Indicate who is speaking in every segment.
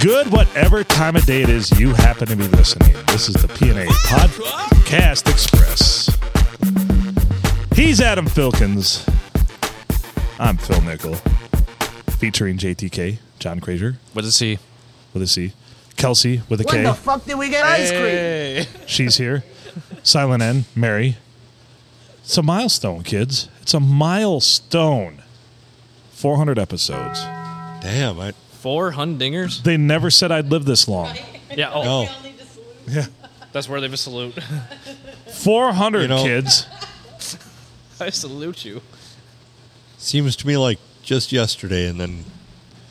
Speaker 1: Good, whatever time of day it is you happen to be listening. This is the PNA Podcast Express. He's Adam Filkins. I'm Phil Nickel, featuring JTK, John Crazier
Speaker 2: What does he?
Speaker 1: with a C, Kelsey with a K.
Speaker 3: When the fuck did we get ice cream?
Speaker 1: She's here. Silent N, Mary. It's a milestone, kids. It's a milestone. 400 episodes.
Speaker 4: Damn, I
Speaker 2: Four hundingers?
Speaker 1: They never said I'd live this long.
Speaker 2: Yeah. Oh,
Speaker 4: no.
Speaker 1: Yeah.
Speaker 2: that's worthy of a salute.
Speaker 1: 400
Speaker 4: You know-
Speaker 1: kids.
Speaker 2: I salute you.
Speaker 4: Seems to me like just yesterday, and then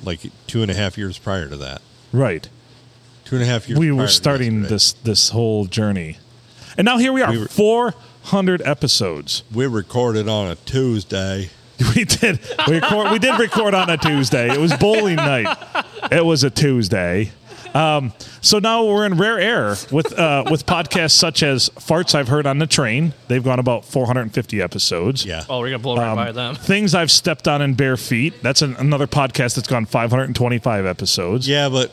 Speaker 4: like two and a half years prior to that.
Speaker 1: Right.
Speaker 4: Two and a half years.
Speaker 1: we
Speaker 4: prior
Speaker 1: were
Speaker 4: to
Speaker 1: starting
Speaker 4: yesterday.
Speaker 1: this this whole journey. And now here we are,
Speaker 4: We were-
Speaker 1: 400 episodes.
Speaker 4: We recorded on a Tuesday.
Speaker 1: We did we, record, we did record on a Tuesday. It was bowling night. It was a Tuesday. Um, so now we're in rare air with uh, with podcasts such as Farts I've Heard on the Train. They've gone about 450 episodes.
Speaker 4: Yeah.
Speaker 2: Oh, we're gonna blow
Speaker 1: Um,
Speaker 2: right by them.
Speaker 1: Things I've stepped on in bare feet. That's an, another podcast that's gone 525 episodes.
Speaker 4: Yeah, but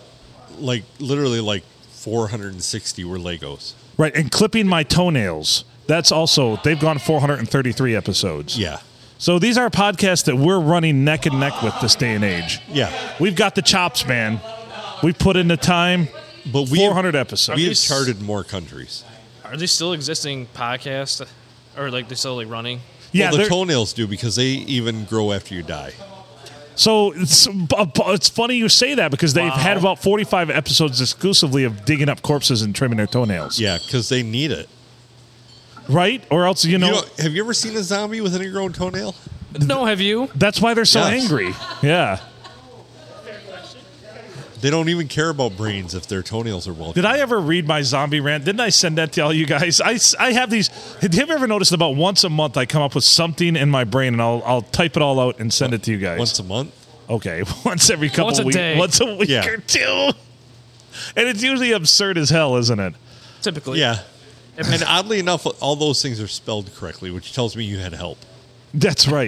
Speaker 4: like literally like 460 were Legos.
Speaker 1: Right, and clipping my toenails. That's also they've gone 433 episodes.
Speaker 4: Yeah.
Speaker 1: So these are podcasts that we're running neck and neck with this day and age.
Speaker 4: Yeah.
Speaker 1: We've got the chops, man. We put in the time.
Speaker 4: But we
Speaker 1: 400 episodes.
Speaker 4: we have charted more countries.
Speaker 2: Are they still existing podcasts, or like they're still like running?
Speaker 1: yeah,
Speaker 4: well, the
Speaker 1: they're-
Speaker 4: toenails do because they even grow after you die.
Speaker 1: so it's, uh, it's funny you say that because they've
Speaker 2: Wow.
Speaker 1: had about 45 episodes exclusively of digging up corpses and trimming their toenails.
Speaker 4: Yeah, because they need it.
Speaker 1: Right? Or else, you know,
Speaker 4: You know, have you ever seen a zombie with an ingrown toenail?
Speaker 2: No, have you?
Speaker 1: that's why they're so
Speaker 4: Yes.
Speaker 1: angry. Yeah.
Speaker 4: They don't even care about brains if their toenails are well.
Speaker 1: Did I ever read my zombie rant? Didn't I send that to all you guys? I, s- I have these. Have you ever noticed about once a month I come up with something in my brain and I'll, I'll type it all out and send it to you guys?
Speaker 4: Once a month?
Speaker 1: Okay, once every couple
Speaker 2: Once a
Speaker 1: weeks,
Speaker 2: day.
Speaker 1: once a week
Speaker 4: Yeah.
Speaker 1: or two, and it's usually absurd as hell, isn't it?
Speaker 2: Typically.
Speaker 4: Yeah. And oddly enough, all those things are spelled correctly, which tells me you had help.
Speaker 1: That's right.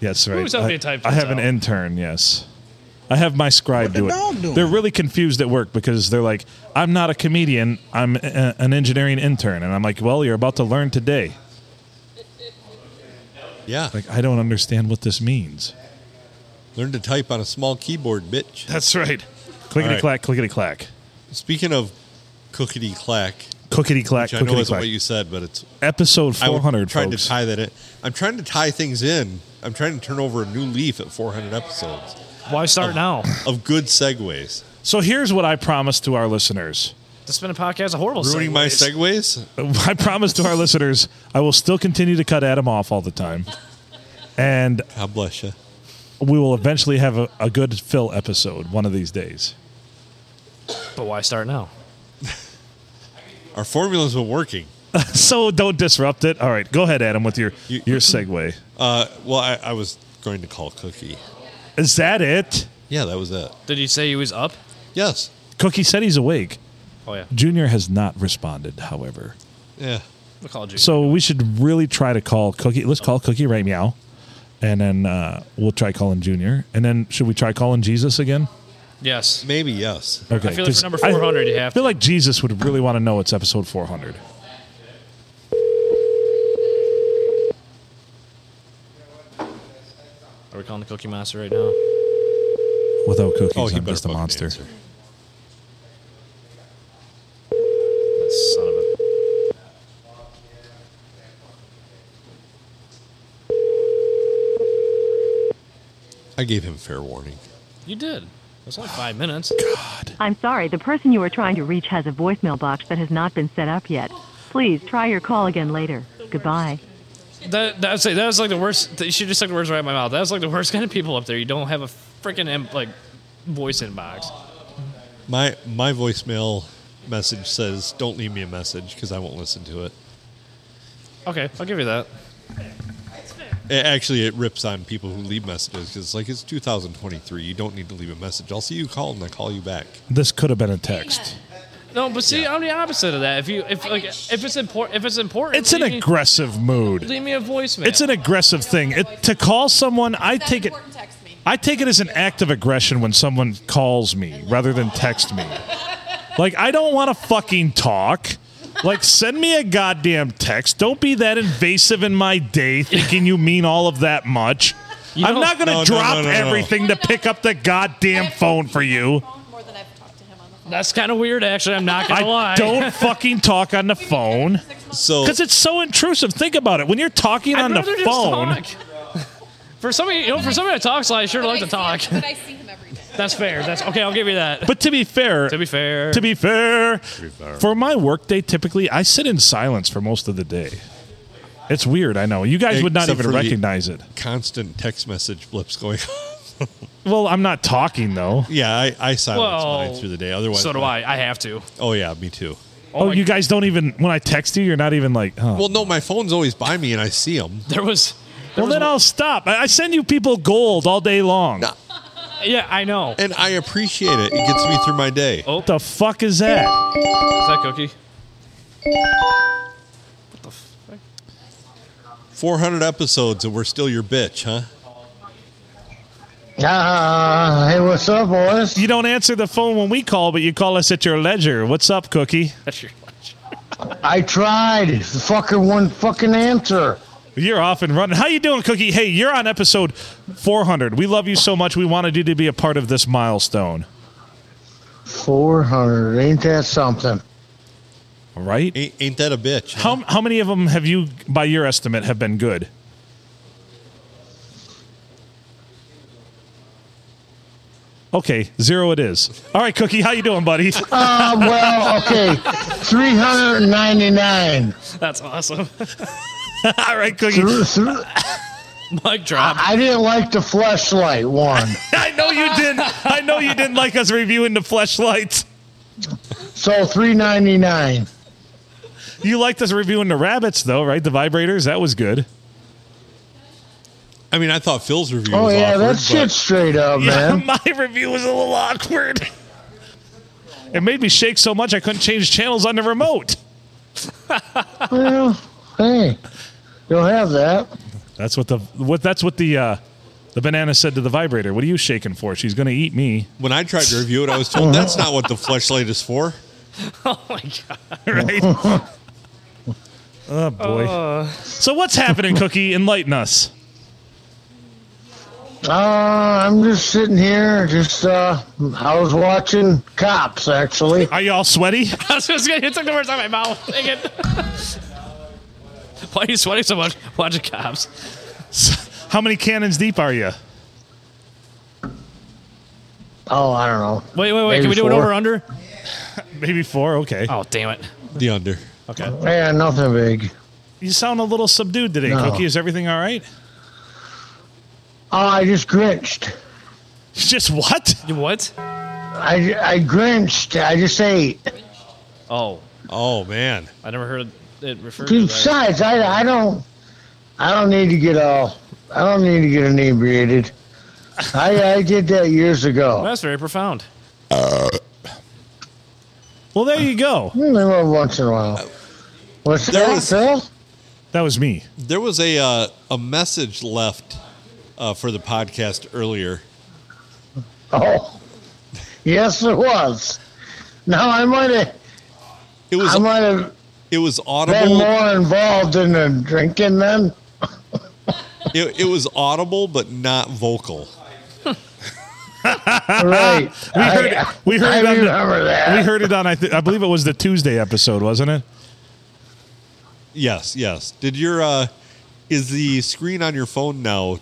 Speaker 1: That's right.
Speaker 2: Who's helping
Speaker 1: I,
Speaker 2: you type
Speaker 1: I
Speaker 2: this
Speaker 1: have an
Speaker 2: out?
Speaker 1: intern. Yes, I have my scribe do
Speaker 3: the dog
Speaker 1: it.
Speaker 3: doing?
Speaker 1: They're really confused at work because they're like, "I'm not a comedian. I'm a, an engineering intern," and I'm like, "Well, you're about to learn today."
Speaker 4: Yeah.
Speaker 1: Like, I don't understand what this means.
Speaker 4: Learn to type on a small keyboard, bitch.
Speaker 1: That's right. Clickety clack, clickety clack,
Speaker 4: Speaking of cookity clack,
Speaker 1: clickety clack,
Speaker 4: which I know
Speaker 1: clickety
Speaker 4: isn't
Speaker 1: clack.
Speaker 4: what you said, but it's
Speaker 1: Episode
Speaker 4: I
Speaker 1: four hundred,
Speaker 4: tried
Speaker 1: folks.
Speaker 4: to tie that in. I'm trying to tie things in. I'm trying to turn over a new leaf at 400 episodes
Speaker 2: Why start
Speaker 1: Oh.
Speaker 2: now?
Speaker 4: of good segues.
Speaker 1: so here's what I promise to our listeners.
Speaker 2: This has been a podcast. A horrible.
Speaker 4: Ruining my
Speaker 2: segues.
Speaker 4: segues?
Speaker 1: I promise to our listeners, I will still continue to cut Adam off all the time. And
Speaker 4: God bless you.
Speaker 1: we will eventually have a, a good Phil episode one of these days.
Speaker 2: But why start now?
Speaker 4: Our formula's been working.
Speaker 1: so don't disrupt it. All right, go ahead, Adam, with your
Speaker 4: You-
Speaker 1: your segue.
Speaker 4: Uh, well, I, I was going to call Cookie.
Speaker 1: Is that it?
Speaker 4: Yeah, that was it.
Speaker 2: Did you say he was up?
Speaker 4: Yes.
Speaker 1: Cookie said he's awake.
Speaker 2: Oh yeah.
Speaker 1: Junior has not responded, however.
Speaker 4: Yeah.
Speaker 2: We called you.
Speaker 1: So we should really try to call Cookie. Let's call Cookie right meow, and then uh, we'll try calling Junior. And then should we try calling Jesus again?
Speaker 2: yes.
Speaker 4: Maybe yes.
Speaker 1: Okay.
Speaker 2: I feel like
Speaker 1: 'cause
Speaker 2: for number
Speaker 1: I-
Speaker 2: 400, you
Speaker 1: I
Speaker 2: have
Speaker 1: feel
Speaker 2: to.
Speaker 1: like Jesus would really want to know it's episode 400.
Speaker 2: Are we calling the Cookie Monster right now?
Speaker 1: Without cookies,
Speaker 4: Oh, he
Speaker 1: I'm
Speaker 4: better
Speaker 1: just a
Speaker 4: fucking
Speaker 1: monster.
Speaker 4: answer.
Speaker 2: That son of a.
Speaker 4: I gave him fair warning.
Speaker 2: You did. It's only five minutes.
Speaker 5: I'm sorry, the person you are trying to reach has a voicemail box that has not been set up yet. Please try your call again later. Goodbye.
Speaker 2: That that was, that was like the worst. You should just took the words right out of my mouth. That was like the worst kind of people up there. You don't have a freaking em- like voice inbox.
Speaker 4: My my voicemail message says, "Don't leave me a message because I won't listen to it."
Speaker 2: Okay, I'll give you that.
Speaker 4: A- Actually, it rips on people who leave messages because it's like it's 2023. You don't need to leave a message. I'll see you call and I call you back.
Speaker 1: This could have been a text.
Speaker 2: No, but see, I'm the opposite of that. If you if like if it's important if it's important,
Speaker 1: It's an
Speaker 2: leave me-
Speaker 1: aggressive mood.
Speaker 2: Leave me a voicemail.
Speaker 1: It's an aggressive thing. It, to call someone, I
Speaker 6: That's
Speaker 1: take it.
Speaker 6: important, Text me.
Speaker 1: I take it as an act of aggression when someone calls me rather than text me. Like, I don't want to fucking talk. Like, send me a goddamn text. Don't be that invasive in my day thinking you mean all of that much. I'm
Speaker 2: don't-
Speaker 1: not going to
Speaker 4: No, no,
Speaker 1: drop
Speaker 4: no, no, no.
Speaker 1: everything to pick up the goddamn phone for you.
Speaker 6: More than I've talked to him on the phone.
Speaker 2: That's kind of weird, actually. I'm not gonna lie.
Speaker 1: I don't fucking talk on the phone
Speaker 4: So
Speaker 1: because it's so intrusive. Think about it. When you're talking
Speaker 2: I'd
Speaker 1: on the
Speaker 2: rather just
Speaker 1: phone,
Speaker 2: talk. For somebody, you know, for somebody that talks, I sure like to talk.
Speaker 6: But I see him every day.
Speaker 2: That's fair. That's okay. I'll give you that.
Speaker 1: but to be fair,
Speaker 2: To be fair,
Speaker 1: to be fair, for my workday, typically I sit in silence for most of the day. It's weird, I know. You guys would not
Speaker 4: Except
Speaker 1: even
Speaker 4: for the-
Speaker 1: recognize it.
Speaker 4: constant text message blips going on.
Speaker 1: Well, I'm not talking though.
Speaker 4: yeah, I, I silence
Speaker 2: Well,
Speaker 4: mine through the day. Otherwise,
Speaker 2: so do I. I have to.
Speaker 4: Oh yeah, me too.
Speaker 1: Oh,
Speaker 2: my-
Speaker 1: you guys don't even when I text you, you're not even like, huh.
Speaker 4: Well, no, my phone's always by me, and I see them.
Speaker 2: There was. there
Speaker 1: Well,
Speaker 2: was
Speaker 1: then
Speaker 2: one-
Speaker 1: I'll stop. I I send you people gold all day long.
Speaker 4: No.
Speaker 2: Yeah, I know. Is
Speaker 4: and I appreciate it. It gets me through my day.
Speaker 2: Oh.
Speaker 1: What the fuck is that?
Speaker 2: that cookie?
Speaker 4: 400 episodes, and we're still your bitch, huh?
Speaker 7: Ah, hey, what's up, boys?
Speaker 1: You don't answer the phone when we call, but you call us at your leisure. What's up, Cookie?
Speaker 2: That's your.
Speaker 7: I tried. The fucking one fucking answer.
Speaker 1: You're off and running. How you doing, Cookie? Hey, you're on episode 400. We love you so much. We wanted you to be a part of this milestone,
Speaker 7: 400. Ain't that something?
Speaker 1: right?
Speaker 4: Ain't, ain't that a bitch? huh?
Speaker 1: How how many of them have you, by your estimate, have been good? Okay, zero it is. All right, Cookie, how you doing, buddy?
Speaker 7: Uh, well, okay. 399.
Speaker 2: That's awesome.
Speaker 1: All right, Cookie.
Speaker 7: Thru- thru-
Speaker 2: Mic drop.
Speaker 7: I didn't like the flashlight one.
Speaker 1: I know you didn't. I know you didn't like us reviewing the fleshlights.
Speaker 7: So 399.
Speaker 1: You liked us reviewing the rabbits, though, right? The vibrators. That was good.
Speaker 4: I mean, I thought Phil's review
Speaker 7: Oh,
Speaker 4: was
Speaker 7: yeah,
Speaker 4: awkward,
Speaker 7: that
Speaker 4: but
Speaker 7: shit's straight up,
Speaker 1: Yeah,
Speaker 7: man.
Speaker 1: my review was a little awkward. It made me shake so much I couldn't change channels on the remote.
Speaker 7: Well, hey, you'll have that.
Speaker 1: That's what the what that's what the uh, the banana said to the vibrator. What are you shaking for? She's gonna eat me,
Speaker 4: when I tried to review it, I was told
Speaker 7: Uh-huh.
Speaker 4: that's not what the fleshlight is for.
Speaker 2: Oh my god.
Speaker 1: right? oh boy. so what's happening, Cookie? Enlighten us.
Speaker 7: Uh, I'm just sitting here. Just, uh, I was watching Cops, actually.
Speaker 1: Are you all sweaty?
Speaker 2: I was just gonna, you took the words out of my mouth. Dang it. Why are you sweating so much? Watch the cops.
Speaker 1: How many cannons deep are you?
Speaker 7: Oh, I don't know.
Speaker 2: Wait, wait, wait. Can
Speaker 7: Maybe
Speaker 2: we do an
Speaker 7: four.
Speaker 2: over under?
Speaker 1: Maybe four. Okay.
Speaker 2: Oh damn it.
Speaker 4: The under.
Speaker 7: Yeah, nothing big.
Speaker 1: You sound a little subdued today,
Speaker 7: No.
Speaker 1: Cookie. Is everything all right?
Speaker 7: Oh, I just grinched.
Speaker 1: Just what?
Speaker 2: You What?
Speaker 7: I, I grinched. I just ate.
Speaker 2: Oh,
Speaker 4: Oh man,
Speaker 2: I never heard it referred to. That.
Speaker 7: Besides, I, I don't I don't need to get all I don't need to get inebriated. I I did that years ago.
Speaker 2: That's very profound.
Speaker 1: Well, there you go.
Speaker 7: Only Hmm, once in a while. What's
Speaker 4: There
Speaker 7: that,
Speaker 4: was-
Speaker 7: Phil?
Speaker 1: That was me.
Speaker 4: there was a uh, a message left uh, for the podcast earlier.
Speaker 7: Oh, yes, it was. Now I might have
Speaker 4: It was
Speaker 7: I might have
Speaker 4: it was
Speaker 7: been
Speaker 4: audible.
Speaker 7: more involved in the drinking then.
Speaker 4: It, it was audible, but not vocal.
Speaker 7: Right.
Speaker 1: heard- we
Speaker 7: we I,
Speaker 1: heard
Speaker 7: I
Speaker 1: it on the-
Speaker 7: remember that.
Speaker 1: We heard it on. I, th- I believe it was the Tuesday episode, wasn't it?
Speaker 4: Oh, Yes, yes. Did your uh, is the screen on your phone now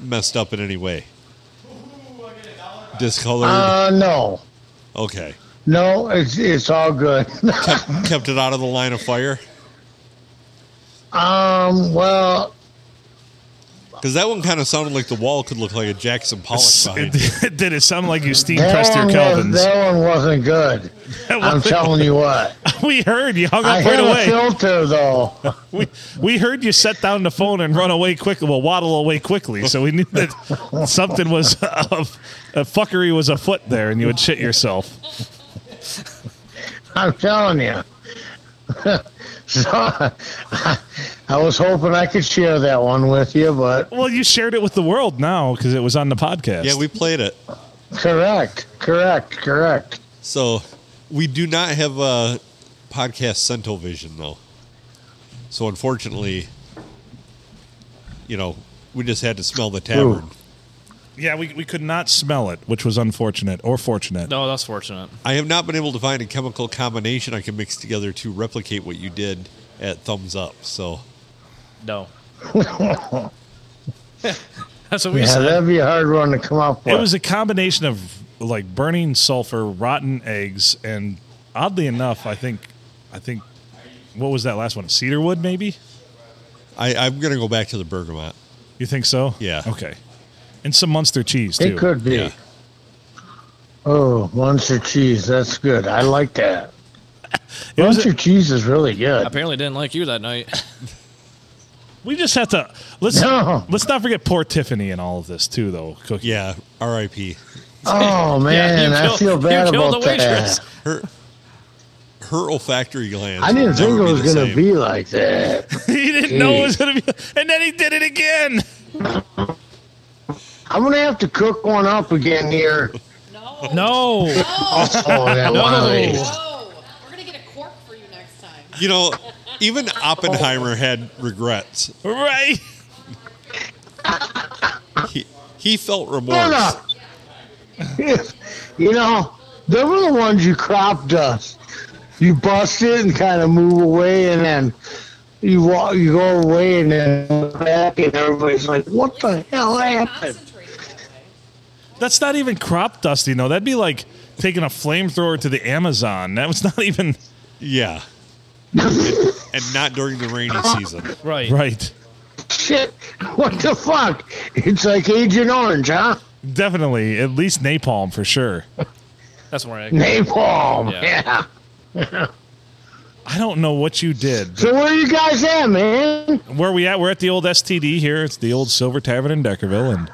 Speaker 4: messed up in any way? Discolored.
Speaker 7: uh no.
Speaker 4: okay.
Speaker 7: No, it's it's all good.
Speaker 4: Kept it out of the line of fire
Speaker 7: um well
Speaker 4: because that one kind of sounded like the wall could look like a Jackson Pollock
Speaker 1: It
Speaker 4: behind. it.
Speaker 1: did- did it sound like you steam
Speaker 7: That
Speaker 1: pressed your
Speaker 7: one was-
Speaker 1: Calvins?
Speaker 7: That one wasn't good. I'm telling you what.
Speaker 1: we heard you hung
Speaker 7: I
Speaker 1: up right
Speaker 7: had a
Speaker 1: away.
Speaker 7: filter though.
Speaker 1: We, we heard you set down the phone and run away quickly, well, waddle away quickly. So we knew that something was of a fuckery was afoot there, and you would shit yourself.
Speaker 7: I'm telling you. so I was hoping I could share that one with you, but
Speaker 1: Well, you shared it with the world now because it was on the podcast.
Speaker 4: Yeah, we played it.
Speaker 7: correct, correct, correct.
Speaker 4: So we do not have a podcast Centovision though. So unfortunately, you know, we just had to smell the tavern.
Speaker 7: Ooh.
Speaker 1: yeah, we, we could not smell it, which was unfortunate or fortunate.
Speaker 2: No, that's fortunate.
Speaker 4: I have not been able to find a chemical combination I can mix together to replicate what you did at Thumbs Up. So
Speaker 2: No. that's what we
Speaker 7: Yeah,
Speaker 2: said.
Speaker 7: that'd be a hard one to come up with.
Speaker 1: It was a combination of like burning sulfur, rotten eggs, and oddly enough, I think, I think, what was that last one? Cedarwood, maybe.
Speaker 4: I, I'm going to go back to the bergamot.
Speaker 1: You think so?
Speaker 4: Yeah.
Speaker 1: Okay. And some Munster cheese too.
Speaker 7: it could be.
Speaker 4: Yeah.
Speaker 7: Oh, Munster cheese. That's good. I like that.
Speaker 1: It was-
Speaker 7: Munster cheese is really good.
Speaker 2: Apparently didn't like you that night.
Speaker 1: we just have to let's
Speaker 7: No.
Speaker 1: let's not forget poor Tiffany in all of this too, though. Cookie.
Speaker 4: Yeah, R.I.P.
Speaker 7: Oh, man.
Speaker 2: you
Speaker 7: I
Speaker 2: killed-
Speaker 7: feel bad
Speaker 2: you killed
Speaker 7: about
Speaker 2: the waitress.
Speaker 7: that.
Speaker 4: Her her olfactory glands.
Speaker 7: I
Speaker 4: will
Speaker 7: didn't think it
Speaker 4: never
Speaker 7: was
Speaker 4: the
Speaker 7: going to
Speaker 4: same.
Speaker 7: be like that.
Speaker 1: he didn't know it was gonna be, and then he did it again.
Speaker 7: I'm going to have to cook one up again here.
Speaker 6: No.
Speaker 2: No.
Speaker 7: Oh, that Wally.
Speaker 6: No. We're gonna get a cork for you next time.
Speaker 4: You know, even Oppenheimer had regrets.
Speaker 1: Right.
Speaker 4: He, he felt
Speaker 7: Shut
Speaker 4: remorse.
Speaker 7: up. you know, they were the ones you crop dust. You bust it and kind of move away, and then you walk, you go away, and then look back, and everybody's like, "What the hell happened?"
Speaker 6: Concentrate that way.
Speaker 1: That's not even crop dusting though. That'd be like taking a flamethrower to the Amazon. That was not even
Speaker 4: Yeah. and, and not during the rainy season.
Speaker 2: Right.
Speaker 1: right.
Speaker 7: Shit! What the fuck? It's like Agent Orange, huh?
Speaker 1: Definitely, at least napalm for sure.
Speaker 2: That's more accurate.
Speaker 7: Napalm.
Speaker 2: Yeah.
Speaker 7: Yeah.
Speaker 1: I don't know what you did.
Speaker 7: So where you guys at, man?
Speaker 1: but Where we at? We're at the old STD here. It's the old Silver Tavern in Deckerville, and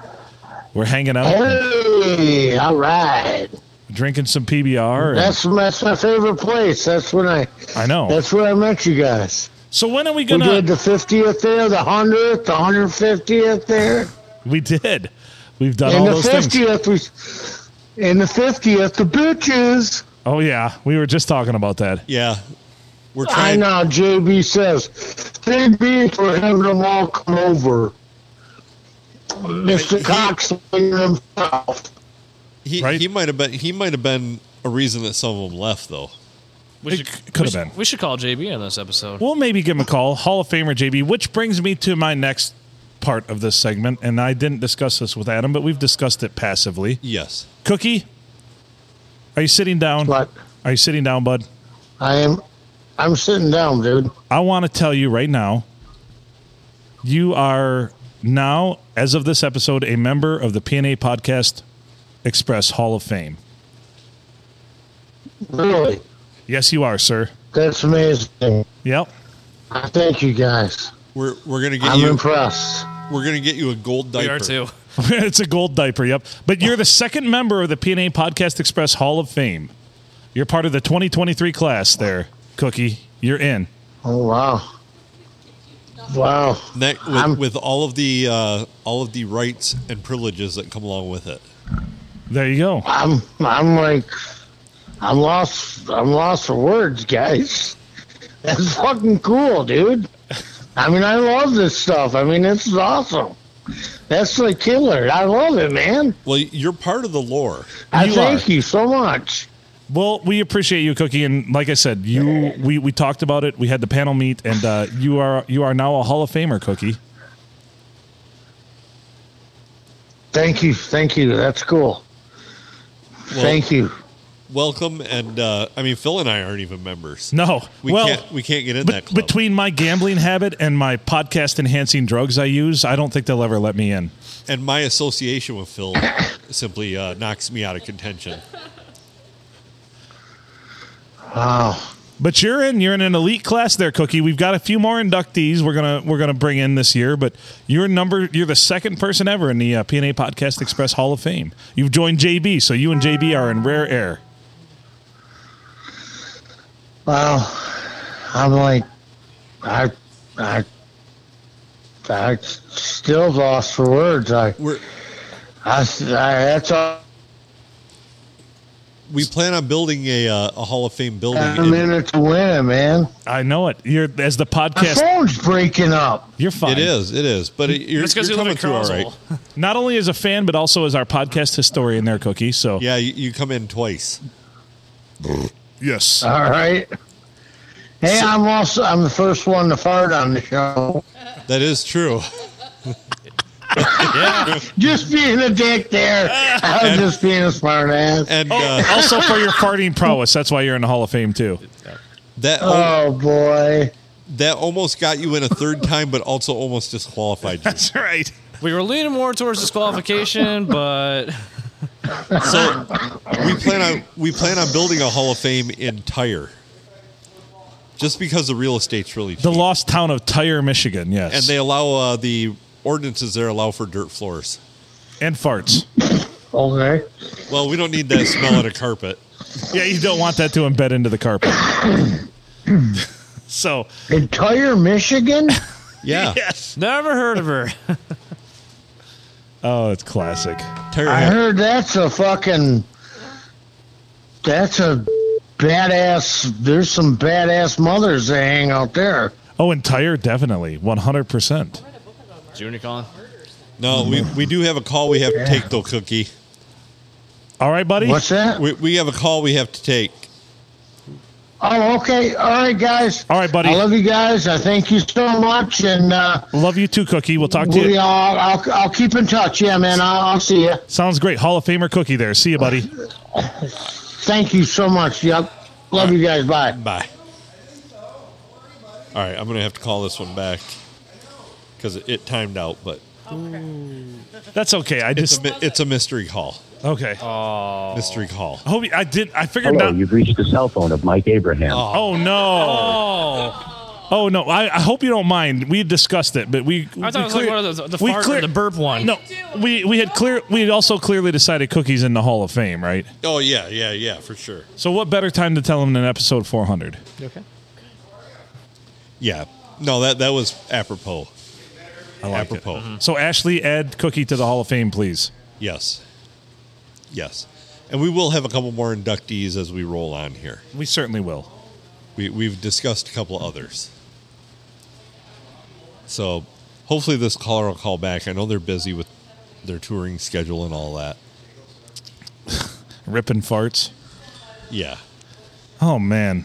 Speaker 1: we're hanging out, and
Speaker 7: Hey, all right.
Speaker 1: drinking some PBR. and-
Speaker 7: That's that's my favorite place. That's when I
Speaker 1: I know.
Speaker 7: that's where I met you guys.
Speaker 1: So when are we
Speaker 7: We
Speaker 1: gonna?
Speaker 7: did the 50th there, the 100th, the 150th there,
Speaker 1: We did. We've done
Speaker 7: and
Speaker 1: all
Speaker 7: the
Speaker 1: those things.
Speaker 7: 50th we, and the 50th, the bitches.
Speaker 1: Oh yeah, we were just talking about that.
Speaker 4: Yeah. We're
Speaker 7: I
Speaker 4: trying.
Speaker 7: know. JB says, "Thank B for having them all come over." Mr. Cox himself.
Speaker 4: He,
Speaker 1: Right?
Speaker 4: he might have been he might have been a reason that some of them left though.
Speaker 2: We
Speaker 1: It could
Speaker 2: we
Speaker 1: have been.
Speaker 2: We should call JB on this episode.
Speaker 1: We'll maybe give him a call, Hall of Famer JB. Which brings me to my next part of this segment, and I didn't discuss this with Adam, but we've discussed it passively.
Speaker 4: Yes.
Speaker 1: Cookie, are you sitting down?
Speaker 7: But
Speaker 1: Are you sitting down, bud?
Speaker 7: I am, I'm sitting down, dude.
Speaker 1: I want to tell you right now, you are now, as of this episode, a member of the PNA Podcast Express Hall of Fame.
Speaker 7: Really,
Speaker 1: Yes, you are, sir.
Speaker 7: that's amazing.
Speaker 1: Yep.
Speaker 7: I thank you guys.
Speaker 4: We're we're gonna get
Speaker 7: I'm
Speaker 4: you
Speaker 7: impressed.
Speaker 4: we're gonna get you a gold diaper.
Speaker 2: We are too.
Speaker 1: it's a gold diaper, yep. But you're the second member of the PNA Podcast Express Hall of Fame. You're part of the 2023 class there, Cookie. You're in.
Speaker 7: Oh wow, wow.
Speaker 4: That, with,
Speaker 7: I'm-
Speaker 4: with all of the uh, all of the rights and privileges that come along with it.
Speaker 1: There you go.
Speaker 7: I'm I'm like I'm lost I'm lost for words, guys. That's fucking cool, dude. I mean I love this stuff. I mean this is awesome. That's the killer. I love it, man.
Speaker 4: Well, you're part of the lore.
Speaker 7: I
Speaker 1: You
Speaker 7: thank
Speaker 1: are.
Speaker 7: you so much.
Speaker 1: Well, we appreciate you, Cookie, and like I said, you we, we talked about it. We had the panel meet, and uh, you are you are now a Hall of Famer, Cookie.
Speaker 7: Thank you, thank you. That's cool. thank you.
Speaker 4: Welcome, and uh, I mean Phil and I aren't even members.
Speaker 1: No,
Speaker 4: we
Speaker 1: well,
Speaker 4: can't we can't get in
Speaker 1: bet-
Speaker 4: that club.
Speaker 1: between my gambling habit and my podcast enhancing drugs I use, I don't think they'll ever let me in.
Speaker 4: and my association with Phil simply uh, knocks me out of contention.
Speaker 7: Wow.
Speaker 1: But you're in. You're in an elite class there, Cookie. We've got a few more inductees we're gonna we're gonna bring in this year. But you're number. You're the second person ever in the uh, PNA Podcast Express Hall of Fame. You've joined JB, so you and JB are in rare air.
Speaker 7: Wow. I'm like I I I still lost for words. I,
Speaker 4: We're,
Speaker 7: I, s- I- that's all.
Speaker 4: we plan on building a, uh, a Hall of Fame building.
Speaker 7: I'm in
Speaker 4: in-
Speaker 7: it to win it, man.
Speaker 1: I know it. You're as the
Speaker 7: My
Speaker 1: podcast.
Speaker 7: phone's breaking up.
Speaker 1: You're fine.
Speaker 4: It is, it is. But it, you're,
Speaker 2: That's because
Speaker 4: you're
Speaker 2: you live
Speaker 4: coming
Speaker 2: in
Speaker 4: through all
Speaker 2: Crowsall.
Speaker 4: right.
Speaker 1: Not only as a fan, but also as our podcast historian, there, Cookie. So
Speaker 4: Yeah, you, you come in twice.
Speaker 1: yes,
Speaker 7: All right. Hey, I'm also I'm the first one to fart on the show.
Speaker 4: That is true.
Speaker 7: Just being a dick there. I was just being a smart ass.
Speaker 4: And uh,
Speaker 1: also for your farting prowess. That's why you're in the Hall of Fame too.
Speaker 4: that al-
Speaker 7: Oh boy.
Speaker 4: that almost got you in a third time, but also almost disqualified you.
Speaker 1: That's right.
Speaker 2: We were leaning more towards disqualification, but
Speaker 4: So we plan on we plan on building a Hall of Fame in Tyre, just because the real estate's really cheap,
Speaker 1: The lost town of Tyre, Michigan. Yes,
Speaker 4: and they allow uh, the ordinances there allow for dirt floors.
Speaker 1: and farts.
Speaker 7: Okay.
Speaker 4: Well, we don't need that smell on a carpet.
Speaker 1: Yeah, you don't want that to embed into the carpet. so
Speaker 7: Entire Michigan?
Speaker 4: Yeah,
Speaker 1: yes,
Speaker 2: never heard of her.
Speaker 1: oh, it's classic.
Speaker 4: Tyre.
Speaker 7: I
Speaker 4: had-
Speaker 7: heard that's a fucking that's a badass there's some badass mothers that hang out there.
Speaker 1: Oh, and Tyre definitely one hundred percent.
Speaker 2: Junior Colin.
Speaker 4: no, we,
Speaker 1: Mm-hmm.
Speaker 4: we do have a call we have to take though, Cookie.
Speaker 1: All right, buddy.
Speaker 7: What's that?
Speaker 4: We, we have a call we have to take.
Speaker 7: Oh, okay. All right, guys.
Speaker 1: All right, buddy.
Speaker 7: I love you guys. I thank you so much, and uh,
Speaker 1: Love you too, Cookie. We'll talk to
Speaker 7: we,
Speaker 1: you.
Speaker 7: uh, I'll I'll keep in touch. Yeah, man. I'll, I'll see you.
Speaker 1: Sounds great. Hall of Famer Cookie there. See you, buddy.
Speaker 7: Thank you so much. Yep. Love you guys. Bye.
Speaker 4: Bye. All right, I'm gonna have to call this one back because it, it timed out, but
Speaker 1: That's okay. I
Speaker 4: it's
Speaker 1: just
Speaker 4: a, mi- it's a mystery call.
Speaker 1: okay.
Speaker 2: Oh.
Speaker 4: Mystery call.
Speaker 1: I hope you- I did. I figured
Speaker 8: Hello,
Speaker 1: out.
Speaker 8: you've reached the cell phone of Mike Abraham.
Speaker 1: Oh no!
Speaker 2: Oh,
Speaker 1: Oh no! I, I hope you don't mind. We discussed it, but we
Speaker 2: I thought
Speaker 1: we
Speaker 2: it was like
Speaker 1: clear-
Speaker 2: one of those, the
Speaker 1: we
Speaker 2: fart
Speaker 1: clear-
Speaker 2: or the burp one.
Speaker 1: No, we we had clear. We had also clearly decided cookies in the Hall of Fame, right?
Speaker 4: Oh yeah, yeah, yeah, for sure.
Speaker 1: So what better time to tell them than episode 400?
Speaker 2: You okay.
Speaker 4: Yeah. No, that that was apropos.
Speaker 1: I like it. Mm-hmm.
Speaker 4: apropos.
Speaker 1: So Ashley, add Cookie to the Hall of Fame, please.
Speaker 4: Yes. Yes. And we will have a couple more inductees as we roll on here.
Speaker 1: We certainly will.
Speaker 4: We we've discussed a couple others. So hopefully this caller will call back. I know they're busy with their touring schedule and all that.
Speaker 1: Ripping farts.
Speaker 4: Yeah.
Speaker 1: Oh man.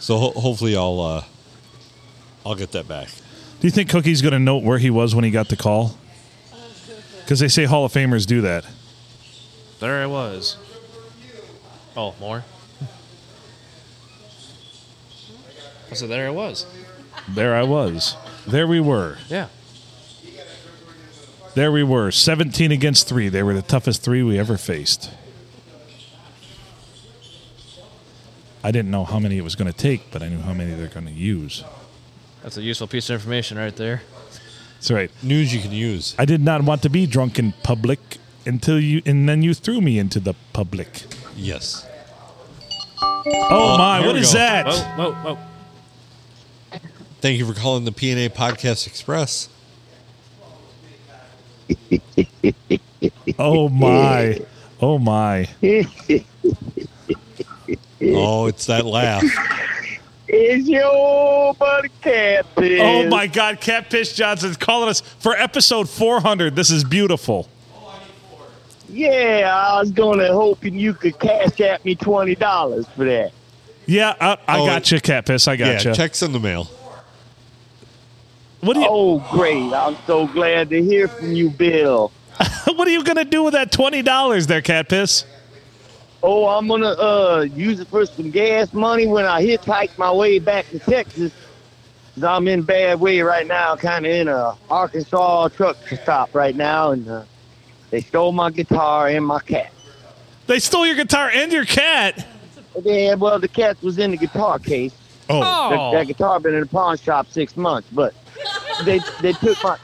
Speaker 4: So ho- hopefully I'll uh I'll get that back.
Speaker 1: Do you think Cookie's going to note where he was when he got the call? Because they say Hall of Famers do that.
Speaker 2: There I was. Oh, more. I said, there I was.
Speaker 1: There I was. There we were.
Speaker 2: Yeah.
Speaker 1: There we were. 17 against 3. They were the toughest three we ever faced. I didn't know how many it was going to take, but I knew how many they're going to use.
Speaker 2: That's a useful piece of information right there.
Speaker 1: That's right.
Speaker 4: News you can use.
Speaker 1: I did not want to be drunk in public until you, and then you threw me into the public.
Speaker 4: Yes.
Speaker 1: Oh, my,
Speaker 4: here
Speaker 1: what
Speaker 4: we
Speaker 1: is
Speaker 4: go.
Speaker 1: that?
Speaker 2: Whoa, whoa, whoa.
Speaker 4: Thank you for calling the PNA Podcast Express.
Speaker 1: Oh my. Oh my.
Speaker 4: Oh, it's that laugh.
Speaker 8: It's your buddy Catfish.
Speaker 1: Oh my God, Catfish Johnson's calling us for episode 400. This is beautiful.
Speaker 8: Yeah, I was gonna hoping you could cash at me twenty dollars for that.
Speaker 1: Yeah, I, I
Speaker 4: Oh,
Speaker 1: got you, Catfish. I got
Speaker 4: Yeah,
Speaker 1: you.
Speaker 4: checks in the mail.
Speaker 1: What do you?
Speaker 8: Oh great, I'm so glad to hear from you, Bill.
Speaker 1: What are you gonna do with that twenty dollars there, Cat Piss?
Speaker 8: Oh, I'm gonna uh use it for some gas money when I hitchhike my way back to Texas. 'Cause I'm in bad way right now, kind of in a Arkansas truck stop right now, and uh, they stole my guitar and my cat.
Speaker 1: They stole your guitar and your cat.
Speaker 8: Yeah, well, the cat was in the guitar case.
Speaker 1: Oh,
Speaker 8: That,
Speaker 2: Oh.
Speaker 8: that guitar been in the pawn shop six months, but they they took my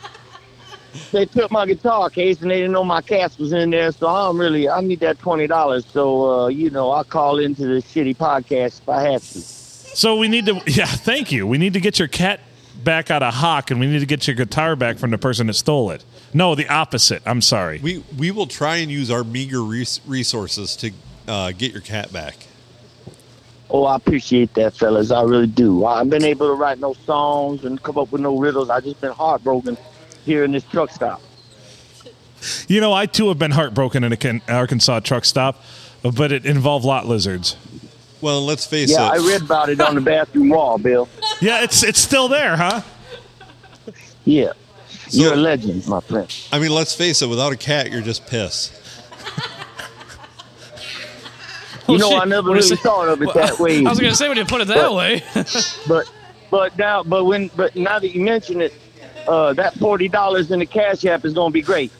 Speaker 8: they took my guitar case and they didn't know my cash was in there, so I'm really I need that twenty dollars. So uh, you know, I call into the shitty podcast if I have to.
Speaker 1: so we need to. Yeah, thank you. We need to get your cat back out of hock and we need to get your guitar back from the person that stole it. No, the opposite. I'm sorry.
Speaker 4: We we will try and use our meager res- resources to uh, get your cat back.
Speaker 8: Oh, I appreciate that, fellas. I really do. I have been able to write no songs and come up with no riddles. I just been heartbroken here in this truck stop.
Speaker 1: You know, I too have been heartbroken in a Ken- Arkansas truck stop, but it involved lot lizards.
Speaker 4: Well, let's face
Speaker 8: Yeah, I
Speaker 4: it.
Speaker 8: read about it on the bathroom wall, Bill.
Speaker 1: Yeah, it's it's still there, huh?
Speaker 8: Yeah. You're a
Speaker 4: So-
Speaker 8: legend, my friend.
Speaker 4: I mean, let's face it. Without a cat, you're just piss.
Speaker 8: You know,
Speaker 2: shit.
Speaker 8: I never
Speaker 2: What
Speaker 8: really
Speaker 2: is it?
Speaker 8: thought of it that way.
Speaker 2: Oh. I was gonna say when you put it that way.
Speaker 8: but but now but when but now that you mention it, uh, that forty dollars in the cash app is gonna be great.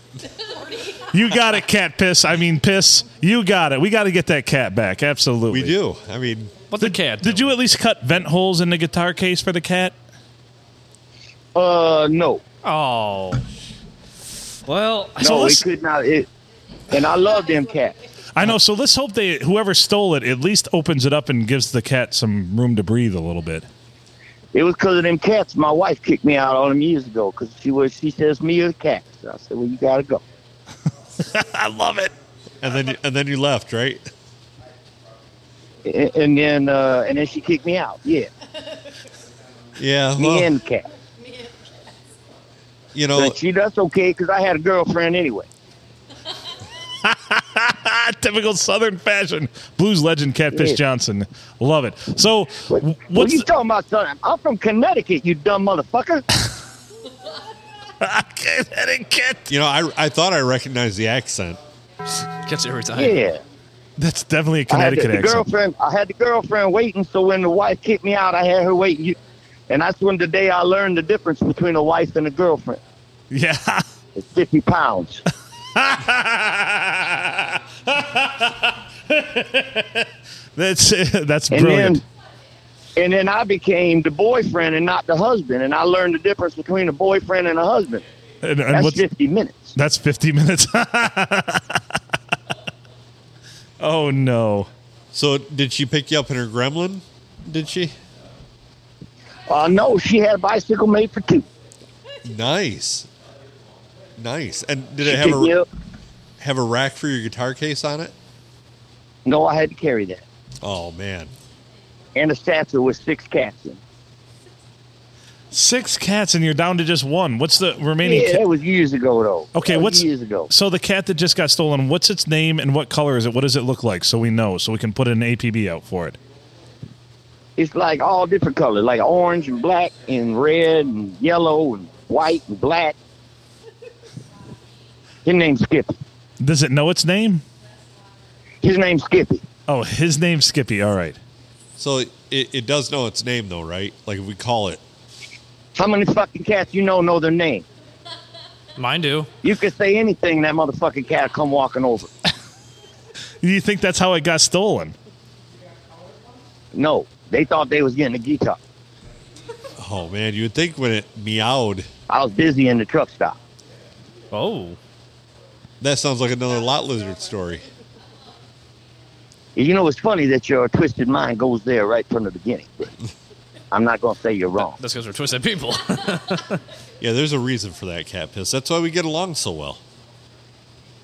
Speaker 1: You got it, cat piss. I mean, piss. You got it. We got to get that cat back. Absolutely.
Speaker 4: We do. I mean,
Speaker 2: What the cat?
Speaker 1: Did you at least cut vent holes in the guitar case for the cat?
Speaker 8: Uh, no,
Speaker 2: Oh. Well,
Speaker 1: So
Speaker 8: no, it
Speaker 1: let's-
Speaker 8: could not. It, and I love them cats.
Speaker 1: I know. So let's hope they whoever stole it at least opens it up and gives the cat some room to breathe a little bit.
Speaker 8: It was because of them cats. My wife kicked me out on them years ago because she was she says me or the cats. I said, well, you gotta go.
Speaker 1: I love it.
Speaker 4: and then you- and then you left, right?
Speaker 8: And, and then uh, and then she kicked me out. Yeah,
Speaker 4: Yeah.
Speaker 8: me
Speaker 4: Well,
Speaker 8: and the cat.
Speaker 4: you know,
Speaker 8: But she that's okay because I had a girlfriend anyway.
Speaker 1: Typical Southern fashion. Blues legend Catfish
Speaker 8: Yeah.
Speaker 1: Johnson. Love it. So
Speaker 8: What,
Speaker 1: w-
Speaker 8: what
Speaker 1: what's
Speaker 8: you talking about, son? I'm from Connecticut, you dumb motherfucker.
Speaker 1: I can't, I didn't get-
Speaker 4: you know. I I thought I recognized the accent.
Speaker 2: Gets it every time.
Speaker 8: Yeah.
Speaker 1: That's definitely a
Speaker 8: I had the-
Speaker 1: Connecticut
Speaker 8: the,
Speaker 1: accent.
Speaker 8: girlfriend. I had the girlfriend waiting, so when the wife kicked me out, I had her waiting. You- And that's when the day I learned the difference between a wife and a girlfriend.
Speaker 1: Yeah.
Speaker 8: It's 50 pounds.
Speaker 1: That's that's
Speaker 8: And
Speaker 1: brilliant.
Speaker 8: then and then I became the boyfriend and not the husband. And I learned the difference between a boyfriend and a husband.
Speaker 1: and, and
Speaker 8: That's
Speaker 1: what's,
Speaker 8: 50 minutes.
Speaker 1: that's 50 minutes. oh no.
Speaker 4: So did she pick you up in her gremlin? Did she?
Speaker 8: Uh, no, she had a bicycle made for two.
Speaker 4: Nice. Nice. And did
Speaker 8: She
Speaker 4: it have
Speaker 8: picked me
Speaker 4: a
Speaker 8: up.
Speaker 4: have a rack for your guitar case on it?
Speaker 8: No, I had to carry that.
Speaker 4: Oh man.
Speaker 8: And a satchel with six cats in.
Speaker 1: Six cats and you're down to just one. What's the remaining
Speaker 8: yeah,
Speaker 1: cat?
Speaker 8: that was years ago, though.
Speaker 1: Okay,
Speaker 8: That was
Speaker 1: what's
Speaker 8: years ago?
Speaker 1: So the cat that just got stolen, what's its name and what color is it? What does it look like so we know so we can put an APB out for it?
Speaker 8: it's like all different colors, like orange and black and red and yellow and white and black. His name's Skippy.
Speaker 1: Does it know its name?
Speaker 8: His name's Skippy.
Speaker 1: Oh, his name's Skippy. All right.
Speaker 4: So it, it does know its name though, right? Like if we call it.
Speaker 8: How many fucking cats you know know their name?
Speaker 2: Mine do.
Speaker 8: You can say anything, that motherfucking cat come walking over.
Speaker 1: Do you think that's how it got stolen?
Speaker 8: No, they thought they was getting a guitar.
Speaker 4: Oh man, you would think when it meowed,
Speaker 8: I was busy in the truck stop.
Speaker 2: Oh.
Speaker 4: that sounds like another lot lizard story.
Speaker 8: You know, it's funny that your twisted mind goes there right from the beginning. But I'm not gonna say you're wrong.
Speaker 2: That's because we're twisted people.
Speaker 4: Yeah, there's a reason for that cat piss. That's why we get along so well.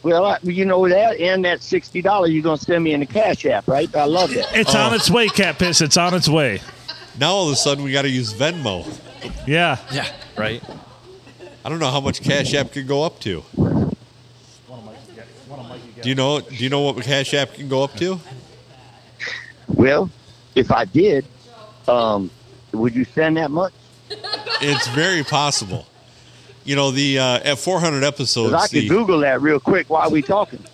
Speaker 8: Well, I, you know that, and that sixty dollars you're gonna send me in the cash app, right? I love that.
Speaker 1: It's on its way, cat piss. It's on its way.
Speaker 4: Now all of a sudden we got to use Venmo.
Speaker 1: Yeah.
Speaker 2: yeah. Right.
Speaker 4: I don't know how much Cash App could go up to. Do you know? Do you know what Cash App can go up to?
Speaker 8: Well, if I did, um, would you send that much?
Speaker 4: It's very possible. You know, the uh, at 400 episodes,
Speaker 8: Because I could
Speaker 4: the-
Speaker 8: Google that real quick while we talking.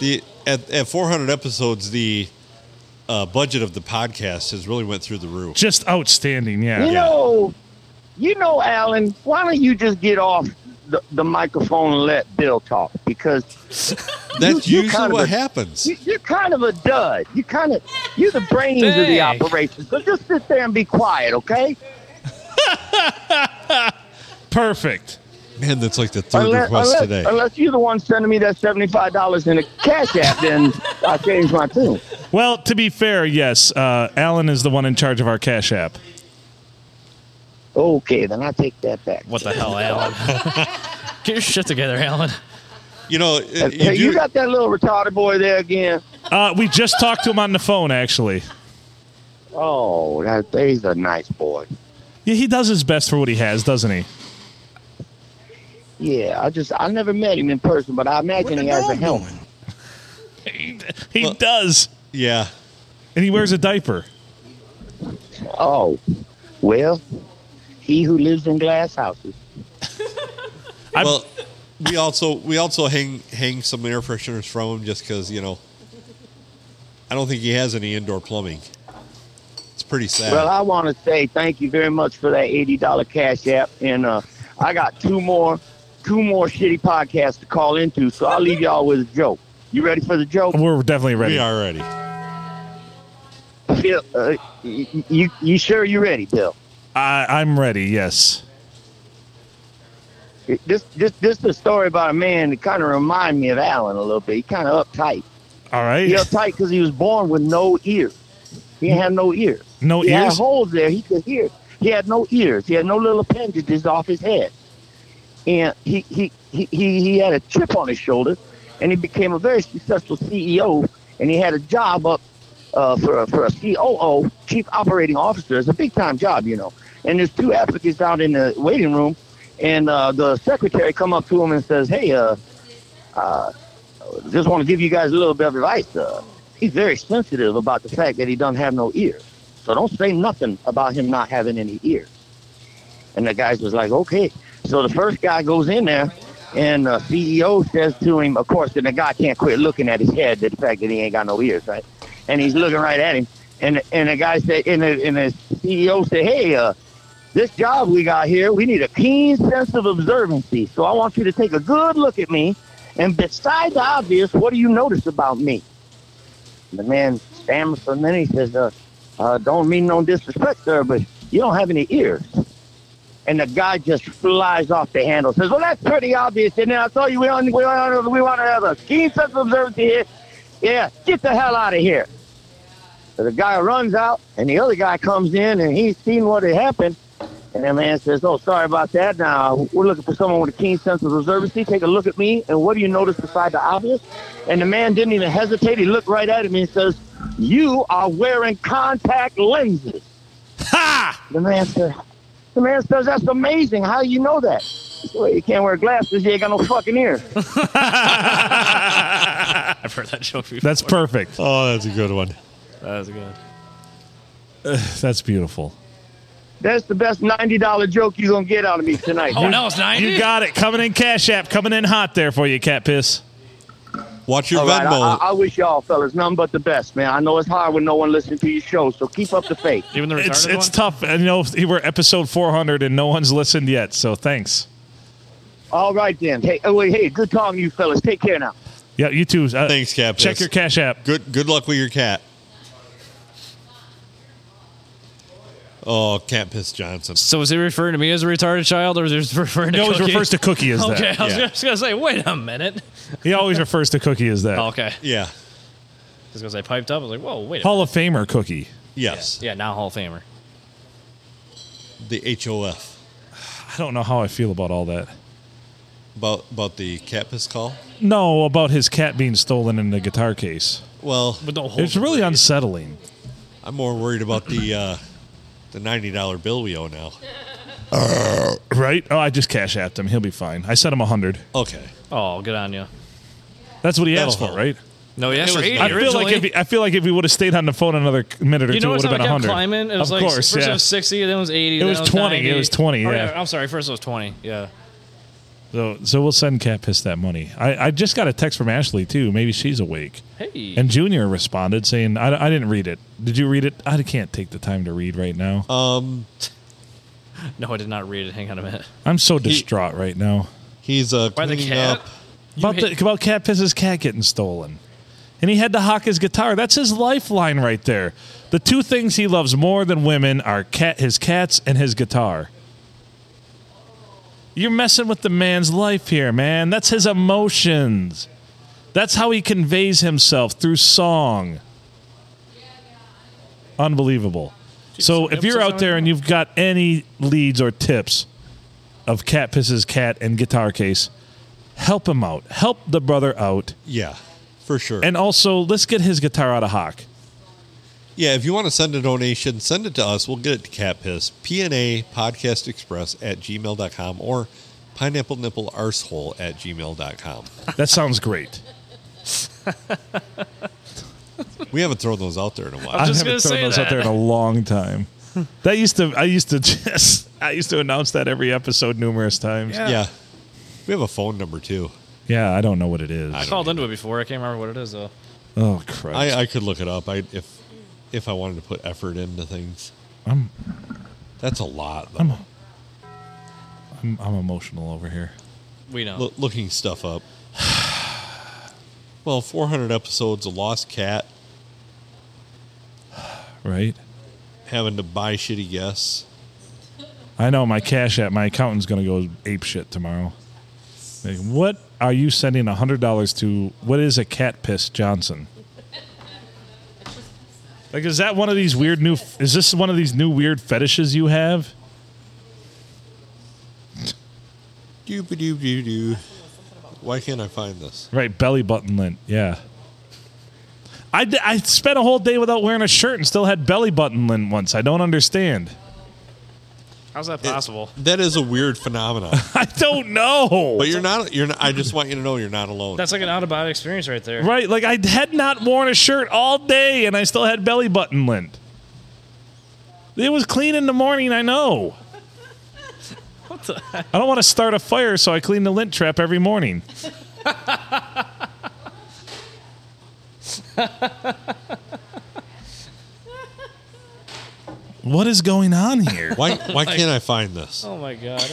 Speaker 4: the at, at 400 episodes the uh, budget of the podcast has really went through the roof
Speaker 1: Just outstanding. Yeah.
Speaker 8: You know, you know, Alan. Why don't you just get off the, the microphone and let Bill talk? Because
Speaker 4: that's
Speaker 8: you- you
Speaker 4: usually
Speaker 8: kind of
Speaker 4: what
Speaker 8: a-
Speaker 4: happens
Speaker 8: you, you're kind of a dud. You kind of you're the brains of the
Speaker 2: Dang.
Speaker 8: operation. So just sit there and be quiet, okay?
Speaker 1: Perfect.
Speaker 4: man that's like the third request
Speaker 8: unless,
Speaker 4: today
Speaker 8: unless you're the one sending me that seventy-five dollars in a cash app, then I change my tune.
Speaker 1: Well, to be fair, yes, uh, Alan is the one in charge of our Cash App.
Speaker 8: Okay, then I take that back.
Speaker 2: What the hell, Alan? Get your shit together, Alan.
Speaker 4: You know, uh,
Speaker 8: Hey,
Speaker 4: you,
Speaker 8: you
Speaker 4: do-
Speaker 8: got that little retarded boy there again.
Speaker 1: Uh, we just talked to him on the phone, actually.
Speaker 8: Oh, that he's a nice boy.
Speaker 1: Yeah, he does his best for what he has, doesn't he?
Speaker 8: Yeah, I just I never met him in person, but I imagine he has a helmet.
Speaker 1: He does.
Speaker 4: yeah.
Speaker 1: And he wears a diaper.
Speaker 8: Oh, well, he who lives in glass houses.
Speaker 1: I'm-
Speaker 4: well, we also we also hang hang some air fresheners from him just because you know. I don't think he has any indoor plumbing. It's pretty sad.
Speaker 8: Well, I want to say thank you very much for that eighty dollar cash app, and uh, I got two more, two more shitty podcasts to call into, so I'll leave y'all with a joke. You ready for the joke?
Speaker 1: We're definitely ready.
Speaker 4: we are ready.
Speaker 8: Bill, uh, y- y- you you sure you ready, Bill?
Speaker 1: I, I'm ready, yes.
Speaker 8: This this this is a story about a man that kind of remind me of Alan a little bit. He kind of uptight.
Speaker 1: All right.
Speaker 8: He uptight because he was born with no ears. He had no ears.
Speaker 1: No
Speaker 8: he had
Speaker 1: ears?
Speaker 8: holes there. He could hear. He had no ears. He had no little appendages off his head. And he, he, he, he, he had a chip on his shoulder, and he became a very successful CEO. And he had a job up uh, for, a, for a COO, Chief Operating Officer. It's a big time job, you know. And there's two applicants out in the waiting room, and uh, the secretary come up to him and says, "Hey, uh, just want to give you guys a little bit of advice. Uh, he's very sensitive about the fact that he doesn't have no ears. So don't say nothing about him not having any ears. And the guys was like, okay. So the first guy goes in there, and uh, the CEO says to him, of course, and the guy can't quit looking at his head at the fact that he ain't got no ears, right? And he's looking right at him. And, and the guy said, and the, and the CEO said, hey, uh, this job we got here, we need a keen sense of observancy. So I want you to take a good look at me. And beside the obvious, what do you notice about me? The man stammers for a minute. He says, uh, uh, Don't mean no disrespect, sir, but you don't have any ears. And the guy just flies off the handle. Says, Well, that's pretty obvious. And then I told you we, on, we, on, we want to have a keen sense of observancy here. Yeah, get the hell out of here. So the guy runs out, and the other guy comes in, and he's seen what had happened. And that man says, "Oh, sorry about that. Now we're looking for someone with a keen sense of observancy. Take a look at me, and what do you notice beside the obvious?" And the man didn't even hesitate. He looked right at him and says, "You are wearing contact lenses."
Speaker 1: Ha!
Speaker 8: The man said, "The man says that's amazing. How do you know that?" He said, well, you can't wear glasses. You ain't got no fucking ears.
Speaker 2: I've heard that joke before.
Speaker 1: That's perfect.
Speaker 4: Oh, that's a good one.
Speaker 2: That was good.
Speaker 1: That's beautiful.
Speaker 8: That's the best ninety dollar joke you're gonna get out of me tonight.
Speaker 2: Oh, now it's 90?
Speaker 1: You got it. Coming in Cash App, coming in hot there for you, Cat Piss.
Speaker 4: Watch your
Speaker 8: All right, I,
Speaker 4: Venmo.
Speaker 8: I- I wish y'all fellas nothing but the best, man. I know it's hard when no one listens to your show, so keep up the faith.
Speaker 2: Even the retarded
Speaker 1: It's, it's
Speaker 2: one?
Speaker 1: tough. And, you know, we're episode 400 and no one's listened yet, so thanks.
Speaker 8: All right then. Hey, oh, wait, hey, good talking to you fellas. Take care now.
Speaker 1: Yeah, you too. Uh,
Speaker 4: Thanks, Cat Piss.
Speaker 1: Check your Cash App.
Speaker 4: Good good luck with your cat. Oh, cat piss Johnson.
Speaker 2: So was he referring to me as a retarded child, or was he just referring to
Speaker 1: He always
Speaker 2: Cookie?
Speaker 1: refers to Cookie as
Speaker 2: Okay,
Speaker 1: that.
Speaker 2: I was
Speaker 4: Yeah.
Speaker 2: just gonna say, wait a minute.
Speaker 1: He always refers to Cookie as that.
Speaker 2: Oh, okay,
Speaker 4: Yeah.
Speaker 2: just because I piped up, I was like, whoa, wait. A
Speaker 1: Hall of Famer Cookie.
Speaker 4: Yes.
Speaker 2: Yeah, now Hall of Famer.
Speaker 4: The HOF
Speaker 1: I don't know how I feel about all that.
Speaker 4: about about the cat piss call.
Speaker 1: No, about his cat being stolen in the guitar case.
Speaker 4: Well,
Speaker 2: But don't hold.
Speaker 1: It's really unsettling.
Speaker 4: I'm more worried about the uh, the ninety dollar bill we owe now.
Speaker 1: Right? Oh, I just cash apped him. He'll be fine. I sent him a hundred.
Speaker 4: Okay.
Speaker 2: Oh, good on you.
Speaker 1: That's what he asked
Speaker 4: That'll
Speaker 1: for, right?
Speaker 2: No, yeah,
Speaker 4: It was
Speaker 2: right.
Speaker 4: bad.
Speaker 1: I feel like if he, I feel like if he would have stayed on the phone another minute or
Speaker 2: you
Speaker 1: two,
Speaker 2: know
Speaker 1: it would
Speaker 2: what's
Speaker 1: have
Speaker 2: how it
Speaker 1: been a
Speaker 2: kept
Speaker 1: hundred.
Speaker 2: climbing? It was
Speaker 1: of
Speaker 2: like
Speaker 1: course,
Speaker 2: first
Speaker 1: yeah.
Speaker 2: it was sixty, then it was eighty.
Speaker 1: It
Speaker 2: then
Speaker 1: was 20, it
Speaker 2: 90.
Speaker 1: was 20,
Speaker 2: Or,
Speaker 1: yeah.
Speaker 2: I'm sorry, first it was twenty. Yeah.
Speaker 1: So, so we'll send Cat Piss that money. I, I just got a text from Ashley too. Maybe she's awake.
Speaker 2: Hey.
Speaker 1: And Junior responded saying, I, "I didn't read it. Did you read it? I can't take the time to read right now.
Speaker 2: Uh,
Speaker 4: Um,
Speaker 2: no, I did not read it. Hang on a minute.
Speaker 1: I'm so distraught right now
Speaker 4: he's uh,
Speaker 2: By the
Speaker 4: cleaning
Speaker 2: cat?
Speaker 4: up.
Speaker 1: about
Speaker 2: hate-
Speaker 1: the, about Cat Piss's cat getting stolen." And he had to hawk his guitar. That's his lifeline right there. The two things he loves more than women are cat, his cats and his guitar. You're messing with the man's life here, man. That's his emotions. That's how he conveys himself through song. Unbelievable. So if you're out there and you've got any leads or tips of Cat Pisses Cat and Guitar Case, help him out. Help the brother out.
Speaker 4: Yeah, for sure.
Speaker 1: And also, let's get his guitar out of hock.
Speaker 4: yeah, if you want to send a donation, send it to us. We'll get it to Cat Piss. PNA Podcast Express at gmail.com or pineapple nipple arsehole at gmail.com.
Speaker 1: That sounds great.
Speaker 4: We haven't thrown those out there in a while.
Speaker 1: I
Speaker 2: just
Speaker 1: haven't
Speaker 2: gonna
Speaker 1: thrown
Speaker 2: say
Speaker 1: those out
Speaker 2: that.
Speaker 1: there in a long time. That used to I used to just I used to announce that every episode numerous times. Yeah,
Speaker 2: Yeah.
Speaker 4: yeah. We have a phone number too.
Speaker 1: I don't know what it is.
Speaker 4: I
Speaker 2: I
Speaker 4: don't
Speaker 2: called into it before. I can't remember what it is though.
Speaker 1: Oh Christ.
Speaker 4: I, I could look it up. I if if I wanted to put effort into things.
Speaker 1: I'm-
Speaker 4: That's a lot. Though.
Speaker 1: I'm, I'm emotional over here.
Speaker 2: We know.
Speaker 4: Loo- looking stuff up. Well, 400 episodes, a lost cat,
Speaker 1: Right?
Speaker 4: having to buy shitty guests.
Speaker 1: I know my cash app, my accountant's gonna go ape shit tomorrow. Like, what are you sending hundred dollars to what is a cat piss Johnson? Like is that one of these weird new is this one of these new weird fetishes you have?
Speaker 4: Doo doo doo doo. Why can't I find this?
Speaker 1: Right, belly button lint. Yeah. I, d- I spent a whole day without wearing a shirt and still had belly button lint once. I don't understand.
Speaker 2: How's that possible?
Speaker 4: That is a weird phenomenon.
Speaker 1: I don't know.
Speaker 4: But you're not. You're not. I just want you to know you're not alone.
Speaker 2: That's like an out of body experience right there.
Speaker 1: right, like I had not worn a shirt all day and I still had belly button lint. It was clean in the morning, I know.
Speaker 2: What the heck?
Speaker 1: I don't want to start a fire, so I clean the lint trap every morning. what is going on here?
Speaker 4: why? Why can't I find this?
Speaker 2: Oh my god.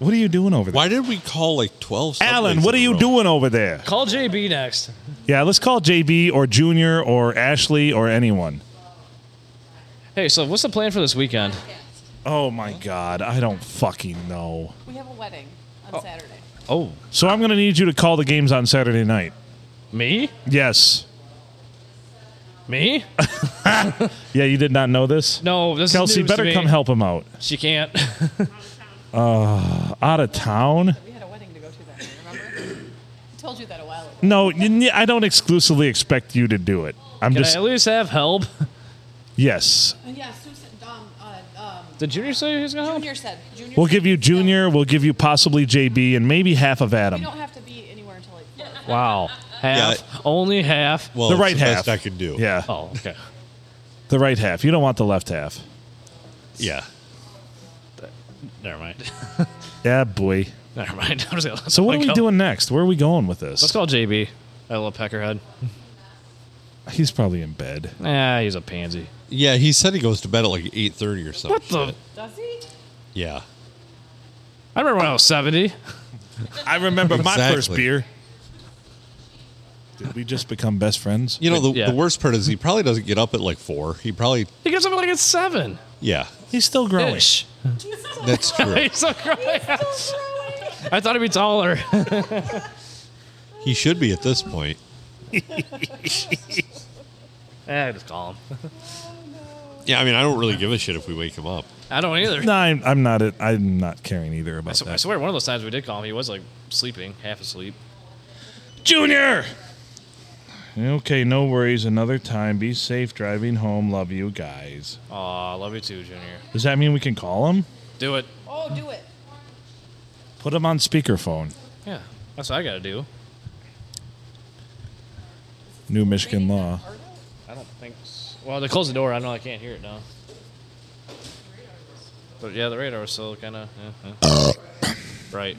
Speaker 1: What are you doing over there?
Speaker 4: Why did we call like 12?
Speaker 1: Alan,
Speaker 4: Subways
Speaker 1: what are
Speaker 4: in a
Speaker 1: you
Speaker 4: row?
Speaker 1: doing over there?
Speaker 2: Call JB next.
Speaker 1: Yeah, let's call JB or Junior or Ashley or anyone.
Speaker 2: Hey, so what's the plan for this weekend?
Speaker 1: Oh my God, I don't fucking know.
Speaker 6: We have a wedding on Saturday.
Speaker 2: Oh,
Speaker 1: So I'm going to need you to call the games on Saturday night.
Speaker 2: me?
Speaker 1: Yes.
Speaker 2: Me?
Speaker 1: Yeah, you did not know this?
Speaker 2: No, this is
Speaker 1: Kelsey,
Speaker 2: news to
Speaker 1: better
Speaker 2: me.
Speaker 1: come help him out.
Speaker 2: She can't.
Speaker 1: Out of town?
Speaker 6: We had a wedding to go to that day, remember? I told you that a while ago.
Speaker 1: No, you- I don't exclusively expect you to do it. I'm
Speaker 2: Can
Speaker 1: just
Speaker 2: I at least have help?
Speaker 1: yes.
Speaker 6: Uh, Yeah, Susan, um, uh, um,
Speaker 2: Did Junior say he's gonna help?
Speaker 6: Junior said. Junior
Speaker 1: We'll
Speaker 6: said-
Speaker 1: give you
Speaker 6: No,
Speaker 1: Junior. We'll give you possibly JB and maybe half of
Speaker 6: We
Speaker 1: Adam.
Speaker 6: don't have to be anywhere until like. four.
Speaker 2: Wow, half,
Speaker 4: Yeah.
Speaker 2: only half.
Speaker 4: Well,
Speaker 1: The
Speaker 4: it's
Speaker 1: right
Speaker 4: the
Speaker 1: half.
Speaker 4: Best I can do.
Speaker 1: Yeah,
Speaker 2: Oh, okay.
Speaker 1: the right half. You don't want the left half.
Speaker 4: Yeah.
Speaker 2: Never mind.
Speaker 1: Yeah, boy.
Speaker 2: Never mind. I'm just gonna let
Speaker 1: So what
Speaker 2: that
Speaker 1: are we
Speaker 2: go.
Speaker 1: doing next? Where are we going with this?
Speaker 2: Let's call JB. I love Peckerhead.
Speaker 1: He's probably in bed.
Speaker 2: Ah, he's a pansy.
Speaker 4: Yeah. He said he goes to bed at like 8:30 or something.
Speaker 2: What the?
Speaker 6: Does he?
Speaker 4: Yeah.
Speaker 2: I remember when I was 70.
Speaker 1: I remember my
Speaker 4: Exactly.
Speaker 1: first beer. Did we just become best friends?
Speaker 4: You know the,
Speaker 2: Yeah.
Speaker 4: the worst part is he probably doesn't get up at like four. He probably
Speaker 2: He gets up like at 7.
Speaker 4: yeah.
Speaker 1: He's still growing.
Speaker 2: Ish.
Speaker 4: That's true.
Speaker 2: He's so growing. I thought he'd be taller.
Speaker 4: he should be at this point.
Speaker 2: eh, just call him.
Speaker 4: Yeah, I mean, I don't really give a shit if we wake him up.
Speaker 2: I don't either.
Speaker 1: No, I'm, I'm not. A, I'm not caring either
Speaker 2: I
Speaker 1: about
Speaker 2: sw- I
Speaker 1: that.
Speaker 2: swear, one of those times we did call him, he was like sleeping, half asleep.
Speaker 1: Junior. Okay, no worries. Another time. Be safe driving home. Love you guys.
Speaker 2: Aw, love you too, Junior.
Speaker 1: Does that mean we can call him?
Speaker 2: Do it.
Speaker 6: Oh, do it.
Speaker 1: Put him on speakerphone.
Speaker 2: Yeah, that's what I gotta do.
Speaker 1: New Michigan law.
Speaker 2: I don't think. s Well, they closed the door. I know I can't hear it now. But yeah, the radar was still kind of. Yeah, yeah. right.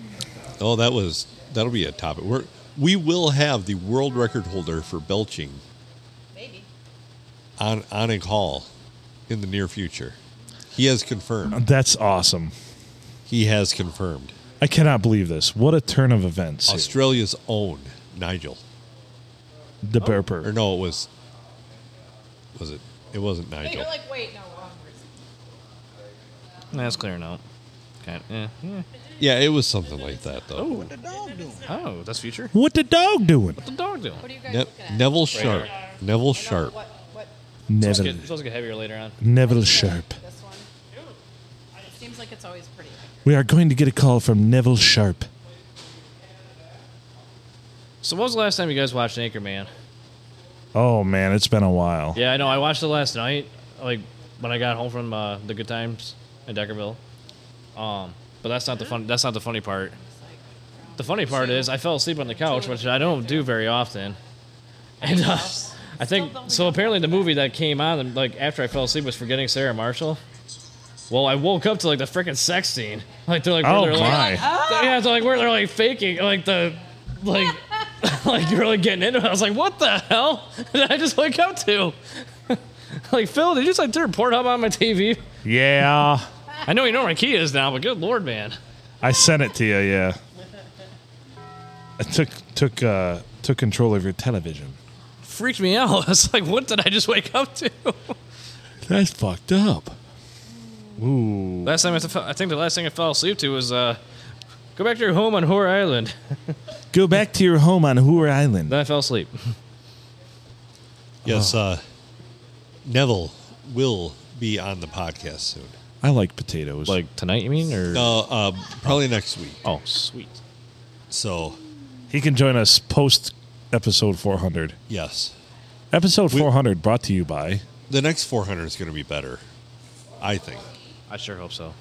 Speaker 4: Oh, that was that'll be a topic. We're, we will have the world record holder for belching
Speaker 6: Maybe.
Speaker 4: on on a call in the near future. He has confirmed.
Speaker 1: That's awesome.
Speaker 4: He has confirmed.
Speaker 1: I cannot believe this. What a turn of events. here.
Speaker 4: Australia's own Nigel,
Speaker 1: The burper.
Speaker 4: or no, it was was it? It wasn't
Speaker 6: But
Speaker 4: Nigel.
Speaker 6: you're like, wait, no, wrong person.
Speaker 2: That's clearing out. Kind of, yeah.
Speaker 4: Yeah, it was something like that though.
Speaker 2: Oh, that's future.
Speaker 1: What the dog doing?
Speaker 2: What's the dog doing?
Speaker 6: What are you guys
Speaker 4: Ne-
Speaker 6: looking at?
Speaker 4: Neville Sharp. Neville Sharp.
Speaker 6: What, what,
Speaker 2: It's
Speaker 1: Neville.
Speaker 2: supposed, to get, it's supposed to get heavier later on.
Speaker 1: Neville Sharp.
Speaker 6: this one? It seems like it's always pretty accurate.
Speaker 1: We are going to get a call from Neville Sharp.
Speaker 2: So, what was the last time you guys watched Anchorman?
Speaker 1: Oh man, it's been a while.
Speaker 2: Yeah, I know. I watched it last night, like when I got home from uh, the Good Times in Deckerville. Um, but that's not the fun. That's not the funny part. The funny part is I fell asleep on the couch, which I don't do very often. And uh, I think so. Apparently, the movie that came on like after I fell asleep was Forgetting Sarah Marshall. Well, I woke up to like the freaking sex scene. Like they're like, where
Speaker 1: Oh,
Speaker 2: they're, like
Speaker 1: my.
Speaker 9: Ah!
Speaker 2: yeah, so like where they're like faking like the like like really getting into it. I was like, what the hell did I just wake up to? like Phil, did you just like turn Pornhub on my TV?
Speaker 1: Yeah.
Speaker 2: I know you know where my key is now, but good lord, man.
Speaker 1: I sent it to you. Yeah. I took took uh, took control of your television.
Speaker 2: Freaked me out. I was like, what did I just wake up to?
Speaker 1: That's fucked up. Ooh.
Speaker 2: last time I, fe- I think the last thing I fell asleep to was uh, go back to your home on Horror Island.
Speaker 1: Go back to your home on Hoover Island.
Speaker 2: Then I fell asleep.
Speaker 4: Yes, uh, Neville will be on the podcast soon.
Speaker 1: I like potatoes.
Speaker 2: Like tonight, you mean? Or
Speaker 4: No, uh, probably next week.
Speaker 2: oh, sweet.
Speaker 4: So
Speaker 1: he can join us post episode 400.
Speaker 4: yes,
Speaker 1: Episode 400 brought to you by
Speaker 4: the next 400 is going to be better. I think
Speaker 2: I sure hope so.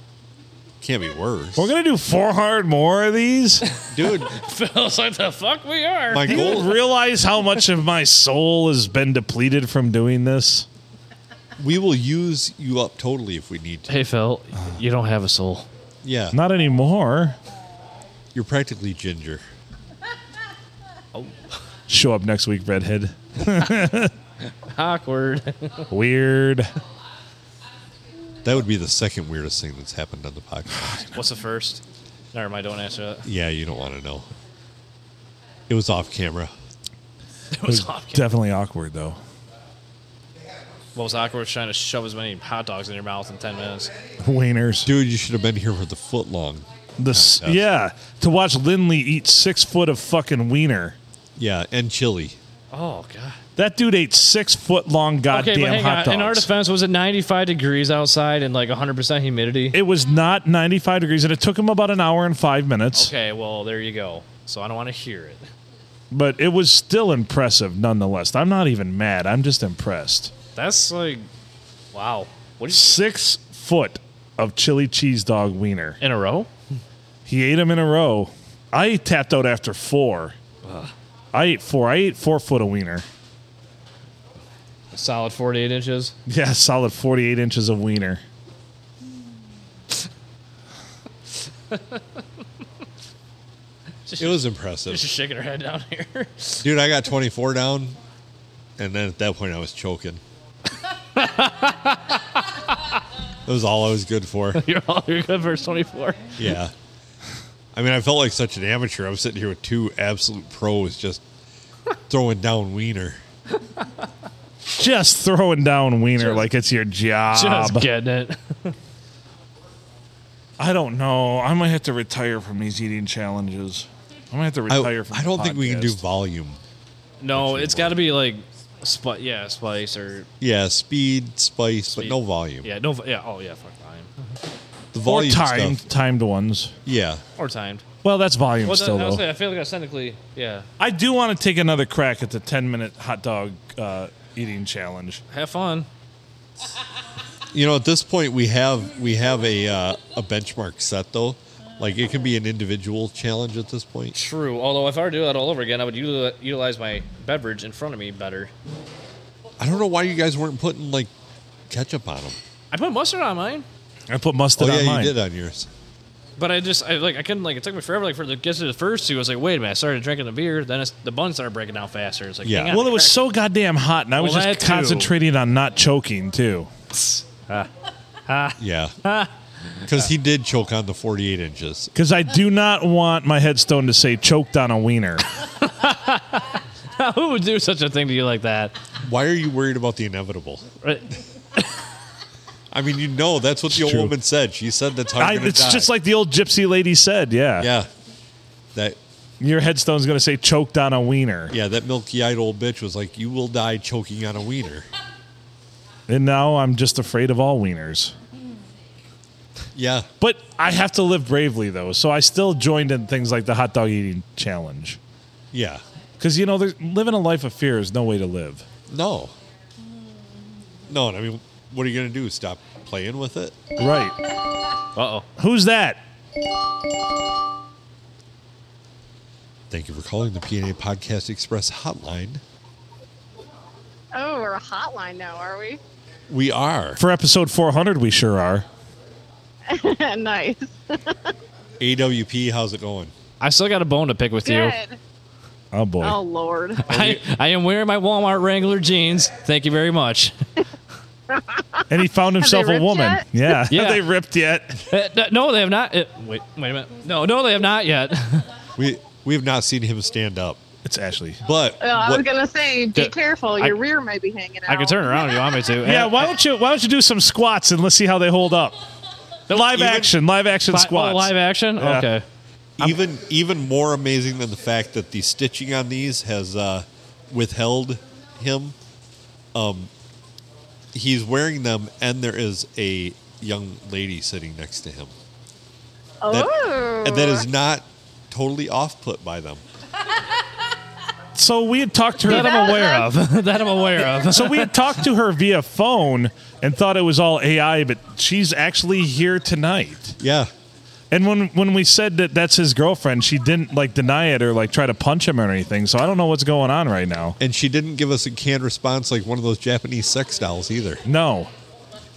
Speaker 4: can't be worse.
Speaker 1: We're going to do 400 more of these.
Speaker 4: Dude,
Speaker 2: Phil's like, the fuck we are.
Speaker 4: my
Speaker 1: Do you
Speaker 4: goal.
Speaker 1: realize how much of my soul has been depleted from doing this?
Speaker 4: We will use you up totally if we need to.
Speaker 2: hey, Phil, you don't have a soul.
Speaker 4: Yeah,
Speaker 1: Not anymore.
Speaker 4: you're practically ginger.
Speaker 1: Show up next week, redhead.
Speaker 2: Awkward.
Speaker 1: Weird.
Speaker 4: That would be the second weirdest thing that's happened on the podcast.
Speaker 2: What's the first? Never mind, don't answer that.
Speaker 4: yeah, you don't want to know. It was off camera.
Speaker 2: It was off camera.
Speaker 1: Definitely awkward though.
Speaker 2: What was awkward was trying to shove as many hot dogs in your mouth in 10 minutes.
Speaker 1: Wieners.
Speaker 4: Dude, you should have been here for the foot long.
Speaker 1: The s
Speaker 4: that's-
Speaker 1: yeah, to watch Lindley eat six foot of fucking wiener.
Speaker 4: Yeah, and chili.
Speaker 2: Oh, God.
Speaker 1: That dude ate six foot long goddamn
Speaker 2: okay, but hang
Speaker 1: hot
Speaker 2: on. In our
Speaker 1: dogs.
Speaker 2: defense, was it 95 degrees outside and like 100% humidity?
Speaker 1: It was not 95 degrees, and it took him about an hour and five minutes,
Speaker 2: okay, well, there you go. So I don't want to hear it.
Speaker 1: but it was still impressive nonetheless. I'm not even mad. I'm just impressed.
Speaker 2: That's like, wow. What is
Speaker 1: Six foot of chili cheese dog wiener.
Speaker 2: in a row?
Speaker 1: He ate them in a row. I tapped out after four. I ate four. I ate four foot of wiener.
Speaker 2: A solid 48 inches.
Speaker 1: Yeah, solid 48 inches of wiener.
Speaker 4: It was impressive.
Speaker 2: Just shaking her head down here.
Speaker 4: Dude, I got 24 down, and then at that point I was choking. that was all I was good for.
Speaker 2: you're all you're good verse 24.
Speaker 4: Yeah. I mean, I felt like such an amateur. I'm sitting here with two absolute pros just throwing down wiener.
Speaker 1: Just throwing down wiener
Speaker 2: Just-
Speaker 1: like it's your job.
Speaker 2: Just getting it.
Speaker 1: I don't know. I might have to retire from these eating challenges. I might have to
Speaker 4: I,
Speaker 1: retire from.
Speaker 4: I don't think we can do
Speaker 1: podcasts.
Speaker 4: volume.
Speaker 2: No, it's got to be like, spi- yeah, spice or
Speaker 4: Yeah, speed, spice,
Speaker 2: Speed.
Speaker 4: but no volume.
Speaker 2: yeah, no, yeah, oh yeah, fuck volume
Speaker 4: The
Speaker 1: or
Speaker 4: volume
Speaker 1: timed
Speaker 4: stuff.
Speaker 1: timed ones.
Speaker 4: Yeah.
Speaker 2: or timed.
Speaker 1: Well, that's volume
Speaker 2: Well,
Speaker 1: still
Speaker 2: that, I, was
Speaker 1: though.
Speaker 2: saying, I feel like I was technically, yeah.
Speaker 1: I do want to take another crack at the ten minute hot dog uh, eating challenge.
Speaker 2: Have fun.
Speaker 4: You know, at this point we have we have a uh, a benchmark set though. Like it can be an individual challenge at this point.
Speaker 2: True. Although if I were to do that all over again, I would util- utilize my beverage in front of me better.
Speaker 4: I don't know why you guys weren't putting like ketchup on them.
Speaker 2: I put mustard on mine,
Speaker 1: I put mustard
Speaker 4: oh yeah,
Speaker 1: on mine.
Speaker 4: you did on yours.
Speaker 2: but I just I like I couldn't like it took me forever like for the get to the first two. I was like, wait a minute, I started drinking the beer, then it's, the bun started breaking down faster. It's like,
Speaker 4: Yeah.
Speaker 2: hang on,
Speaker 1: Well, it was
Speaker 2: crack-
Speaker 1: so goddamn hot, and I was
Speaker 2: Well,
Speaker 1: just
Speaker 2: that too.
Speaker 1: concentrating on not choking too.
Speaker 4: Yeah. Because he did choke on the 48 inches.
Speaker 1: Because I do not want my headstone to say choked on a wiener.
Speaker 2: who would do such a thing to you like that?
Speaker 4: Why are you worried about the inevitable?
Speaker 2: Right?
Speaker 4: I mean, you know that's what the old
Speaker 1: true.
Speaker 4: woman said. She said that's how
Speaker 1: I,
Speaker 4: you're gonna
Speaker 1: it's
Speaker 4: die.
Speaker 1: just like the old gypsy lady said. Yeah.
Speaker 4: yeah, that
Speaker 1: Your headstone's going to say choked on a wiener.
Speaker 4: Yeah, that milky-eyed old bitch was like, "You will die choking on a wiener."
Speaker 1: And now I'm just afraid of all wieners.
Speaker 4: Yeah,
Speaker 1: But I have to live bravely, though. So I still joined in things like the hot dog eating challenge.
Speaker 4: yeah.
Speaker 1: Because, you know, there's- living a life of fear is no way to live.
Speaker 4: No. No, and I mean, what are you going to do? Stop playing with it?
Speaker 1: Right.
Speaker 2: Uh oh.
Speaker 1: Who's that?
Speaker 4: Thank you for calling the PNA Podcast Express hotline.
Speaker 6: Oh, we're a hotline now, are we?
Speaker 4: We are
Speaker 1: For episode 400, we sure are.
Speaker 6: nice.
Speaker 4: AWP. How's it going?
Speaker 2: I still got a bone to pick with you.
Speaker 6: Good.
Speaker 1: Oh, boy.
Speaker 6: Oh Lord.
Speaker 2: I, I am wearing my Walmart Wrangler jeans. Thank you very much.
Speaker 1: And he found himself a
Speaker 6: ripped
Speaker 1: woman.
Speaker 6: yet?
Speaker 1: Yeah. Have
Speaker 2: Yeah.
Speaker 1: they ripped yet?
Speaker 2: Uh, no- no, they have not. uh, wait, wait a minute. No, no, they have not yet.
Speaker 4: We we have not seen him stand up,
Speaker 1: It's Ashley.
Speaker 4: but
Speaker 6: Well, Uh, I was
Speaker 4: what-
Speaker 6: gonna say, be
Speaker 2: Yeah.
Speaker 6: careful.
Speaker 2: I-
Speaker 6: Your rear may be hanging out.
Speaker 2: I can turn around if you want me to.
Speaker 1: Yeah, why don't you why don't you do some squats and let's see how they hold up? Live
Speaker 4: even-
Speaker 1: action, live action
Speaker 2: Fi-
Speaker 1: squats.
Speaker 2: Oh, live action?
Speaker 1: Yeah.
Speaker 2: Okay.
Speaker 4: even even more amazing than the fact that the stitching on these has uh, withheld him. Um, he's wearing them, and there is a young lady sitting next to him, That-
Speaker 6: Oh.
Speaker 4: and that is not totally off put by them.
Speaker 1: So we had talked to her
Speaker 2: That I'm aware of. that I'm aware of.
Speaker 1: So we had talked to her via phone and thought it was all AI, but she's actually here tonight.
Speaker 4: Yeah,
Speaker 1: And when when we said that that's his girlfriend, she didn't like deny it or like try to punch him or anything. So I don't know what's going on right now.
Speaker 4: And she didn't give us a canned response like one of those Japanese sex dolls either.
Speaker 1: No.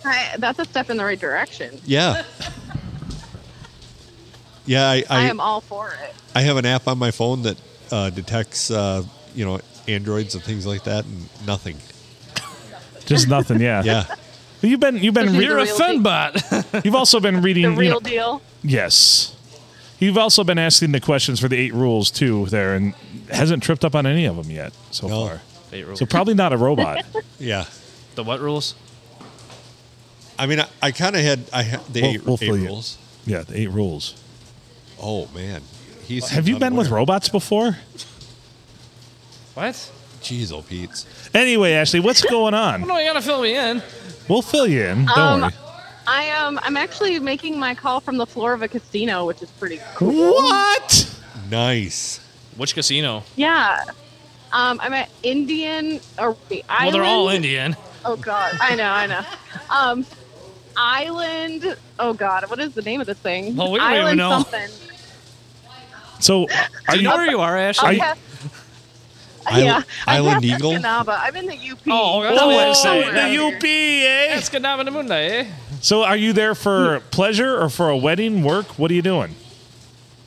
Speaker 6: I- that's a step in the right direction.
Speaker 4: Yeah. Yeah, I
Speaker 6: I,
Speaker 4: I,
Speaker 6: am all for it.
Speaker 4: I have an app on my phone that uh, detects uh, you know androids and things like that, and nothing.
Speaker 1: Just nothing, yeah.
Speaker 4: Yeah,
Speaker 1: You've been you've been
Speaker 6: This is
Speaker 1: re-
Speaker 6: the
Speaker 2: You're a
Speaker 6: real
Speaker 2: Fenbot.
Speaker 1: you've also been reading
Speaker 6: The
Speaker 1: you know-
Speaker 6: real deal.
Speaker 1: Yes. You've also been asking the questions for the eight rules too there and hasn't tripped up on any of them yet so
Speaker 4: No.
Speaker 1: far. So probably not a robot.
Speaker 4: yeah.
Speaker 2: the what rules?
Speaker 4: I mean, I, I kind of had I had the
Speaker 1: We'll-
Speaker 4: eight,
Speaker 1: we'll
Speaker 4: eight
Speaker 1: fill you.
Speaker 4: rules.
Speaker 1: yeah, the eight rules.
Speaker 4: Oh man, he's
Speaker 1: Have you been with
Speaker 4: unaware.
Speaker 1: robots before?
Speaker 2: What?
Speaker 4: Jeez, oh Pete's.
Speaker 1: Anyway, Ashley, what's going on?
Speaker 2: No, you gotta fill me in.
Speaker 1: We'll fill you in. Don't
Speaker 6: Um,
Speaker 1: worry.
Speaker 6: I am. I'm actually making my call from the floor of a casino, which is pretty cool.
Speaker 1: What?
Speaker 4: Nice.
Speaker 2: Which casino?
Speaker 6: Yeah. Um, I'm at Indian or wait,
Speaker 2: Well,
Speaker 6: Island.
Speaker 2: they're all Indian.
Speaker 6: Oh God, I know, I know. Um, Island. Oh God, what is the name of this thing?
Speaker 2: Well, we don't even
Speaker 6: Island
Speaker 2: know.
Speaker 6: something.
Speaker 1: So
Speaker 2: Do
Speaker 1: are
Speaker 2: you
Speaker 1: you
Speaker 2: know where you are,
Speaker 6: I'll
Speaker 1: Are
Speaker 2: Ashley?
Speaker 1: you-
Speaker 6: pass-
Speaker 4: Isl-
Speaker 6: Uh, yeah, I'll
Speaker 4: Island
Speaker 6: pass
Speaker 4: Eagle?
Speaker 6: Escanaba. I'm in the UP.
Speaker 2: Oh, okay.
Speaker 1: Oh,
Speaker 2: Wait a
Speaker 1: the
Speaker 2: second.
Speaker 1: UP, eh?
Speaker 2: That's Ganava Namunda, eh?
Speaker 1: So are you there for pleasure or for a wedding, work? What are you doing?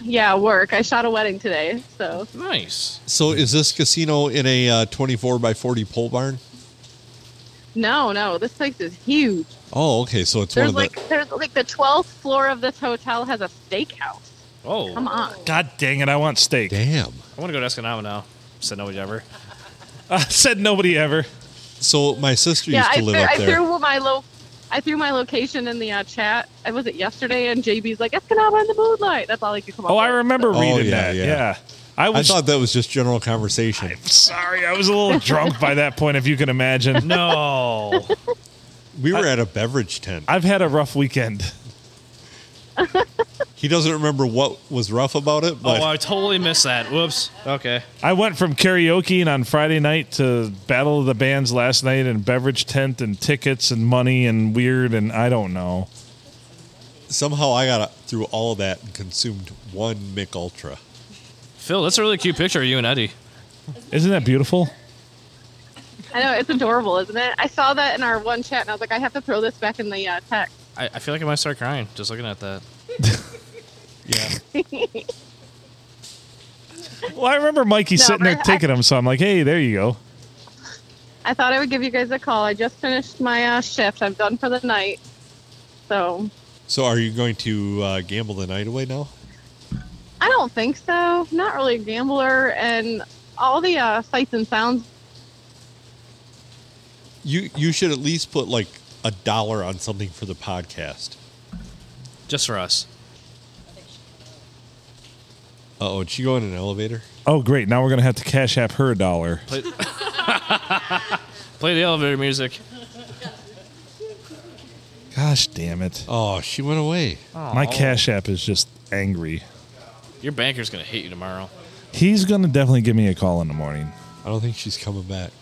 Speaker 6: yeah, work. I shot a wedding today, so
Speaker 2: Nice.
Speaker 4: So is this casino in a uh, twenty-four by forty pole barn?
Speaker 6: no, no, this place is huge.
Speaker 4: Oh, okay. So it's
Speaker 6: There's
Speaker 4: one of
Speaker 6: like
Speaker 4: the
Speaker 6: there's like the 12th floor of this hotel has a steakhouse.
Speaker 2: Oh,
Speaker 6: Come on.
Speaker 1: God dang it, I want steak.
Speaker 4: damn.
Speaker 2: I want to go to Escanaba now. Said nobody ever.
Speaker 1: I said nobody ever.
Speaker 4: So my sister
Speaker 6: yeah,
Speaker 4: used
Speaker 6: I,
Speaker 4: to
Speaker 6: threw,
Speaker 4: live up
Speaker 6: I
Speaker 4: there.
Speaker 6: threw my lo- I threw my location in the uh, chat. I was it yesterday, and JB's like Escanaba in the moonlight. That's all he could come up.
Speaker 1: Oh, I
Speaker 6: with.
Speaker 1: remember
Speaker 4: Oh,
Speaker 1: reading
Speaker 4: yeah,
Speaker 1: that.
Speaker 4: yeah.
Speaker 1: Yeah. I
Speaker 4: I
Speaker 1: was
Speaker 4: thought that was just general conversation.
Speaker 1: sorry. I was a little drunk by that point, if you can imagine.
Speaker 2: No.
Speaker 4: We were at a beverage tent.
Speaker 1: I've had a rough weekend.
Speaker 4: He doesn't remember what was rough about it, but
Speaker 2: Oh, I totally missed that. Whoops. Okay.
Speaker 1: I went from karaoke on Friday night to Battle of the Bands last night and beverage tent and tickets and money and weird and I don't know.
Speaker 4: somehow I got through all of that and consumed one Mick Ultra.
Speaker 2: Phil, that's a really cute picture of you and Eddie.
Speaker 1: Isn't that beautiful?
Speaker 6: I know it's adorable, isn't it? I saw that in our one chat, and I was like, I have to throw this back in the uh, text.
Speaker 2: I, I feel like I might start crying just looking at that.
Speaker 4: Yeah.
Speaker 1: Well, I remember Mikey
Speaker 6: No,
Speaker 1: sitting there
Speaker 6: but I-
Speaker 1: taking them, so I'm like, hey, there you go.
Speaker 6: I thought I would give you guys a call. I just finished my uh, shift. I'm done for the night. So
Speaker 4: So are you going to uh, gamble the night away now?
Speaker 6: I don't think so. Not really a gambler, and all the uh, sights and sounds.
Speaker 4: You you should at least put like a dollar on something for the podcast.
Speaker 2: Just for us.
Speaker 4: Uh oh, did she go in an elevator?
Speaker 1: Oh, great. Now we're going to have to cash app her a dollar.
Speaker 2: Play the elevator music.
Speaker 1: Gosh damn it.
Speaker 4: Oh, she went away.
Speaker 1: My cash app is just angry.
Speaker 2: Your banker's gonna hate you tomorrow.
Speaker 1: He's going to definitely give me a call in the morning.
Speaker 4: I don't think she's coming back.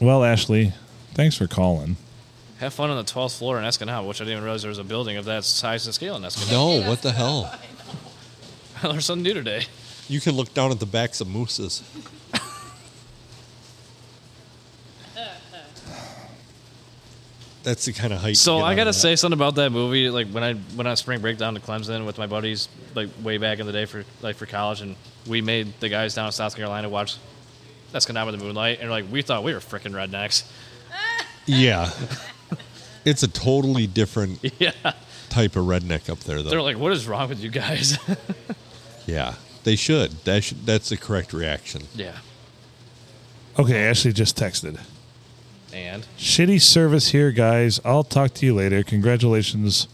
Speaker 1: Well, Ashley, thanks for calling.
Speaker 2: Have fun on the 12th floor in Escanaba, which I didn't even realize there was a building of that size and scale in Escanaba.
Speaker 4: No, what the hell?
Speaker 2: I learned something new today.
Speaker 4: You can look down at the backs of mooses. That's the kind of height. you
Speaker 2: So
Speaker 4: get out
Speaker 2: I
Speaker 4: of
Speaker 2: gotta
Speaker 4: that.
Speaker 2: say something about that movie. Like when I went on spring break down to Clemson with my buddies, like way back in the day for like for college, and we made the guys down in South Carolina watch that's Escanaba in the Moonlight, and like we thought we were freaking rednecks.
Speaker 4: yeah, it's a totally different
Speaker 2: Yeah,
Speaker 4: type of redneck up there, though.
Speaker 2: they're like, what is wrong with you guys?
Speaker 4: yeah, they should. That should. That's the correct reaction.
Speaker 2: yeah,
Speaker 1: Okay, Ashley just texted.
Speaker 2: and
Speaker 1: Shitty service here, guys. I'll talk to you later. Congratulations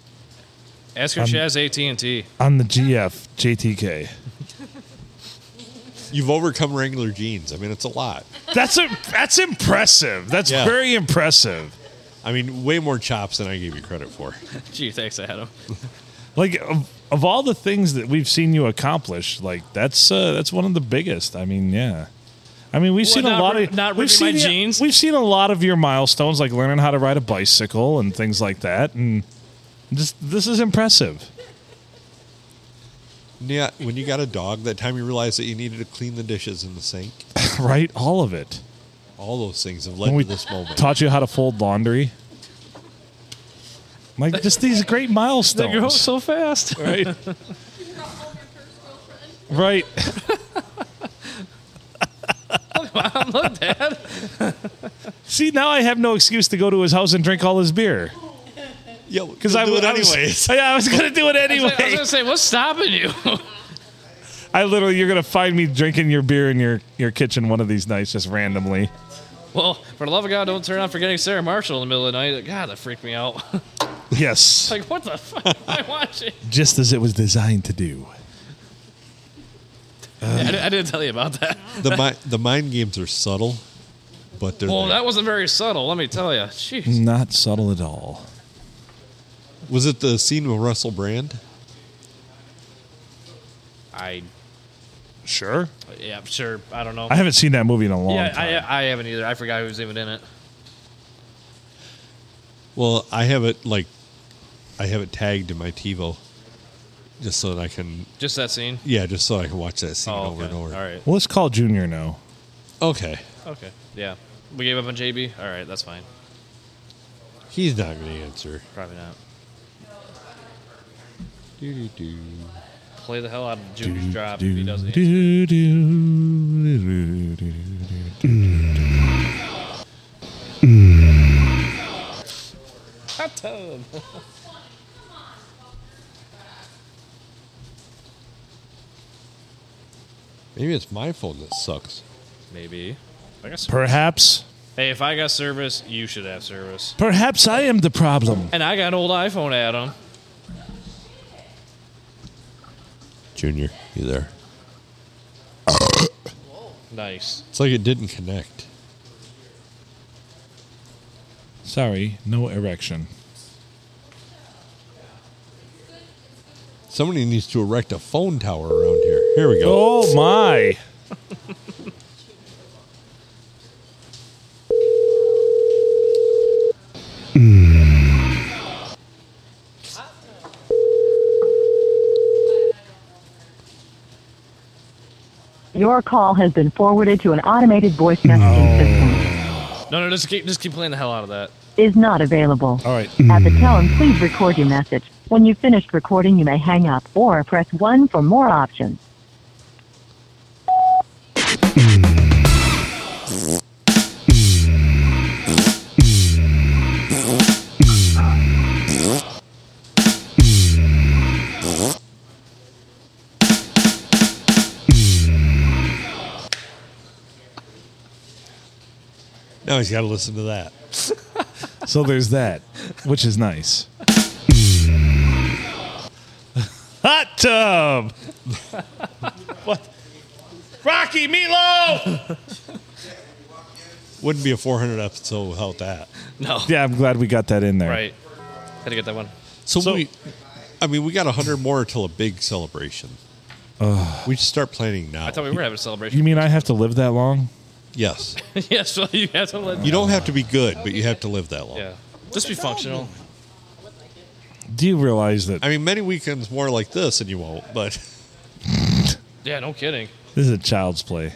Speaker 2: ask
Speaker 4: Um,
Speaker 2: your Chaz AT and T.
Speaker 1: on the GF JTK.
Speaker 4: You've overcome Wrangler jeans. I mean, it's a lot.
Speaker 1: That's a, that's impressive. That's
Speaker 4: Yeah.
Speaker 1: very impressive.
Speaker 4: I mean, way more chops than I gave you credit for.
Speaker 2: Gee, thanks, Adam.
Speaker 1: Like of, of all the things that we've seen you accomplish, like that's uh, that's one of the biggest. I mean, yeah. I mean, we've
Speaker 2: What,
Speaker 1: seen a
Speaker 2: not
Speaker 1: lot
Speaker 2: ri-
Speaker 1: of
Speaker 2: not
Speaker 1: we've
Speaker 2: ripping
Speaker 1: seen
Speaker 2: my
Speaker 1: you-
Speaker 2: jeans?
Speaker 1: We've seen a lot of your milestones, like learning how to ride a bicycle and things like that. And just this is impressive.
Speaker 4: Yeah, when you got a dog, that time you realized that you needed to clean the dishes in the sink.
Speaker 1: right? All of it.
Speaker 4: All those things have
Speaker 1: When
Speaker 4: led
Speaker 1: we
Speaker 4: to this moment.
Speaker 1: taught you how to fold laundry. Like just these great milestones.
Speaker 2: fast.
Speaker 1: right. right.
Speaker 2: Look, Dad.
Speaker 1: See, now I have no excuse to go to his house and drink all his beer
Speaker 4: Yeah,
Speaker 1: because I
Speaker 4: do
Speaker 1: would
Speaker 4: it anyways.
Speaker 1: anyways. I, I was gonna do it
Speaker 2: I was like- I was
Speaker 1: anyway.
Speaker 2: gonna say, what's stopping you?
Speaker 1: I literally, you're gonna find me drinking your beer in your your kitchen one of these nights, just randomly.
Speaker 2: well, for the love of God, don't turn on forgetting Sarah Marshall in the middle of the night. God, that freaked me out.
Speaker 1: Yes,
Speaker 2: like, what the fuck am I watching?
Speaker 1: just as it was designed to do.
Speaker 2: I, di- I didn't tell you about that.
Speaker 4: The mi- the mind games are subtle, but they're
Speaker 2: Well,
Speaker 4: there.
Speaker 2: that wasn't very subtle, let me tell you. Jeez.
Speaker 1: Not subtle at all.
Speaker 4: was it the scene with Russell Brand?
Speaker 2: I,
Speaker 1: Sure.
Speaker 2: yeah, I'm sure. I don't know.
Speaker 1: I haven't seen that movie in a long
Speaker 2: yeah,
Speaker 1: time.
Speaker 2: I, I haven't either. I forgot who was even in it.
Speaker 4: Well, I have it like I have it tagged in my TiVo just so that I can
Speaker 2: Just that scene.
Speaker 4: yeah, just so I can watch that scene
Speaker 2: Oh,
Speaker 4: over
Speaker 2: okay.
Speaker 4: and over.
Speaker 2: All right.
Speaker 1: well, let's call Junior now.
Speaker 4: Okay.
Speaker 2: Okay. Yeah. We gave up on JB. All right, that's fine.
Speaker 4: He's not going to answer.
Speaker 2: Probably not.
Speaker 4: Do, do, do.
Speaker 2: Play the hell out of Junior's drop if he doesn't.
Speaker 1: Do, do, do, do, do, do.
Speaker 2: Hot tub.
Speaker 4: Maybe it's my phone that sucks.
Speaker 2: Maybe. I guess.
Speaker 1: Perhaps,
Speaker 2: Hey, if I got service, you should have service.
Speaker 1: perhaps I am the problem.
Speaker 2: And I got an old iPhone, Adam.
Speaker 4: Junior, you there?
Speaker 2: Nice.
Speaker 4: It's like it didn't connect.
Speaker 1: Sorry, no erection.
Speaker 4: Somebody needs to erect a phone tower around here. Here we go.
Speaker 1: Oh my!
Speaker 5: Your call has been forwarded to an automated voice messaging system.
Speaker 2: No, no, just keep, just keep playing the hell out of that.
Speaker 5: Is not available.
Speaker 1: All right,
Speaker 5: At the tone, please record your message. When you've finished recording, you may hang up or press 1 for more options.
Speaker 4: Now he's got to listen to that.
Speaker 1: so there's that, which is nice. Hot tub. What? Rocky Meatloaf!
Speaker 4: Wouldn't be a 400 episode without that.
Speaker 2: No.
Speaker 1: yeah, I'm glad we got that in there.
Speaker 2: Right. Had to get that one.
Speaker 4: So,
Speaker 1: So-
Speaker 4: we, I mean, we got 100 more till a big celebration. we should start planning now.
Speaker 2: I thought we were having a celebration.
Speaker 1: You mean I have to live that long?
Speaker 4: yes.
Speaker 2: yes, well, you have to let.
Speaker 4: You don't have to be good, but you have to live that long.
Speaker 2: Yeah. Just be functional.
Speaker 1: Do you realize that
Speaker 4: I mean, many weekends more like this, and you won't. But
Speaker 2: Yeah, no kidding.
Speaker 1: this is a child's play?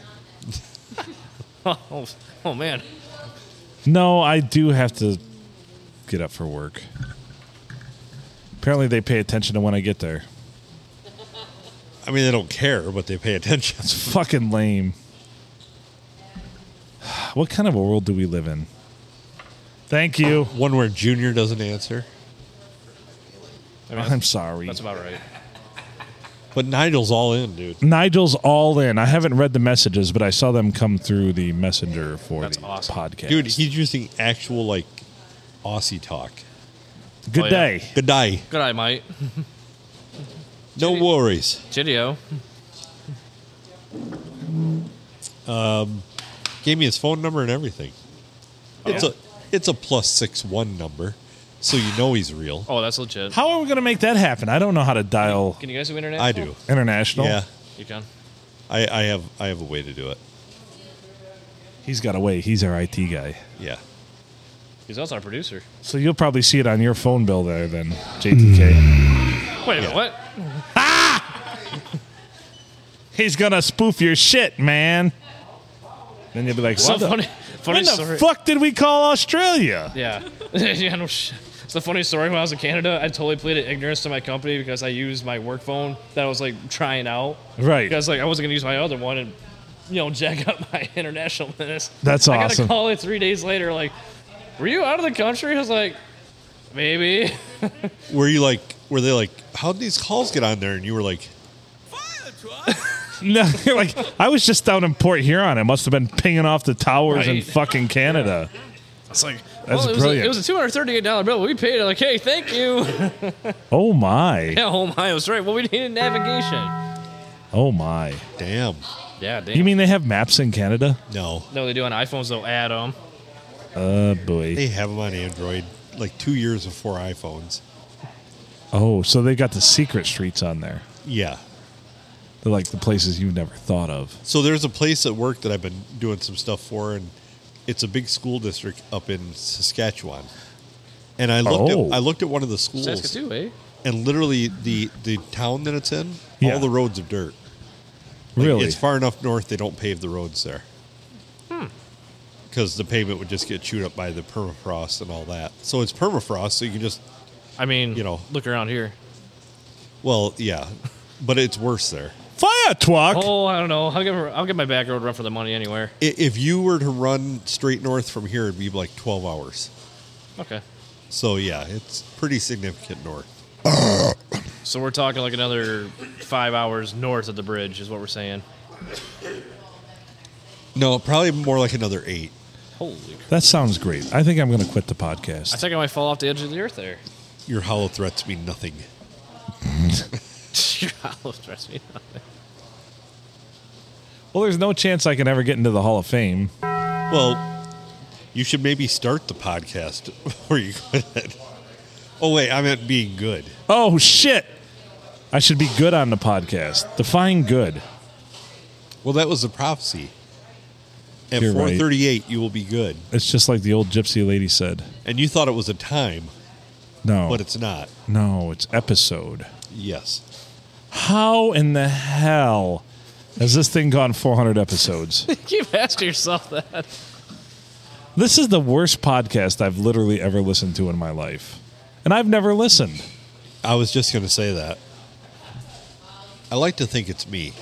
Speaker 2: Oh, oh man.
Speaker 1: No, I do have to get up for work. Apparently, they pay attention to when I get there.
Speaker 4: I mean, they don't care, but they pay attention.
Speaker 1: It's fucking lame. What kind of a world do we live in? Thank you.
Speaker 4: One where Junior doesn't answer,
Speaker 2: I mean,
Speaker 1: I'm
Speaker 2: that's,
Speaker 1: sorry.
Speaker 2: that's about right.
Speaker 4: but Nigel's all in, dude.
Speaker 1: Nigel's all in. I haven't read the messages, but I saw them come through the messenger for
Speaker 2: That's
Speaker 1: the
Speaker 2: awesome.
Speaker 1: podcast.
Speaker 4: Dude, he's using actual like Aussie talk.
Speaker 1: good
Speaker 2: Oh, yeah.
Speaker 1: day.
Speaker 4: Good day.
Speaker 2: Good eye, Mike.
Speaker 4: No worries.
Speaker 2: Chidio.
Speaker 4: Gave me his phone number and everything.
Speaker 2: Oh,
Speaker 4: It's a it's a plus six one number, so you know he's real.
Speaker 2: Oh, that's legit.
Speaker 1: How are we going to make that happen? I don't know how to dial
Speaker 2: Can you guys do internet?
Speaker 4: I do.
Speaker 1: international.
Speaker 4: Yeah,
Speaker 2: You can.
Speaker 4: I, I have I have a way to do it.
Speaker 1: He's got away. He's our IT guy.
Speaker 4: Yeah.
Speaker 2: He's also our producer.
Speaker 1: So you'll probably see it on your phone bill there then, JTK.
Speaker 2: Wait a minute, what?
Speaker 1: He's going to spoof your shit, man. Then you'll be like,
Speaker 2: So
Speaker 1: what the,
Speaker 2: funny, funny
Speaker 1: when the
Speaker 2: story.
Speaker 1: fuck did we call Australia?
Speaker 2: Yeah. yeah, no sh- It's the funny story. When I was in Canada, I totally pleaded ignorance to my company because I used my work phone that I was like trying out.
Speaker 1: Right.
Speaker 2: Because like I wasn't gonna use my other one and you know jack up my international minutes.
Speaker 1: That's
Speaker 2: I got
Speaker 1: awesome.
Speaker 2: a call like three days later. Like, were you out of the country? I was like, maybe.
Speaker 4: Were you like? Were they like? How'd these calls get on there? And you were like,
Speaker 1: No, you're like I was just down in Port Huron. I must have been pinging off the towers in
Speaker 2: Right.
Speaker 1: fucking Canada.
Speaker 2: It's like
Speaker 1: That's
Speaker 2: well, it was a,
Speaker 1: brilliant.
Speaker 2: it was a two hundred thirty-eight dollar bill. We paid. it. Like, hey, thank you.
Speaker 1: Oh my.
Speaker 2: yeah, oh my, was right. Well, we needed navigation.
Speaker 1: Oh my.
Speaker 4: "Damn,
Speaker 2: Yeah, damn.
Speaker 1: You mean they have maps in Canada?
Speaker 4: no,
Speaker 2: no? They do on iPhones though. Add 'em.
Speaker 1: Uh boy.
Speaker 4: they have them on Android." Like two years before iPhones.
Speaker 1: Oh, so they got the secret streets on there.
Speaker 4: Yeah.
Speaker 1: They're like the places you've never thought of.
Speaker 4: So there's a place at work that I've been doing some stuff for, and it's a big school district up in Saskatchewan. And I looked
Speaker 1: Oh.
Speaker 4: at I looked at one of the schools,
Speaker 2: Saskatoon, eh?
Speaker 4: and literally the the town that it's in,
Speaker 1: Yeah.
Speaker 4: all the roads are dirt. Like,
Speaker 1: Really?
Speaker 4: it's far enough north they don't pave the roads there. Because the pavement would just get chewed up by the permafrost and all that. So it's permafrost, so you can just
Speaker 2: I mean,
Speaker 4: You know.
Speaker 2: look around here.
Speaker 4: well, yeah, but it's worse there.
Speaker 1: Fire twuck.
Speaker 2: Oh, I don't know. I'll give her, I'll give my back road run for the money anywhere.
Speaker 4: I- If you were to run straight north from here, it'd be like twelve hours.
Speaker 2: Okay.
Speaker 4: So yeah, it's pretty significant north.
Speaker 2: So we're talking like another five hours north of the bridge is what we're saying.
Speaker 4: No, probably more like another eight.
Speaker 2: Holy crap.
Speaker 1: That sounds great. I think I'm going to quit the
Speaker 2: I
Speaker 1: podcast.
Speaker 2: think I might fall off the edge of the earth there.
Speaker 4: Your hollow threats mean nothing.
Speaker 2: I'll stress me out.
Speaker 1: Well, there's no chance I can ever get into the Hall of Fame.
Speaker 4: Well, you should maybe start the podcast where you quit. Oh wait, I meant being good.
Speaker 1: Oh shit. I should be good on the podcast. Define good.
Speaker 4: Well, that was the prophecy. At
Speaker 1: You're
Speaker 4: four
Speaker 1: right.
Speaker 4: thirty-eight, you will be good.
Speaker 1: It's just like the old gypsy lady said.
Speaker 4: And you thought it was a time,
Speaker 1: No.
Speaker 4: but it's not.
Speaker 1: no, it's episode.
Speaker 4: Yes,
Speaker 1: How in the hell has this thing gone 400 episodes?
Speaker 2: Keep asking yourself that.
Speaker 1: this is the worst podcast I've literally ever listened to in my life. And I've never listened.
Speaker 4: I was just going to say that. I like to think it's me.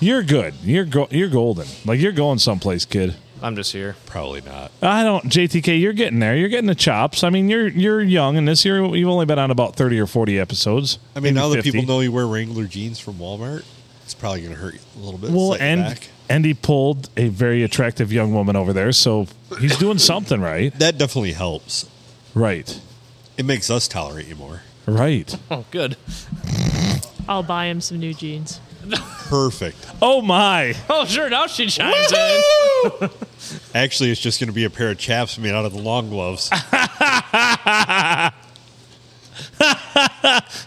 Speaker 1: You're good. You're go- you're golden. Like you're going someplace, kid.
Speaker 2: I'm just here.
Speaker 4: Probably not.
Speaker 1: I don't JTK, you're getting there. You're getting the chops. I mean, you're you're young and this year you've only been on about 30 or 40 episodes.
Speaker 4: I
Speaker 1: maybe
Speaker 4: mean, now that
Speaker 1: 50.
Speaker 4: people know you wear Wrangler jeans from Walmart, it's probably going to hurt you a little bit.
Speaker 1: Well,
Speaker 4: set you
Speaker 1: and
Speaker 4: back.
Speaker 1: and he pulled a very attractive young woman over there, so he's doing something right.
Speaker 4: that definitely helps.
Speaker 1: Right.
Speaker 4: It makes us tolerate you more.
Speaker 1: Right.
Speaker 2: Oh, good.
Speaker 10: I'll buy him some new jeans.
Speaker 4: Perfect.
Speaker 1: Oh my!
Speaker 2: Oh, sure. Now she chimes in.
Speaker 4: Actually, it's just going to be a pair of chaps made out of the long gloves.
Speaker 1: Ah,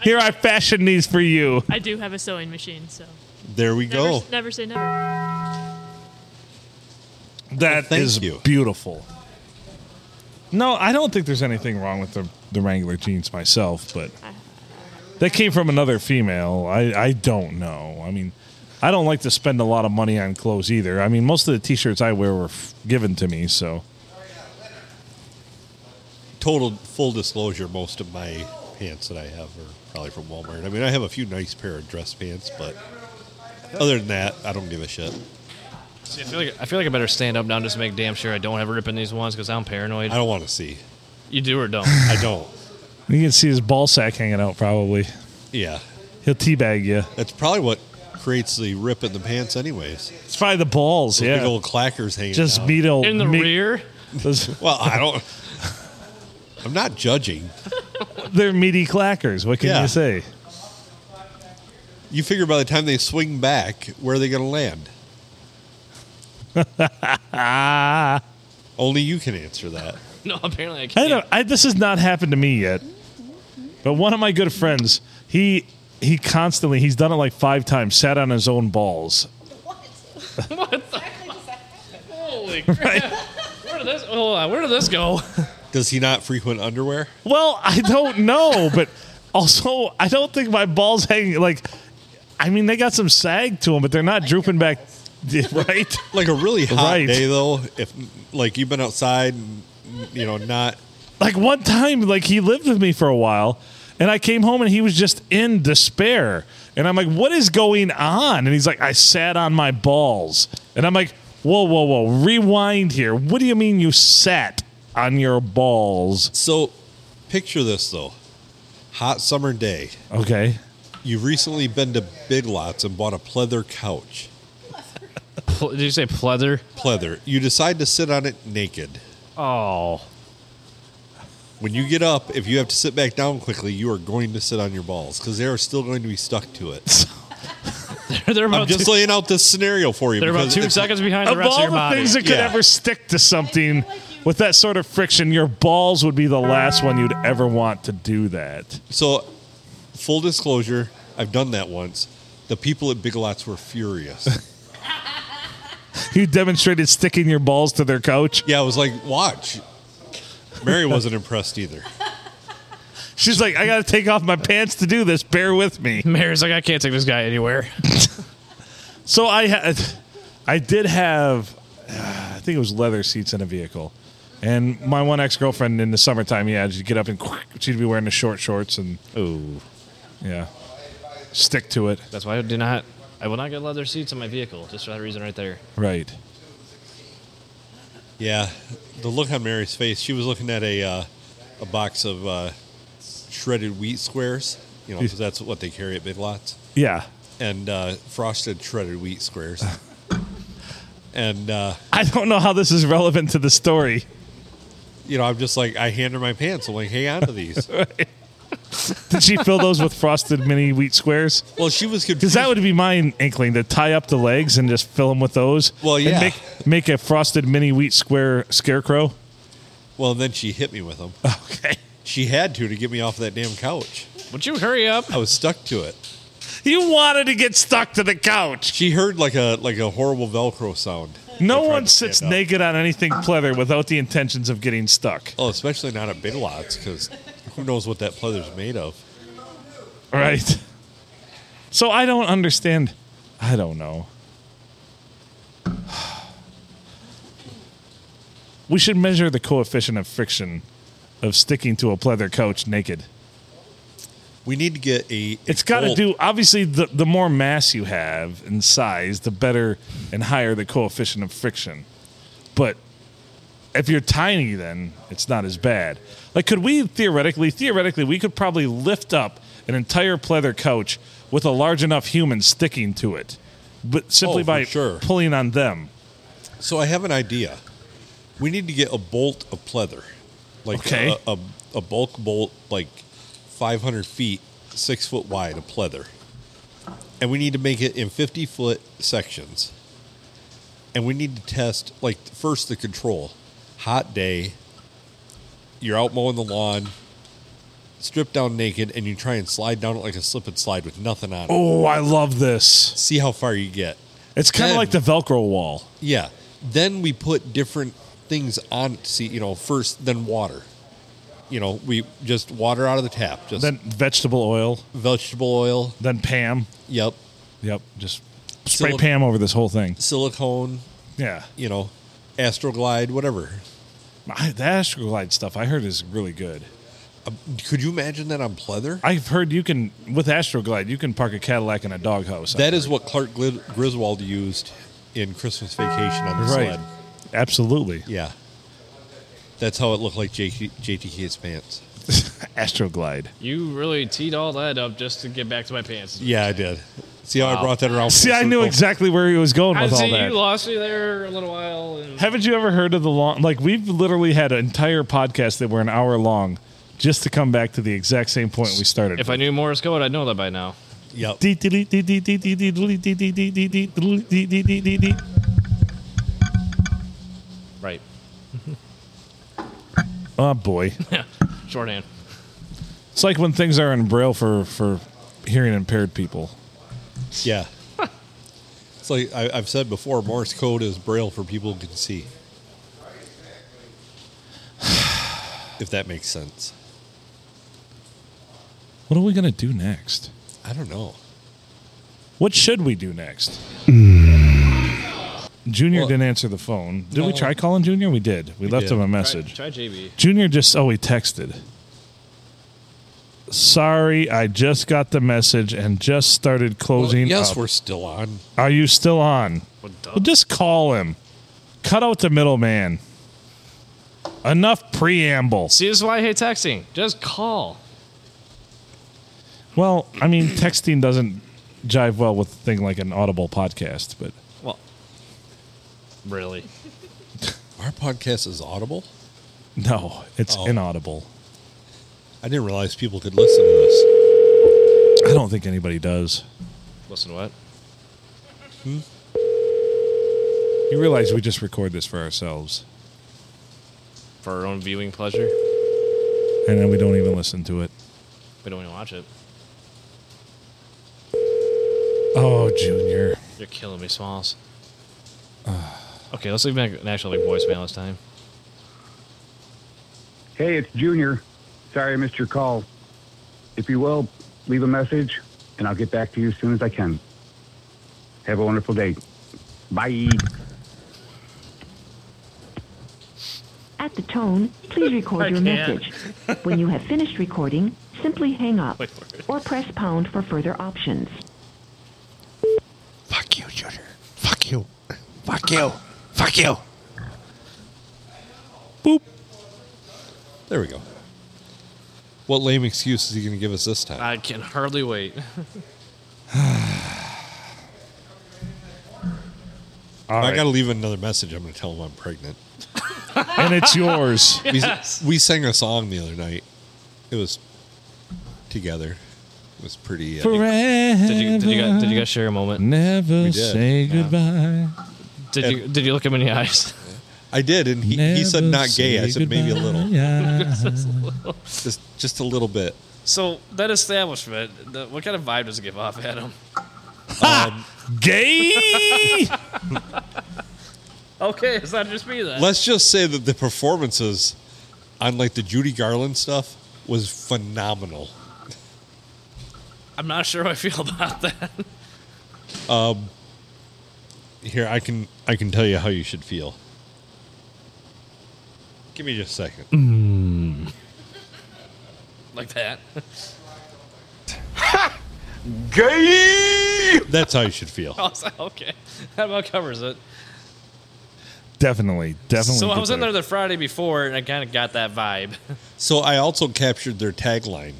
Speaker 1: Here I fashioned these for you.
Speaker 10: I do have a sewing machine, so
Speaker 4: There we
Speaker 10: never,
Speaker 4: go.
Speaker 10: never say never.
Speaker 1: That is
Speaker 4: thank you.
Speaker 1: beautiful. No, I don't think there's anything wrong with the, the Wrangler jeans myself, but that came from another female. I, I don't know. I mean, I don't like to spend a lot of money on clothes either. I mean, most of the t shirts I wear were f- given to me, so.
Speaker 4: Total full disclosure: most of my pants that I have are probably from Walmart. I mean, I have a few nice pair of dress pants, but other than that, I don't give a shit.
Speaker 2: See, I feel like I feel like I better stand up now and just make damn sure I don't have a rip in these ones because I'm paranoid.
Speaker 4: I don't want to see.
Speaker 2: you do or don't.
Speaker 4: I don't.
Speaker 1: You can see his ball sack hanging out, probably.
Speaker 4: Yeah,
Speaker 1: He'll teabag you.
Speaker 4: that's probably what creates the rip in the pants, anyways.
Speaker 1: It's probably the balls,
Speaker 4: Those big
Speaker 1: yeah.
Speaker 4: old clackers hanging.
Speaker 1: Just
Speaker 4: down.
Speaker 1: meat old
Speaker 2: In the
Speaker 1: meat-
Speaker 2: rear.
Speaker 1: those-
Speaker 4: Well, I don't. I'm not judging.
Speaker 1: They're meaty clackers. What can
Speaker 4: Yeah.
Speaker 1: you say?
Speaker 4: You figure by the time they swing back, where are they going to land? Only you can answer that.
Speaker 2: No, apparently I can't.
Speaker 1: I don't. I, this has not happened to me yet. But one of my good friends, he he constantly he's done it like five times. Sat on his own balls.
Speaker 2: Holy crap! Where did this? Hold on. Where did this go?
Speaker 4: Does he not frequent underwear?
Speaker 1: Well, I don't know, but also I don't think my balls hanging like. I mean, they got some sag to them, but they're not drooping back, right?
Speaker 4: Like a really hot
Speaker 1: Right.
Speaker 4: day though, if like you've been outside, and, you know, not
Speaker 1: like one time like he lived with me for a while and i came home and he was just in despair and i'm like what is going on and he's like i sat on my balls and i'm like whoa whoa whoa rewind here what do you mean you sat on your balls
Speaker 4: so. Picture this though, hot summer day.
Speaker 1: okay
Speaker 4: You've recently been to Big Lots and bought a pleather couch.
Speaker 2: Pl- Did you say pleather?
Speaker 4: Pleather. You decide to sit on it naked.
Speaker 2: Oh,
Speaker 4: When you get up, if you have to sit back down quickly, you are going to sit on your balls because they are still going to be stuck to it.
Speaker 2: they're
Speaker 4: I'm
Speaker 2: about
Speaker 4: just
Speaker 2: two,
Speaker 4: laying out this scenario for you.
Speaker 2: they're about
Speaker 4: because
Speaker 2: two
Speaker 4: if-
Speaker 2: seconds behind the
Speaker 1: of
Speaker 2: rest of
Speaker 1: all
Speaker 2: your
Speaker 1: the
Speaker 2: body.
Speaker 1: things that could
Speaker 4: Yeah.
Speaker 1: ever stick to something with that sort of friction your balls would be the last one you'd ever want to do that
Speaker 4: So, full disclosure, I've done that once. The people at Big Lots were furious.
Speaker 1: you demonstrated sticking your balls to their couch
Speaker 4: yeah, I was like, watch. Mary wasn't impressed either.
Speaker 1: she's like i gotta take off my pants to do this bear with me
Speaker 2: Mary's like, I can't take this guy anywhere.
Speaker 1: So I had, I did have, uh, I think it was leather seats in a vehicle, and my one ex girlfriend in the summertime, yeah, she'd get up and quick, she'd be wearing the short shorts and
Speaker 2: Ooh,
Speaker 1: yeah, stick to it,
Speaker 2: that's why I do not. I will not get leather seats in my vehicle just for that reason right there.
Speaker 1: right?
Speaker 4: Yeah, the look on Mary's face, she was looking at a, uh, a box of uh, shredded wheat squares, you know, because that's what they carry at Big Lots,
Speaker 1: Yeah,
Speaker 4: and uh, frosted shredded wheat squares. and, uh,
Speaker 1: I don't know how this is relevant to the story.
Speaker 4: you know, I'm just like, I hand her my pants. I'm like, hang on to these.
Speaker 1: Did she fill those with frosted mini wheat squares?
Speaker 4: well, she was
Speaker 1: Because
Speaker 4: confused.
Speaker 1: that would be my inkling to tie up the legs and just fill them with those.
Speaker 4: Well,
Speaker 1: and
Speaker 4: yeah.
Speaker 1: make make a frosted mini wheat square scarecrow.
Speaker 4: well, then she hit me with them.
Speaker 1: Okay,
Speaker 4: She had to to get me off that damn couch.
Speaker 2: Would you hurry up?
Speaker 4: I was stuck to it.
Speaker 1: you wanted to get stuck to the couch.
Speaker 4: She heard like a like a horrible Velcro sound.
Speaker 1: No
Speaker 4: They tried
Speaker 1: one
Speaker 4: to
Speaker 1: sits
Speaker 4: stand up.
Speaker 1: naked on anything pleather without the intentions of getting stuck.
Speaker 4: Oh, especially not at Big Lots because who knows what that pleather's made of.
Speaker 1: Right. So I don't understand. I don't know. We should measure the coefficient of friction of sticking to a pleather couch naked.
Speaker 4: We need to get a.
Speaker 1: It's got to
Speaker 4: old-
Speaker 1: do obviously the the more mass you have in size, the better and higher the coefficient of friction. But if you're tiny, then it's not as bad. Like, could we theoretically, theoretically, we could probably lift up an entire pleather couch with a large enough human sticking to it, but simply
Speaker 4: Oh, for
Speaker 1: by
Speaker 4: sure.
Speaker 1: pulling on them.
Speaker 4: So I have an idea. We need to get a bolt of pleather, like
Speaker 1: Okay.
Speaker 4: a, a a bulk bolt, like 500 feet, six foot wide of pleather, and we need to make it in 50 foot sections. And we need to test, like, first the control. Hot day, you're out mowing the lawn, strip down naked, and you try and slide down it like a slip and slide with nothing on it.
Speaker 1: Oh, I love this.
Speaker 4: See how far you get.
Speaker 1: It's kind of
Speaker 4: Then-
Speaker 1: like the Velcro wall.
Speaker 4: Yeah. Then we put different things on it to see, you know, first, then water. You know, we just water out of the tap, just
Speaker 1: Then vegetable oil.
Speaker 4: vegetable oil.
Speaker 1: Then Pam.
Speaker 4: Yep.
Speaker 1: Yep. Just spray
Speaker 4: Silicone.
Speaker 1: Pam over this whole thing.
Speaker 4: Silicone,
Speaker 1: Yeah.
Speaker 4: you know, Astroglide, whatever.
Speaker 1: My, the Astroglide stuff I heard is really good.
Speaker 4: Could you imagine that on pleather?
Speaker 1: I've heard you can, with Astroglide, you can park a Cadillac in a doghouse.
Speaker 4: That is what Clark Gli- Griswold used in Christmas Vacation on the
Speaker 1: right.
Speaker 4: sled.
Speaker 1: Absolutely.
Speaker 4: Yeah. That's how it looked like JT, JTK's pants.
Speaker 1: Astroglide.
Speaker 2: You really teed all that up just to get back to my pants.
Speaker 4: Yeah, I did. See how I brought that around?
Speaker 1: See,
Speaker 4: full
Speaker 1: I knew
Speaker 4: circle?
Speaker 1: exactly where he was going
Speaker 2: I
Speaker 1: with all
Speaker 2: see
Speaker 1: that.
Speaker 2: you lost me there a little while. And
Speaker 1: Haven't you ever heard of the long? Like we've literally had an entire podcast that were an hour long, just to come back to the exact same point we started.
Speaker 2: if I knew Morse code, I'd know that by now.
Speaker 4: Yep.
Speaker 2: Right.
Speaker 1: oh boy,
Speaker 2: Shorthand.
Speaker 1: it's like when things are in braille for for hearing impaired people.
Speaker 4: Yeah. it's like I, I've said before Morse code is braille for people who can see. if that makes sense.
Speaker 1: What are we gonna do next?
Speaker 4: I don't know.
Speaker 1: What should we do next? Junior
Speaker 4: Well-
Speaker 1: didn't answer the phone. Did we
Speaker 4: No.
Speaker 1: try calling Junior? We did. We, left
Speaker 4: did.
Speaker 1: him a
Speaker 2: Try,
Speaker 1: message.
Speaker 2: try JB.
Speaker 1: Junior just oh he texted. Sorry, I just got the message and just started
Speaker 4: Well,
Speaker 1: closing.
Speaker 4: yes,
Speaker 1: up.
Speaker 4: we're still on.
Speaker 1: Are you still on?
Speaker 2: Well, duh.
Speaker 1: Well, just call him. Cut out the middleman. Enough preamble.
Speaker 2: See, this is why I hate texting. Just call.
Speaker 1: Well, I mean, texting doesn't jive well with a thing like an Audible podcast, but
Speaker 2: Well, really?
Speaker 4: Our podcast is audible.
Speaker 1: no, it's
Speaker 4: Oh.
Speaker 1: inaudible.
Speaker 4: I didn't realize people could listen to us.
Speaker 1: I don't think anybody does.
Speaker 2: Listen, to what?
Speaker 1: You realize we just record this for ourselves,
Speaker 2: For our own viewing pleasure,
Speaker 1: and then we don't even listen to it.
Speaker 2: we don't even watch it.
Speaker 1: Oh, Junior.
Speaker 2: You're killing me, Smalls. Okay, let's leave an actual like voicemail this time.
Speaker 10: Hey, it's Junior. Sorry I missed your call. If you will, leave a message and I'll get back to you as soon as I can. Have a wonderful day. Bye.
Speaker 5: At the tone, please
Speaker 2: I
Speaker 5: record your
Speaker 2: can't.
Speaker 5: message. When you have finished recording, simply hang up
Speaker 2: Wait for it.
Speaker 5: or press pound for further options.
Speaker 11: Fuck you, Junior. Fuck you. Fuck you. Fuck you.
Speaker 4: There we go. What lame excuse is he going to give us this time?
Speaker 2: I can hardly wait.
Speaker 1: All
Speaker 4: I
Speaker 1: right.
Speaker 4: got to leave another message. I'm going to tell him I'm pregnant.
Speaker 1: and it's yours.
Speaker 4: We- We, sang a song the other night. It was together. It was pretty. Uh,
Speaker 1: Forever.
Speaker 2: Did you did you guys, did you guys share a moment?
Speaker 1: Never
Speaker 4: did.
Speaker 1: say goodbye.
Speaker 2: Did you did you look him in the eyes?
Speaker 4: I did, and he, he said
Speaker 1: Never
Speaker 4: not gay. I
Speaker 1: say
Speaker 4: said maybe a little,
Speaker 1: goodbye.
Speaker 4: just just a little bit.
Speaker 2: So that establishment, the, what kind of vibe does it give off, Adam?
Speaker 1: gay?
Speaker 2: Okay, it's not just me then.
Speaker 4: Let's just say that the performances on like the Judy Garland stuff was phenomenal.
Speaker 2: I'm not sure how I feel about that.
Speaker 4: Here, I can I can tell you how you should feel. Give me just a second.
Speaker 2: like that.
Speaker 4: That's how you should feel.
Speaker 2: I was like, okay, that about covers it.
Speaker 1: definitely, definitely.
Speaker 2: so I was
Speaker 1: get
Speaker 2: in there the Friday before, and I kind of got that vibe.
Speaker 4: So I also captured their tagline.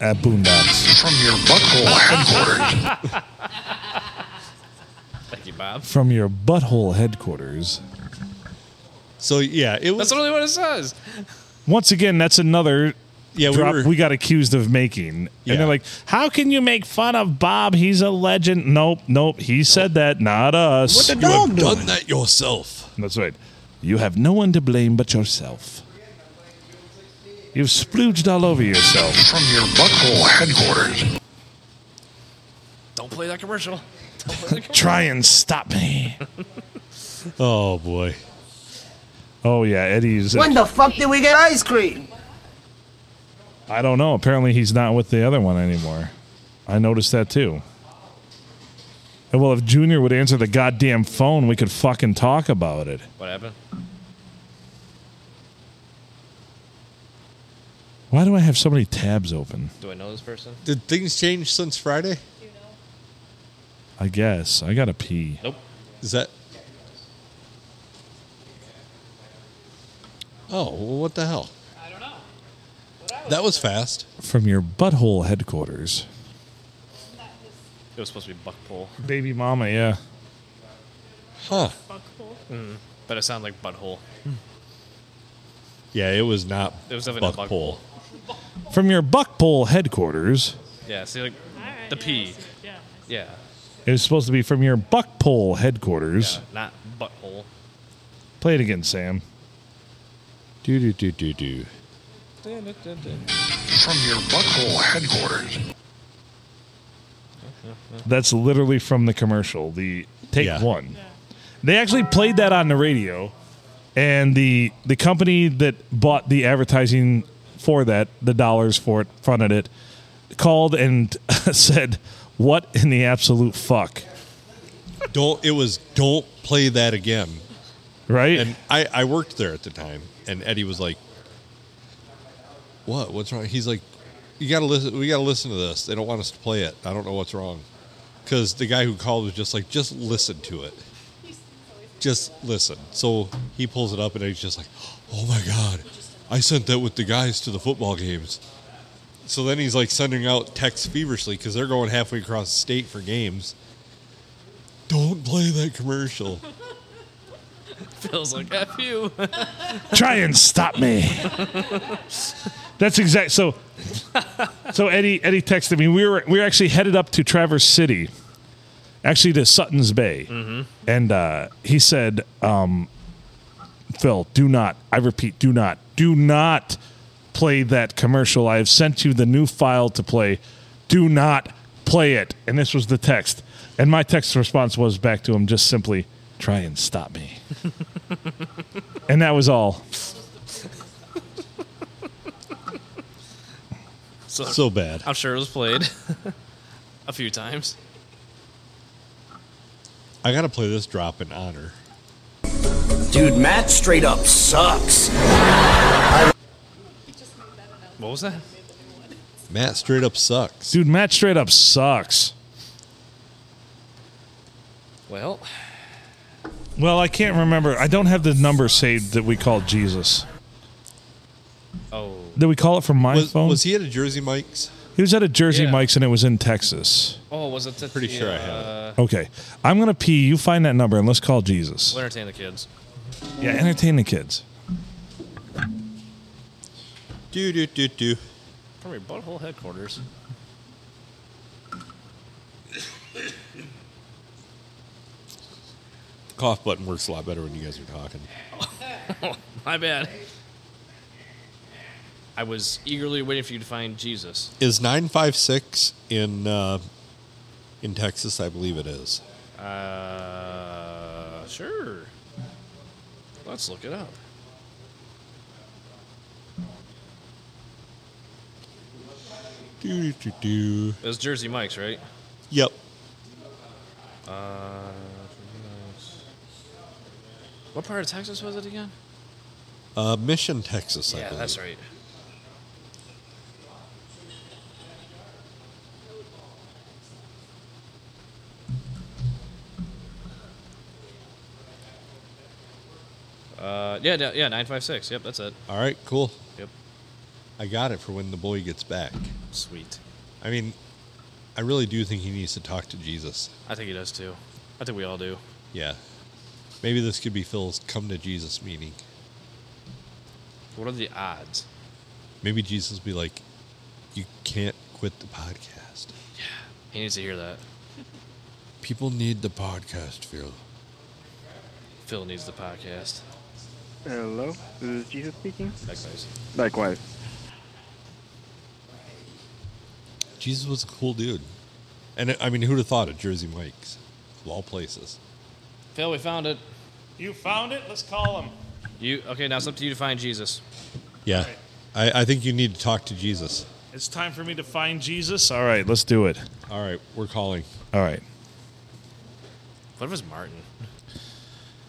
Speaker 1: at Boondocks
Speaker 11: From your butthole headquarters.
Speaker 2: Thank you, Bob.
Speaker 1: from your butthole headquarters.
Speaker 4: So yeah, it was
Speaker 2: That's literally what it says.
Speaker 1: Once again, that's another
Speaker 4: Yeah, we
Speaker 1: drop, we,
Speaker 4: were-
Speaker 1: got accused of making.
Speaker 4: Yeah.
Speaker 1: And they're like, how can you make fun of Bob? He's a legend. Nope, nope. He said that, not us.
Speaker 4: What the You have dog doing? done that yourself.
Speaker 1: That's right. You have no one to blame but yourself. You've splooged all over yourself.
Speaker 12: From your butthole headquarters.
Speaker 2: Don't play that commercial. Don't play that
Speaker 1: Try and stop me.
Speaker 4: oh boy.
Speaker 1: Oh yeah, Eddie's.
Speaker 3: When the fuck did we get ice cream?
Speaker 1: I don't know. Apparently, he's not with the other one anymore. I noticed that too. And well, if Junior would answer the goddamn phone, we could fucking talk about it.
Speaker 2: What happened?
Speaker 1: Why do I have so many tabs open?
Speaker 2: Do I know this person?
Speaker 4: Did things change since Friday?
Speaker 1: I guess I gotta pee.
Speaker 2: Nope.
Speaker 4: Is that? Oh, well, what the hell? I don't know. That was fast.
Speaker 1: From your butthole headquarters,
Speaker 2: It was supposed to be Buckpole.
Speaker 1: baby mama. Yeah.
Speaker 4: Huh.
Speaker 2: Mm. But it sounded like Butthole.
Speaker 4: Yeah, it was not.
Speaker 2: It was definitely not
Speaker 4: Buckpole.
Speaker 1: From your buckpole headquarters.
Speaker 2: Yeah, see, like the P. Yeah. Yeah,
Speaker 1: It was supposed to be from your buckpole headquarters.
Speaker 2: not Butthole.
Speaker 1: Play it again, Sam. Do do do do do.
Speaker 12: From your butthole headquarters.
Speaker 1: That's literally from the commercial, the take
Speaker 4: Yeah.
Speaker 1: one. They actually played that on the radio, and the the company that bought the advertising for that, the dollars for it, fronted it, called and said, "What in the absolute fuck?"
Speaker 4: Don't. It was don't play that again.
Speaker 1: Right?
Speaker 4: And I I worked there at the time, and Eddie was like, "What? What's wrong?" He's like, "You gotta listen. We gotta listen to this. They don't want us to play it. I don't know what's wrong." Because the guy who called was just like, "Just listen to it. Just listen." So he pulls it up, and he's just like, "Oh my god, I sent that with the guys to the football games." So then he's like sending out texts feverishly because they're going halfway across the state for games. Don't play that commercial.
Speaker 2: Feels like F you.
Speaker 1: Try and stop me. That's exact. So, so Eddie Eddie texted me. We were we were actually headed up to Traverse City, actually to Sutton's Bay, and uh, he said, um, "Phil, do not. I repeat, do not, do not play that commercial. I have sent you the new file to play. Do not play it." And this was the text. And my text response was back to him just simply, "Try and stop me." and that was all.
Speaker 2: So,
Speaker 4: So bad.
Speaker 2: I'm sure it was played a few times.
Speaker 4: I gotta play this drop in honor.
Speaker 13: Dude, Matt straight up sucks.
Speaker 2: What was that?
Speaker 4: Matt straight up sucks.
Speaker 1: Dude, Matt straight up sucks.
Speaker 2: Well,
Speaker 1: Well, I can't remember. I don't have the number saved that we called Jesus.
Speaker 2: Oh.
Speaker 1: Did we call it from my
Speaker 4: Was,
Speaker 1: phone?
Speaker 4: was he at a Jersey Mike's?
Speaker 1: He was at a Jersey
Speaker 4: Yeah.
Speaker 1: Mike's and it was in Texas.
Speaker 2: oh, was it? That uh,
Speaker 4: Pretty sure I have it.
Speaker 1: Okay. I'm going to pee. You find that number and let's call Jesus.
Speaker 2: We'll entertain the kids.
Speaker 1: Yeah, entertain the kids.
Speaker 4: Do do do do.
Speaker 2: From your butthole headquarters.
Speaker 4: Cough button works a lot better when you guys are talking.
Speaker 2: My bad. I was eagerly waiting for you to find Jesus.
Speaker 4: Is nine five six in uh, in Texas? I believe it is.
Speaker 2: Uh, sure. Let's look it up.
Speaker 4: Do do do do.
Speaker 2: It was Jersey Mike's, right?
Speaker 4: Yep.
Speaker 2: Uh, Jersey Mike's. what part of Texas was it again?
Speaker 4: Uh, Mission, Texas. I
Speaker 2: yeah,
Speaker 4: believe.
Speaker 2: that's right. Uh, yeah, yeah, yeah, nine five six. Yep, that's it.
Speaker 4: All right, cool.
Speaker 2: Yep.
Speaker 4: I got it for when the boy gets back.
Speaker 2: Sweet.
Speaker 4: I mean, I really do think he needs to talk to Jesus.
Speaker 2: I think he does too. I think we all do.
Speaker 4: Yeah. Maybe this could be Phil's come to Jesus meeting.
Speaker 2: What are the odds?
Speaker 4: Maybe Jesus be like, you can't quit the podcast.
Speaker 2: He needs to hear that.
Speaker 4: People need the podcast, Phil.
Speaker 2: Phil needs the podcast.
Speaker 14: Hello, this is Jesus speaking.
Speaker 2: Likewise.
Speaker 14: Likewise.
Speaker 4: Jesus was a cool dude. And I mean, who'd have thought of Jersey Mike's? Of all places.
Speaker 2: Phil, we found it.
Speaker 1: You found it? Let's call him.
Speaker 2: You okay? Now it's up to you to find Jesus.
Speaker 4: Yeah. I, I think you need to talk to Jesus.
Speaker 1: It's time for me to find Jesus. All right, let's do it.
Speaker 4: All right, we're calling.
Speaker 1: All right.
Speaker 2: What if it's Martin?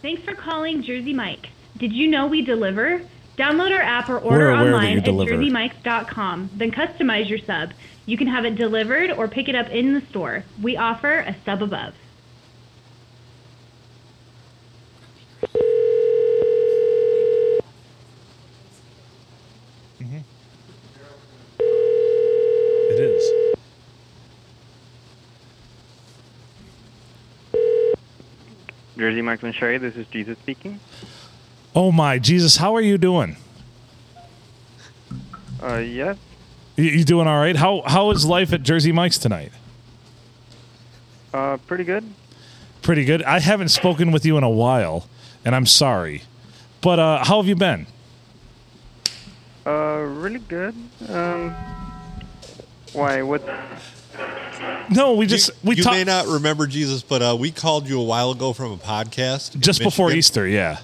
Speaker 5: Thanks for calling Jersey Mike. Did you know we deliver? Download our app or order
Speaker 1: We're aware that you
Speaker 5: online at
Speaker 1: deliver.
Speaker 5: jerseymikes.com. Then customize your sub. You can have it delivered or pick it up in the store. We offer a sub above.
Speaker 1: It is.
Speaker 14: Jersey Mike Manchari, this is Jesus speaking.
Speaker 1: Oh my Jesus, how are you doing?
Speaker 14: Uh, yes,
Speaker 1: You, you doing all right? How how is life at Jersey Mike's tonight?
Speaker 14: uh, pretty good.
Speaker 1: Pretty good. I haven't spoken with you in a while, and I'm sorry. But uh, how have you been?
Speaker 14: Uh, really good. Um, why? What?
Speaker 1: No, we just we
Speaker 4: You
Speaker 1: talked
Speaker 4: may not remember Jesus, but uh, we called you a while ago from a podcast in
Speaker 1: just before
Speaker 4: Michigan.
Speaker 1: Easter. Yeah.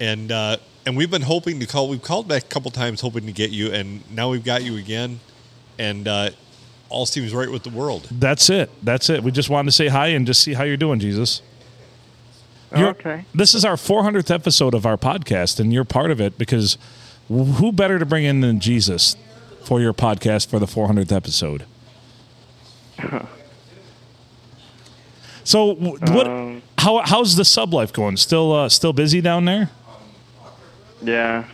Speaker 4: and uh, and we've been hoping to call. We've called back a couple times hoping to get you, and now we've got you again, and uh, all seems right with the world.
Speaker 1: That's it. That's it. We just wanted to say hi and just see how you're doing, Jesus.
Speaker 14: okay.
Speaker 1: This is our 400th episode of our podcast, and you're part of it because who better to bring in than Jesus for your podcast for the 400th episode? So, w- what?
Speaker 14: Um,
Speaker 1: how how's the sub life going? Still uh, still busy down there?
Speaker 14: Yeah.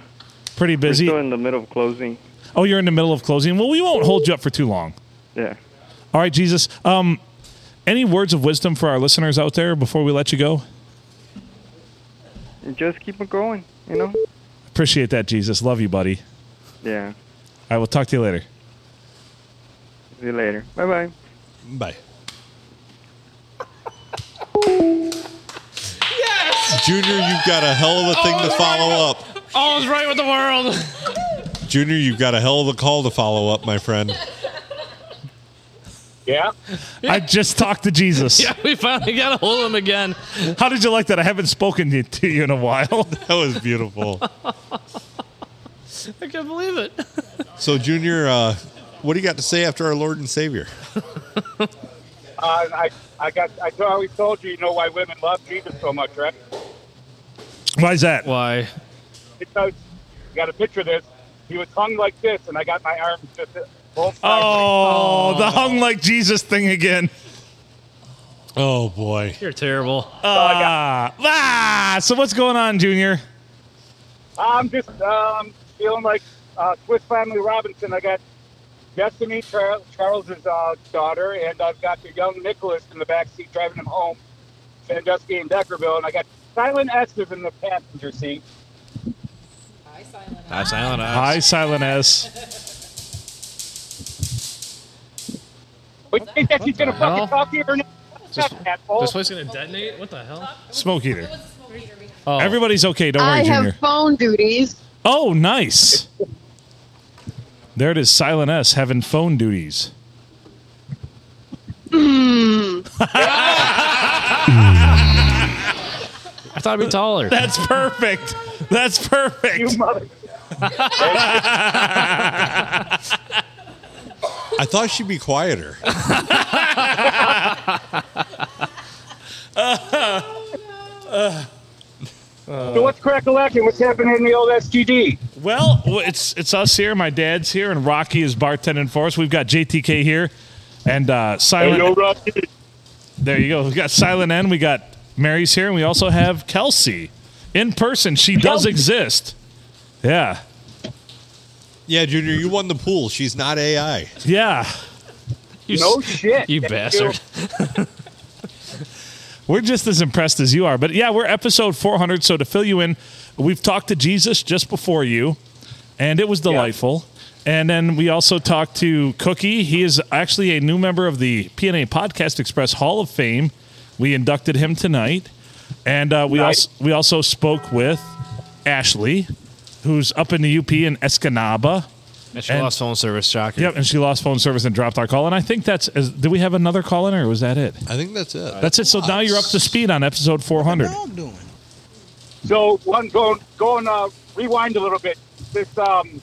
Speaker 1: Pretty busy.
Speaker 14: We're still in the middle of closing.
Speaker 1: Oh, you're in the middle of closing. Well, we won't hold you up for too long.
Speaker 14: Yeah.
Speaker 1: All right, Jesus. Um, any words of wisdom for our listeners out there before we let you go?
Speaker 14: Just keep it going. You know.
Speaker 1: Appreciate that, Jesus. Love you, buddy.
Speaker 14: Yeah.
Speaker 1: I will talk to you later.
Speaker 14: See you later. Bye bye.
Speaker 4: Bye. yes, Oh Junior, you've got a hell of a thing to follow up.
Speaker 2: All's Oh, right with the world.
Speaker 4: Junior, you've got a hell of a call to follow up, my friend.
Speaker 1: Yeah. I just talked to Jesus.
Speaker 2: yeah, we finally got a hold of him again.
Speaker 1: How did you like that? I haven't spoken to- to you in a while. That
Speaker 4: was beautiful.
Speaker 2: I can't believe it.
Speaker 4: So, Junior, uh, what do you got to say after our Lord and Savior?
Speaker 8: Uh, I, I got. I t- always told you, you know why women love Jesus so much, right?
Speaker 1: Why is that?
Speaker 2: Why?
Speaker 8: Because you got a picture of this. He was hung like this, and I got my arms just both.
Speaker 1: Oh, the hung like Jesus thing again.
Speaker 4: Oh boy.
Speaker 2: You're terrible.
Speaker 1: Ah, ah, so what's going on, Junior?
Speaker 8: I'm just. Um, feeling like uh, Swiss Family Robinson. I got Destiny Char- Charles's uh, daughter, and I've got the young Nicholas in the back seat driving him home, Sandusky and Deckerville, and I got silent S's in the passenger seat.
Speaker 2: Hi, Silent
Speaker 1: Hi, Silent S.
Speaker 8: But you think that she's gonna fucking talk to you or not? asshole.
Speaker 2: This place gonna detonate? What the hell?
Speaker 1: Smoke eater. Everybody's okay. Don't worry,
Speaker 6: I
Speaker 1: Junior.
Speaker 6: have phone duties.
Speaker 1: Oh, nice. There it is, Silent S having phone duties.
Speaker 2: I thought I'd be taller.
Speaker 1: That's perfect. That's perfect. You
Speaker 8: mother.
Speaker 4: I thought she'd be quieter.
Speaker 2: Uh,
Speaker 8: So what's crack a lacking? What's happening in the old SGD?
Speaker 1: Well, w- it's it's us here. My dad's here, and Rocky is bartending for us. We've got JTK here, and uh, Silent.
Speaker 8: yo,
Speaker 1: There you go. We've got Silent N. We got Mary's here, and we also have Kelsey in person. She does exist. Yeah,
Speaker 4: Yeah, Junior, you won the pool. She's not AI.
Speaker 1: yeah.
Speaker 2: You
Speaker 8: no shit.
Speaker 2: You
Speaker 8: Thank
Speaker 2: bastard.
Speaker 1: We're just as impressed as you are. But yeah, we're episode 400. So to fill you in, we've talked to Jesus just before you, and it was delightful. And then we also talked to Cookie. He is actually a new member of the PNA Podcast Express Hall of Fame. We inducted him tonight, and uh, we also we also spoke with Ashley, who's up in the UP in Escanaba.
Speaker 2: And she lost phone service. Shocking.
Speaker 1: Yep, and she lost phone service and dropped our call. And I think that's. Is, did we have another call in, or was that it?
Speaker 4: I think that's it.
Speaker 1: That's it. So now you're up to speed on episode 400.
Speaker 8: So one going going uh, rewind a little bit. This um,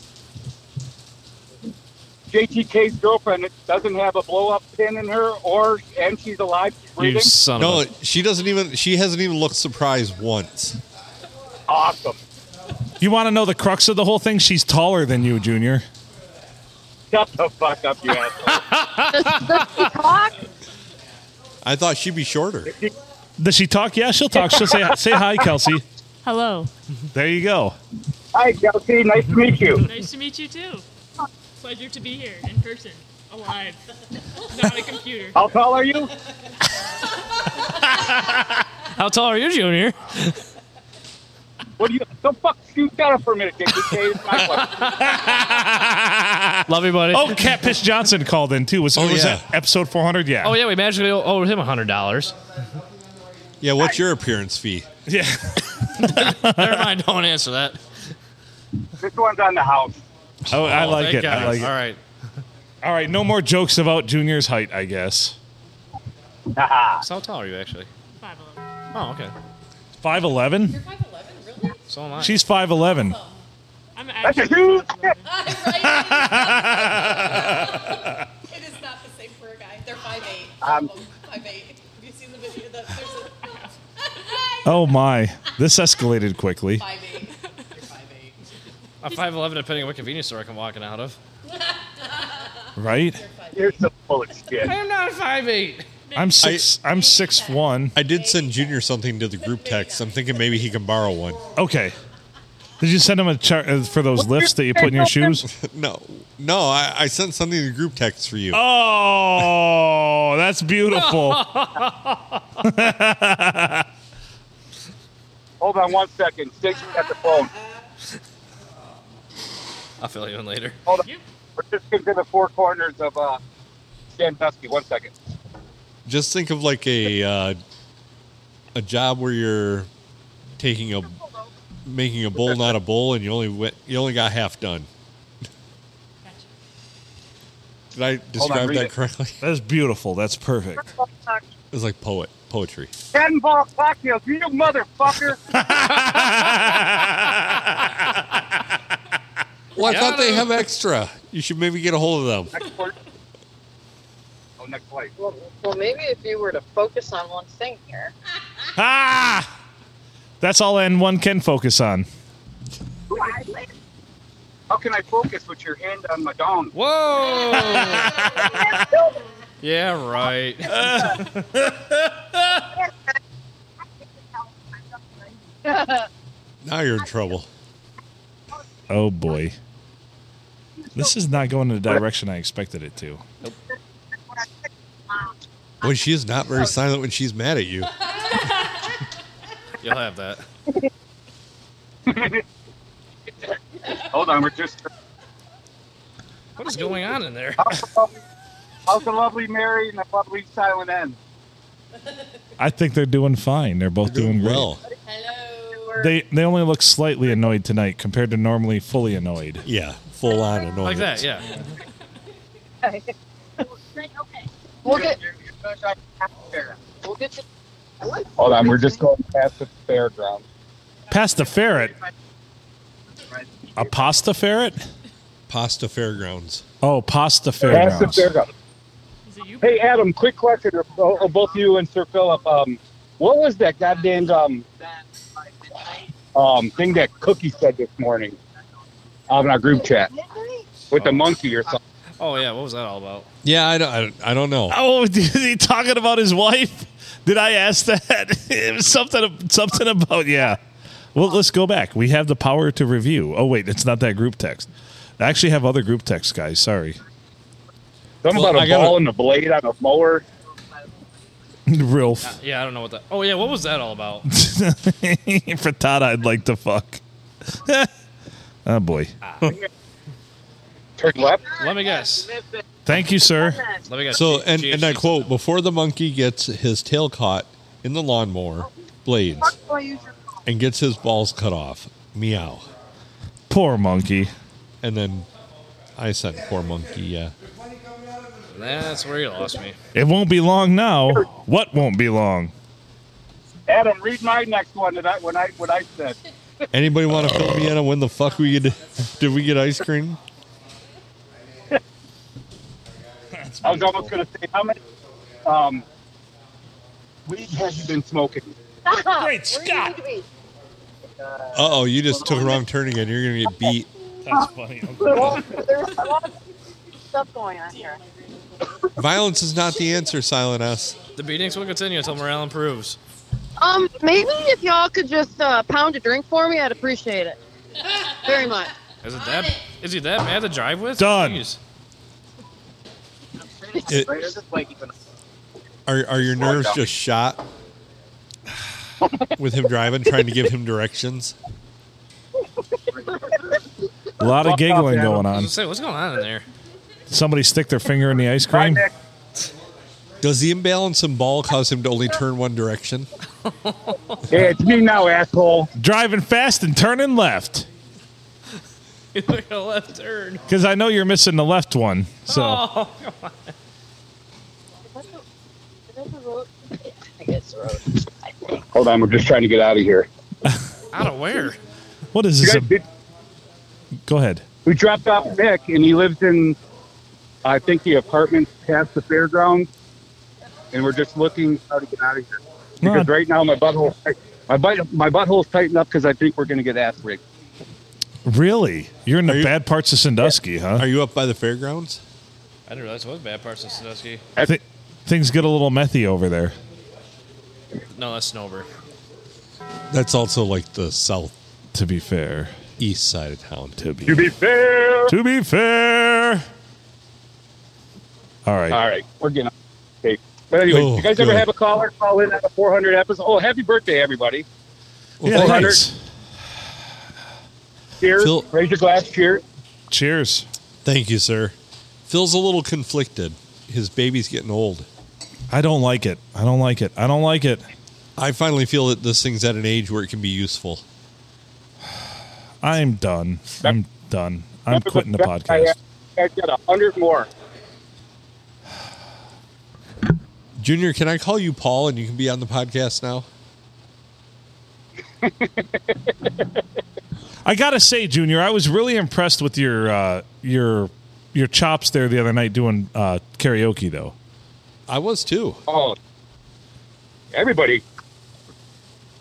Speaker 8: JTK's girlfriend doesn't have a blow up pin in her, or and she's alive, she's breathing.
Speaker 4: no, she doesn't even. She hasn't even looked surprised once.
Speaker 8: Awesome.
Speaker 1: You want to know the crux of the whole thing? She's taller than you, Junior.
Speaker 8: Shut the fuck up, you asshole.
Speaker 4: I thought she'd be shorter.
Speaker 1: Does she talk? Yeah, she'll talk. She'll say say hi, Kelsey.
Speaker 9: Hello.
Speaker 1: There you go.
Speaker 8: Hi, Kelsey. Nice to meet you.
Speaker 9: Nice to meet you too. Pleasure to be here in person, alive, not on a computer.
Speaker 8: How tall are you?
Speaker 2: How tall are you, Junior?
Speaker 8: What do you? The fuck, scoot down for a minute, JTK. It's my wife.
Speaker 2: Love you, buddy.
Speaker 1: Oh, Catfish Johnson called in too. Was,
Speaker 2: Oh,
Speaker 1: was
Speaker 2: yeah.
Speaker 1: that episode 400? Yeah.
Speaker 2: Oh yeah, we magically owe owe him hundred dollars.
Speaker 4: Yeah, what's your appearance fee?
Speaker 1: Yeah.
Speaker 2: Never mind. Don't answer that.
Speaker 8: This one's on the house.
Speaker 1: Oh, I
Speaker 2: Oh,
Speaker 1: like
Speaker 2: thank
Speaker 1: it. I
Speaker 2: God.
Speaker 1: like it.
Speaker 2: All right.
Speaker 1: All right. No more jokes about Junior's height, I guess.
Speaker 2: So how tall are you actually? Five eleven. Oh, okay.
Speaker 1: Five eleven.
Speaker 2: So am I.
Speaker 1: She's five eleven.
Speaker 9: I'm
Speaker 8: That's a
Speaker 9: actually.
Speaker 8: huge.
Speaker 6: It is not the same for a guy. They're five eight. Oh,
Speaker 8: Um,
Speaker 6: Five eight. Have you seen the video? That there's a
Speaker 1: Oh my! This escalated quickly.
Speaker 6: five eight.
Speaker 2: I'm five eleven, depending on what convenience store I come walking out of.
Speaker 1: Right?
Speaker 8: Here's the bullet shit.
Speaker 2: am not five eight.
Speaker 1: I'm six. I, am six one.
Speaker 4: I did send Junior something to the group text. I'm thinking maybe he can borrow one.
Speaker 1: Okay. Did you send him a chart uh, for those lifts that you put in your shoes?
Speaker 4: no, no, I, I sent something to the group text for you.
Speaker 1: Oh, that's beautiful.
Speaker 8: Hold on one second. Stacy's got the phone.
Speaker 2: I'll fill you in later.
Speaker 8: Hold on. We're just getting to the four corners of uh, Sandusky. One second.
Speaker 4: Just think of like a uh, a job where you're taking a making a bowl not a bowl, and you only went you only got half done. Did I describe
Speaker 8: read
Speaker 4: that
Speaker 8: it.
Speaker 4: correctly?
Speaker 1: That's beautiful. That's perfect.
Speaker 4: It was like poet poetry.
Speaker 8: Ten ball cocktails, you motherfucker.
Speaker 4: Well, I
Speaker 8: Yeah.
Speaker 4: thought they have extra. You should maybe get a hold of them.
Speaker 8: next word. Oh, next slide.
Speaker 6: Well, well, maybe if you were to focus on one thing here.
Speaker 1: Ah! That's all N1 can focus on.
Speaker 8: How can I focus with your hand on my dong?
Speaker 2: Whoa! yeah, right.
Speaker 4: Now you're in trouble.
Speaker 1: Oh boy. This is not going in the direction I expected it to.
Speaker 4: Boy, she is not very silent when she's mad at you.
Speaker 2: You'll have that.
Speaker 8: Hold on, we're just.
Speaker 2: What is going on in there?
Speaker 8: How's the lovely, how's the lovely Mary and the lovely Silent N?
Speaker 1: I think they're doing fine. They're both doing, great.
Speaker 4: well.
Speaker 6: Hello.
Speaker 1: They they only look slightly annoyed tonight compared to normally fully annoyed.
Speaker 4: Yeah, full on annoyance.
Speaker 2: Like that, yeah.
Speaker 6: We'll get. We'll get to.
Speaker 8: Hold on, we're just going past the fairground.
Speaker 1: Pasta ferret. A pasta ferret?
Speaker 4: Pasta Fairgrounds.
Speaker 1: Oh, pasta
Speaker 8: Past the
Speaker 1: fairgrounds.
Speaker 8: fairground. Hey, Adam, quick question to bo- uh, both you and Sir Philip. Um, what was that goddamn um, um, thing that Cookie said this morning um, in our group chat with the monkey or something?
Speaker 2: Oh yeah, what was that all about?
Speaker 4: Yeah, I don't, I don't, I don't know.
Speaker 1: Oh, is he talking about his wife? Did I ask that? It was something something about yeah. Well, let's go back. We have the power to review. Oh wait, it's not that group text. I actually have other group texts, guys. Sorry.
Speaker 8: Something
Speaker 4: Well,
Speaker 8: about
Speaker 4: I
Speaker 8: a
Speaker 4: gotta-
Speaker 8: ball and a blade on a mower.
Speaker 1: Real
Speaker 2: Uh, yeah, I don't know what that. Oh yeah, what was that all about?
Speaker 1: Ah, frittata I'd like to fuck. oh boy.
Speaker 8: Turkey lap.
Speaker 2: Let me guess.
Speaker 1: Thank you, sir.
Speaker 2: Let me guess.
Speaker 4: So, and, and I quote, before the monkey gets his tail caught in the lawnmower blades and gets his balls cut off, meow.
Speaker 1: Poor monkey.
Speaker 4: And then I said, poor monkey, yeah.
Speaker 2: That's where you lost me.
Speaker 1: It won't be long now. What won't be long?
Speaker 8: Adam, read my next one that I, when I what I said.
Speaker 4: Anybody want to fill me in on when the fuck we get, did we get ice cream?
Speaker 8: I was almost going to say how many um, weed have you been smoking?
Speaker 1: Great Scott!
Speaker 4: Uh oh, you just took a wrong turn again. You're going to get beat.
Speaker 1: That's funny.
Speaker 15: Well, there's a lot of stuff going on here.
Speaker 4: Violence is not the answer, Silent S.
Speaker 2: The beatings will continue until morale improves.
Speaker 6: Um, maybe if y'all could just uh, pound a drink for me, I'd appreciate it very much.
Speaker 2: Is it that? Is he that bad to drive with?
Speaker 1: Done.
Speaker 2: Jeez.
Speaker 4: It- are, are your nerves just shot with him driving, trying to give him directions?
Speaker 1: A lot of giggling going
Speaker 2: I was
Speaker 1: on.
Speaker 2: gonna say, what's going on in there?
Speaker 1: Somebody stick their finger in the ice cream.
Speaker 4: Does the imbalance in ball cause him to only turn one direction?
Speaker 8: Hey, it's me now, asshole.
Speaker 1: Driving fast and turning left.
Speaker 2: You took a left turn.
Speaker 1: Because I know you're missing the left one. So
Speaker 2: Oh, come on.
Speaker 8: Hold on, we're just trying to get out of here.
Speaker 2: Out of where?
Speaker 1: what is this? a- Go ahead.
Speaker 8: We dropped off Nick, and he lives in, I think, the apartment past the fairgrounds. And we're just looking how to get out of here because right now my butthole, my butt, my butthole's tightened up because I think we're gonna get ass rigged.
Speaker 1: Really? You're in the bad parts of Sandusky, huh?
Speaker 4: Are you up by the fairgrounds?
Speaker 2: I didn't realize it was bad parts of Sandusky.
Speaker 1: Thi- things get a little methy over there.
Speaker 2: No, that's Snowbird.
Speaker 4: That's also like the south
Speaker 1: To be fair.
Speaker 4: east side of town.
Speaker 1: To be,
Speaker 8: To be fair.
Speaker 1: to be fair. All right.
Speaker 8: All right, we're getting. Okay. But anyway,
Speaker 1: Oh,
Speaker 8: you guys ever
Speaker 1: good.
Speaker 8: have a caller call in at the 400 episode? Oh, happy birthday, everybody!
Speaker 1: Yeah,
Speaker 8: 400.
Speaker 1: thanks.
Speaker 8: Cheers!
Speaker 4: Phil-
Speaker 8: Raise your glass. Cheers!
Speaker 1: Cheers.
Speaker 4: Thank you, sir. Phil's a little conflicted. His baby's getting old.
Speaker 1: I don't like it. I don't like it. I don't like it.
Speaker 4: I finally feel that this thing's at an age where it can be useful.
Speaker 1: I'm done. I'm done. I'm quitting the podcast.
Speaker 8: I got a hundred more.
Speaker 4: Junior, can I call you Paul and you can be on the podcast now?
Speaker 1: I gotta say, Junior, I was really impressed with your uh, your your chops there the other night doing uh, karaoke though.
Speaker 4: I was too.
Speaker 8: Oh, everybody!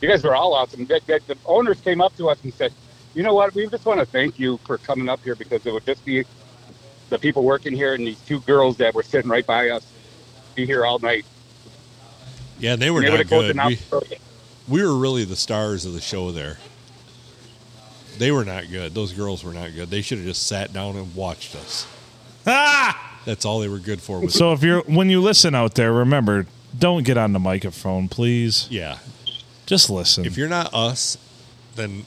Speaker 8: You guys were all awesome. The, the, the owners came up to us and said, "You know what? We just want to thank you for coming up here because it would just be the people working here and these two girls that were sitting right by us be here all night.
Speaker 4: Yeah, they were
Speaker 8: And they
Speaker 4: not
Speaker 8: would've closed
Speaker 4: good.
Speaker 8: it
Speaker 4: We, we were really the stars of the show there. They were not good. Those girls were not good. They should have just sat down and watched us.
Speaker 1: Ah!
Speaker 4: That's all they were good for. Was
Speaker 1: So if you're when you listen out there, remember don't get on the microphone, please.
Speaker 4: yeah.
Speaker 1: Just listen.
Speaker 4: If you're not us, then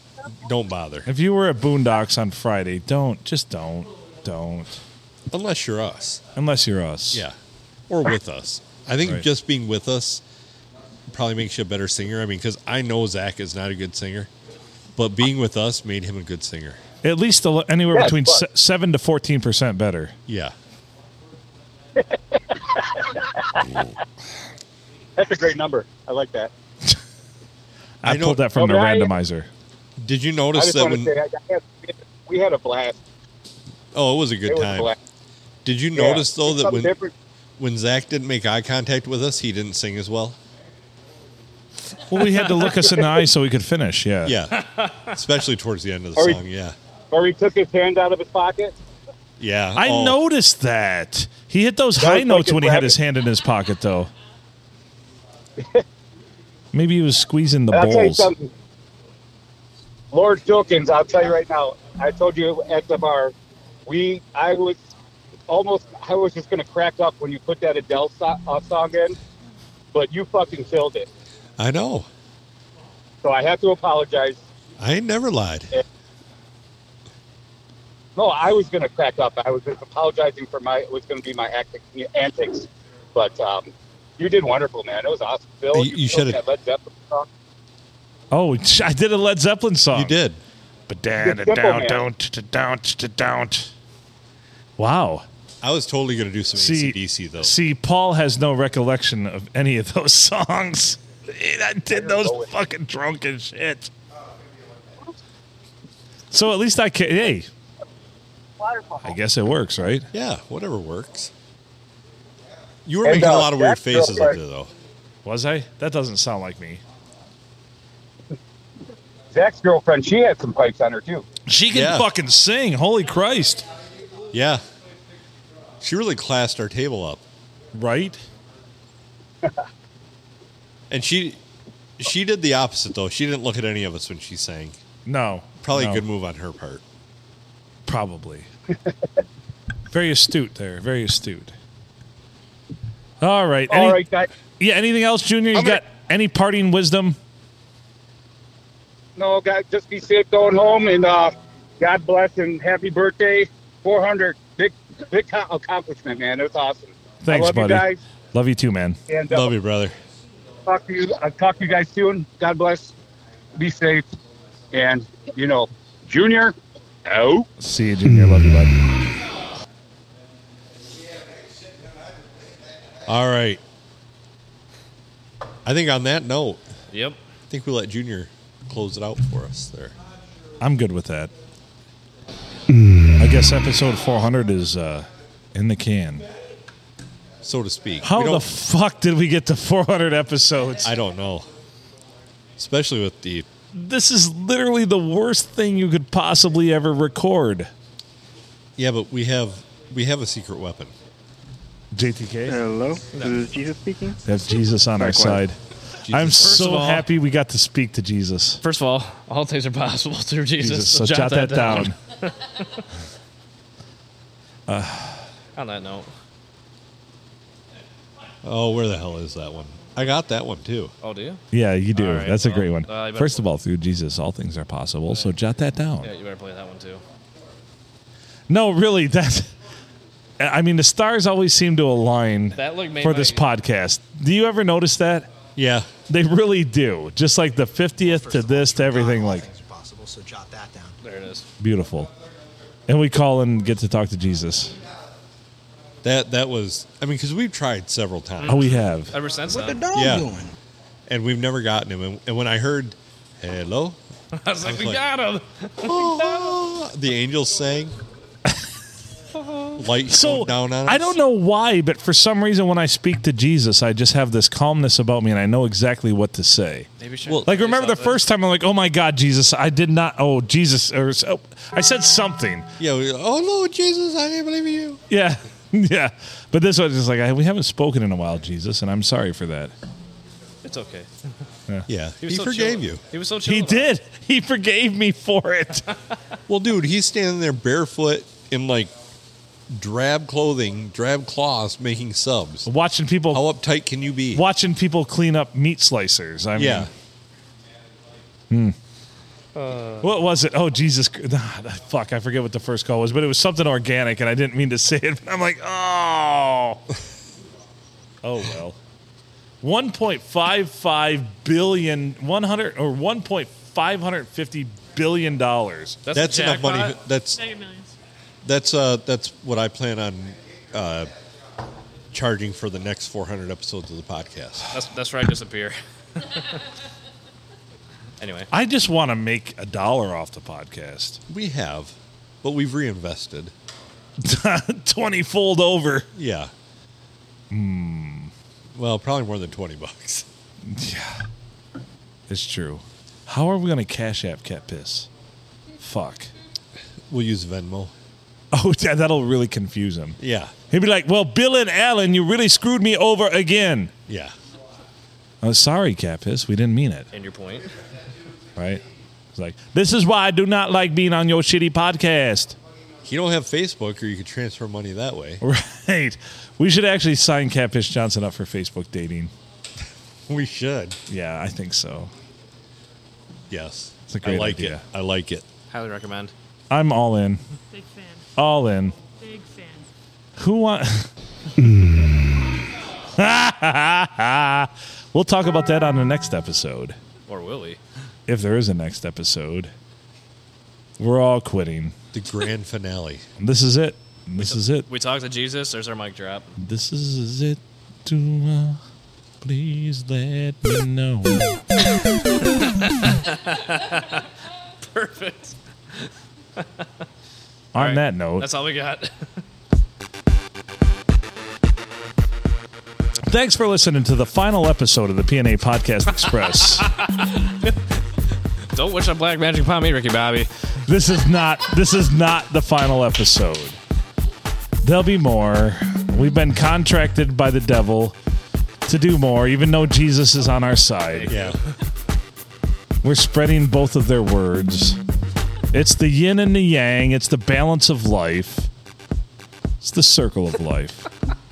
Speaker 4: don't bother.
Speaker 1: If you were at Boondocks on Friday, don't just don't don't
Speaker 4: Unless you're us.
Speaker 1: unless you're us.
Speaker 4: Yeah. Or with us. I think
Speaker 1: Right.
Speaker 4: just being with us probably makes you a better singer. I mean, because I know Zach is not a good singer, but being with us made him a good singer.
Speaker 1: At least a, li- anywhere
Speaker 8: Yeah,
Speaker 1: between
Speaker 8: but-
Speaker 1: se- seven to fourteen percent better.
Speaker 4: Yeah.
Speaker 8: That's a great number. I like that.
Speaker 1: I,
Speaker 4: I know-
Speaker 1: pulled that from the
Speaker 8: Okay, I-
Speaker 1: randomizer.
Speaker 4: Did you
Speaker 8: I
Speaker 4: notice
Speaker 8: just
Speaker 4: that
Speaker 8: want to
Speaker 4: when?
Speaker 8: say I, I had, we had a blast.
Speaker 4: Oh, it was a
Speaker 8: it
Speaker 4: good
Speaker 8: was a
Speaker 4: time.
Speaker 8: blast.
Speaker 4: Did you
Speaker 8: Yeah,
Speaker 4: notice though
Speaker 8: it's
Speaker 4: that when
Speaker 8: something different.
Speaker 4: when Zach didn't make eye contact with us, he didn't sing as well?
Speaker 1: Well, we had to look us in the eye so we could finish. Yeah.
Speaker 4: Yeah. Especially towards the end of the
Speaker 8: Are we-
Speaker 4: song. Yeah.
Speaker 8: or he took his hand out of his pocket.
Speaker 4: Yeah.
Speaker 1: I
Speaker 4: oh,
Speaker 1: noticed that. He hit those
Speaker 8: That
Speaker 1: high
Speaker 8: was
Speaker 1: notes
Speaker 8: fucking
Speaker 1: when he had
Speaker 8: rabbit.
Speaker 1: his hand in his pocket, though. Maybe he was squeezing the
Speaker 8: And I'll tell you
Speaker 1: bowls.
Speaker 8: something. Lord Dilkins, I'll tell you right now. I told you at the bar, we I was almost I was just gonna crack up when you put that Adele so- uh, song in, but you fucking killed it.
Speaker 4: I know.
Speaker 8: So I have to apologize.
Speaker 4: I ain't never lied.
Speaker 16: No, I was going to crack up. I was just apologizing for my. It was going to be my act, antics, but um, you did wonderful, man. It was awesome. Bill,
Speaker 4: You- you
Speaker 16: killed
Speaker 4: should've-
Speaker 16: that Led Zeppelin song.
Speaker 1: Oh, I did a Led Zeppelin song. You did. But down,
Speaker 16: Good tempo,
Speaker 1: down,
Speaker 16: man.
Speaker 1: down, down, down. Wow.
Speaker 4: I was totally going to do some
Speaker 1: See,
Speaker 4: ACDC though.
Speaker 1: see, Paul has no recollection of any of those songs. I did those fucking drunken shit. So at least I can. Hey, I guess it works, right?
Speaker 4: Yeah, whatever works. You were making a lot of weird faces up there, though.
Speaker 1: Was I? That doesn't sound like me.
Speaker 16: Zach's girlfriend, she had some pipes on her too.
Speaker 1: She can fucking sing. Holy Christ.
Speaker 4: Yeah. She really classed our table up.
Speaker 1: Right?
Speaker 4: and she she did the opposite though. She didn't look at any of us when she sang.
Speaker 1: No.
Speaker 4: Probably
Speaker 1: no.
Speaker 4: a good move on her part.
Speaker 1: Probably. Very astute there. Very astute. All right. Any,
Speaker 16: All right, guys.
Speaker 1: Yeah. Anything else, Junior? You got any parting wisdom?
Speaker 16: No, guys, just be safe going home, and uh, God bless and happy birthday, 400. Big, big co- accomplishment, man. It was awesome.
Speaker 1: Thanks,
Speaker 16: I love
Speaker 1: buddy.
Speaker 16: you guys.
Speaker 1: Love you too, man.
Speaker 16: And, uh, Love
Speaker 4: you, brother.
Speaker 16: Talk to you. I'll talk to you guys soon. God bless. Be safe, and you know, Junior. Oh.
Speaker 1: See you, Junior. Love you, bud.
Speaker 4: All right. I think on that note.
Speaker 2: Yep.
Speaker 4: I think we let Junior close it out for us there.
Speaker 1: I'm good with that. I guess episode 400 is uh, in the can.
Speaker 4: So to speak.
Speaker 1: How
Speaker 4: We
Speaker 1: the
Speaker 4: don't-
Speaker 1: fuck did we get to 400 episodes?
Speaker 4: I don't know. Especially with the
Speaker 1: This is literally the worst thing you could possibly ever record.
Speaker 4: Yeah, but we have we have a secret weapon.
Speaker 1: JTK?
Speaker 17: Hello, this is Jesus speaking.
Speaker 1: Have Jesus on our
Speaker 17: Likewise.
Speaker 1: side.
Speaker 17: Jesus.
Speaker 1: I'm
Speaker 17: First
Speaker 1: so
Speaker 2: of all-
Speaker 1: happy we got to speak to Jesus.
Speaker 2: First of all, all things are possible through Jesus.
Speaker 1: Jesus, so jot that
Speaker 4: Uh,
Speaker 2: On that note,
Speaker 4: oh, where the hell is that one? I got that one too.
Speaker 2: oh, do you?
Speaker 1: Yeah, you do.
Speaker 2: All right,
Speaker 1: That's a
Speaker 2: well,
Speaker 1: great one.
Speaker 2: uh, you better
Speaker 1: First of
Speaker 2: play-
Speaker 1: all, through Jesus, all things are possible. So jot that down.
Speaker 2: Yeah, you better play that one too.
Speaker 1: No, really, that. I mean, the stars always seem to align
Speaker 2: That look made
Speaker 1: for this podcast. Do you ever notice that?
Speaker 4: Yeah,
Speaker 1: they really do. Just like the fiftieth to this to everything, like
Speaker 13: Possible, so jot that down.
Speaker 2: There it is.
Speaker 1: beautiful. And we call and get to talk to Jesus.
Speaker 4: That that was. I mean, because we've tried several times.
Speaker 1: Oh, we have.
Speaker 2: Ever since
Speaker 4: What
Speaker 2: then.
Speaker 4: the dog Yeah. doing? and we've never gotten him. And, and when I heard "Hello,"
Speaker 2: I was like, we got him.
Speaker 4: the angels sang. Light
Speaker 1: so
Speaker 4: shone down on us.
Speaker 1: I don't know why, but for some reason, when I speak to Jesus, I just have this calmness about me, and I know exactly what to say.
Speaker 2: Maybe she
Speaker 1: like remember the first time I'm like, oh my God, Jesus, I did not. Oh Jesus, or oh, I said something.
Speaker 4: Yeah. We, oh Lord Jesus, I can't believe in you.
Speaker 1: Yeah, yeah. But this was just like I, we haven't spoken in a while, Jesus, and I'm sorry for that.
Speaker 2: It's okay.
Speaker 1: Yeah,
Speaker 2: He was He so forgave chill. you. He was so chill
Speaker 1: He
Speaker 2: about
Speaker 1: did. He forgave me for it.
Speaker 4: Well, dude, he's standing there barefoot in like drab clothing, drab cloths, making subs.
Speaker 1: Watching people.
Speaker 4: How uptight can you be?
Speaker 1: Watching people clean up meat slicers. I mean,
Speaker 4: Yeah.
Speaker 1: Hmm. What was it? Oh Jesus! Christ. Fuck, I forget what the first call was, but it was something organic, and I didn't mean to say it. But I'm like, oh, oh well. 1.55 billion, 100 or 1.550 billion dollars.
Speaker 4: That's the enough money- jackpot. that's-
Speaker 18: Mega Millions.
Speaker 4: That's uh, that's what I plan on uh, charging for the next 400 episodes of the podcast.
Speaker 2: That's that's where I disappear. anyway,
Speaker 1: I just want to make a dollar off the podcast.
Speaker 4: We have, but we've reinvested.
Speaker 1: 20 fold over.
Speaker 4: Yeah.
Speaker 1: Hmm.
Speaker 4: Well, probably more than 20 bucks.
Speaker 1: Yeah. It's true. How are we going to cash app cat piss? Fuck.
Speaker 4: We'll use Venmo.
Speaker 1: Oh, yeah, that'll really confuse him.
Speaker 4: Yeah.
Speaker 1: He'd be like, well, Bill and Alan, you really screwed me over again.
Speaker 4: Yeah.
Speaker 1: Oh, sorry, cat piss. We didn't mean it.
Speaker 2: end your point.
Speaker 1: Right? It's like, this is why I do not like being on your shitty podcast.
Speaker 4: You don't have Facebook, or you could transfer money that way.
Speaker 1: Right. We should actually sign Catfish Johnson up for Facebook dating.
Speaker 4: We should.
Speaker 1: Yeah, I think so.
Speaker 4: Yes.
Speaker 1: It's a great
Speaker 4: I like
Speaker 1: idea.
Speaker 4: it. I like it.
Speaker 2: Highly recommend.
Speaker 1: I'm all in.
Speaker 18: Big fan.
Speaker 1: All in.
Speaker 18: Big fan.
Speaker 1: Who want? we'll talk about that on the next episode,
Speaker 2: Or will we?
Speaker 1: if there is a next episode. We're all quitting.
Speaker 4: The grand finale.
Speaker 1: This is it. This is it.
Speaker 2: We talk to Jesus. There's our mic drop.
Speaker 1: This is it. Tuma, please let me know.
Speaker 2: Perfect. On
Speaker 1: On that note,
Speaker 2: That's all we got.
Speaker 1: thanks for listening to the final episode of the PNA Podcast Express.
Speaker 2: Don't wish on black magic upon me, Ricky Bobby.
Speaker 1: this is not this is not the final episode. There'll be more. We've been contracted by the devil to do more, even though Jesus is on our side.
Speaker 4: Yeah.
Speaker 1: We're spreading both of their words. It's the yin and the yang, it's the balance of life. It's the circle of life.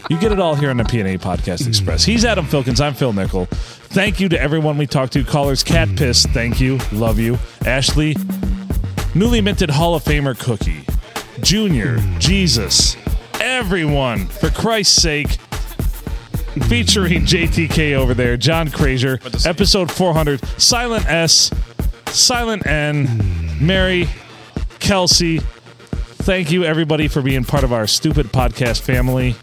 Speaker 1: You get it all here on the PNA Podcast Express. He's Adam Filkins. I'm Phil Nickel. Thank you to everyone we talked to. Callers Cat Piss, thank you. Love you. Ashley, newly minted Hall of Famer Cookie, Junior, Jesus, everyone, for Christ's sake. Featuring JTK over there, John Crazier, episode 400, Silent S, Silent N, Mary, Kelsey. Thank you, everybody, for being part of our stupid podcast family.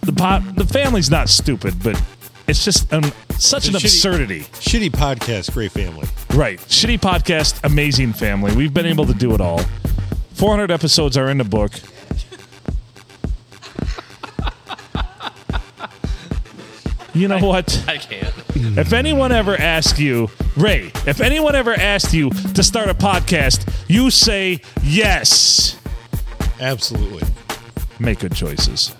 Speaker 1: The pot, the family's not stupid, but it's just um, such an
Speaker 4: It's a shitty-
Speaker 1: absurdity.
Speaker 4: Shitty podcast, great family.
Speaker 1: Right. Shitty podcast, amazing family. We've been able to do it all. 400 episodes are in the book. You know what?
Speaker 2: I can't.
Speaker 1: If anyone ever asks you, Ray, if anyone ever asked you to start a podcast, you say yes.
Speaker 4: Absolutely.
Speaker 1: Make good choices.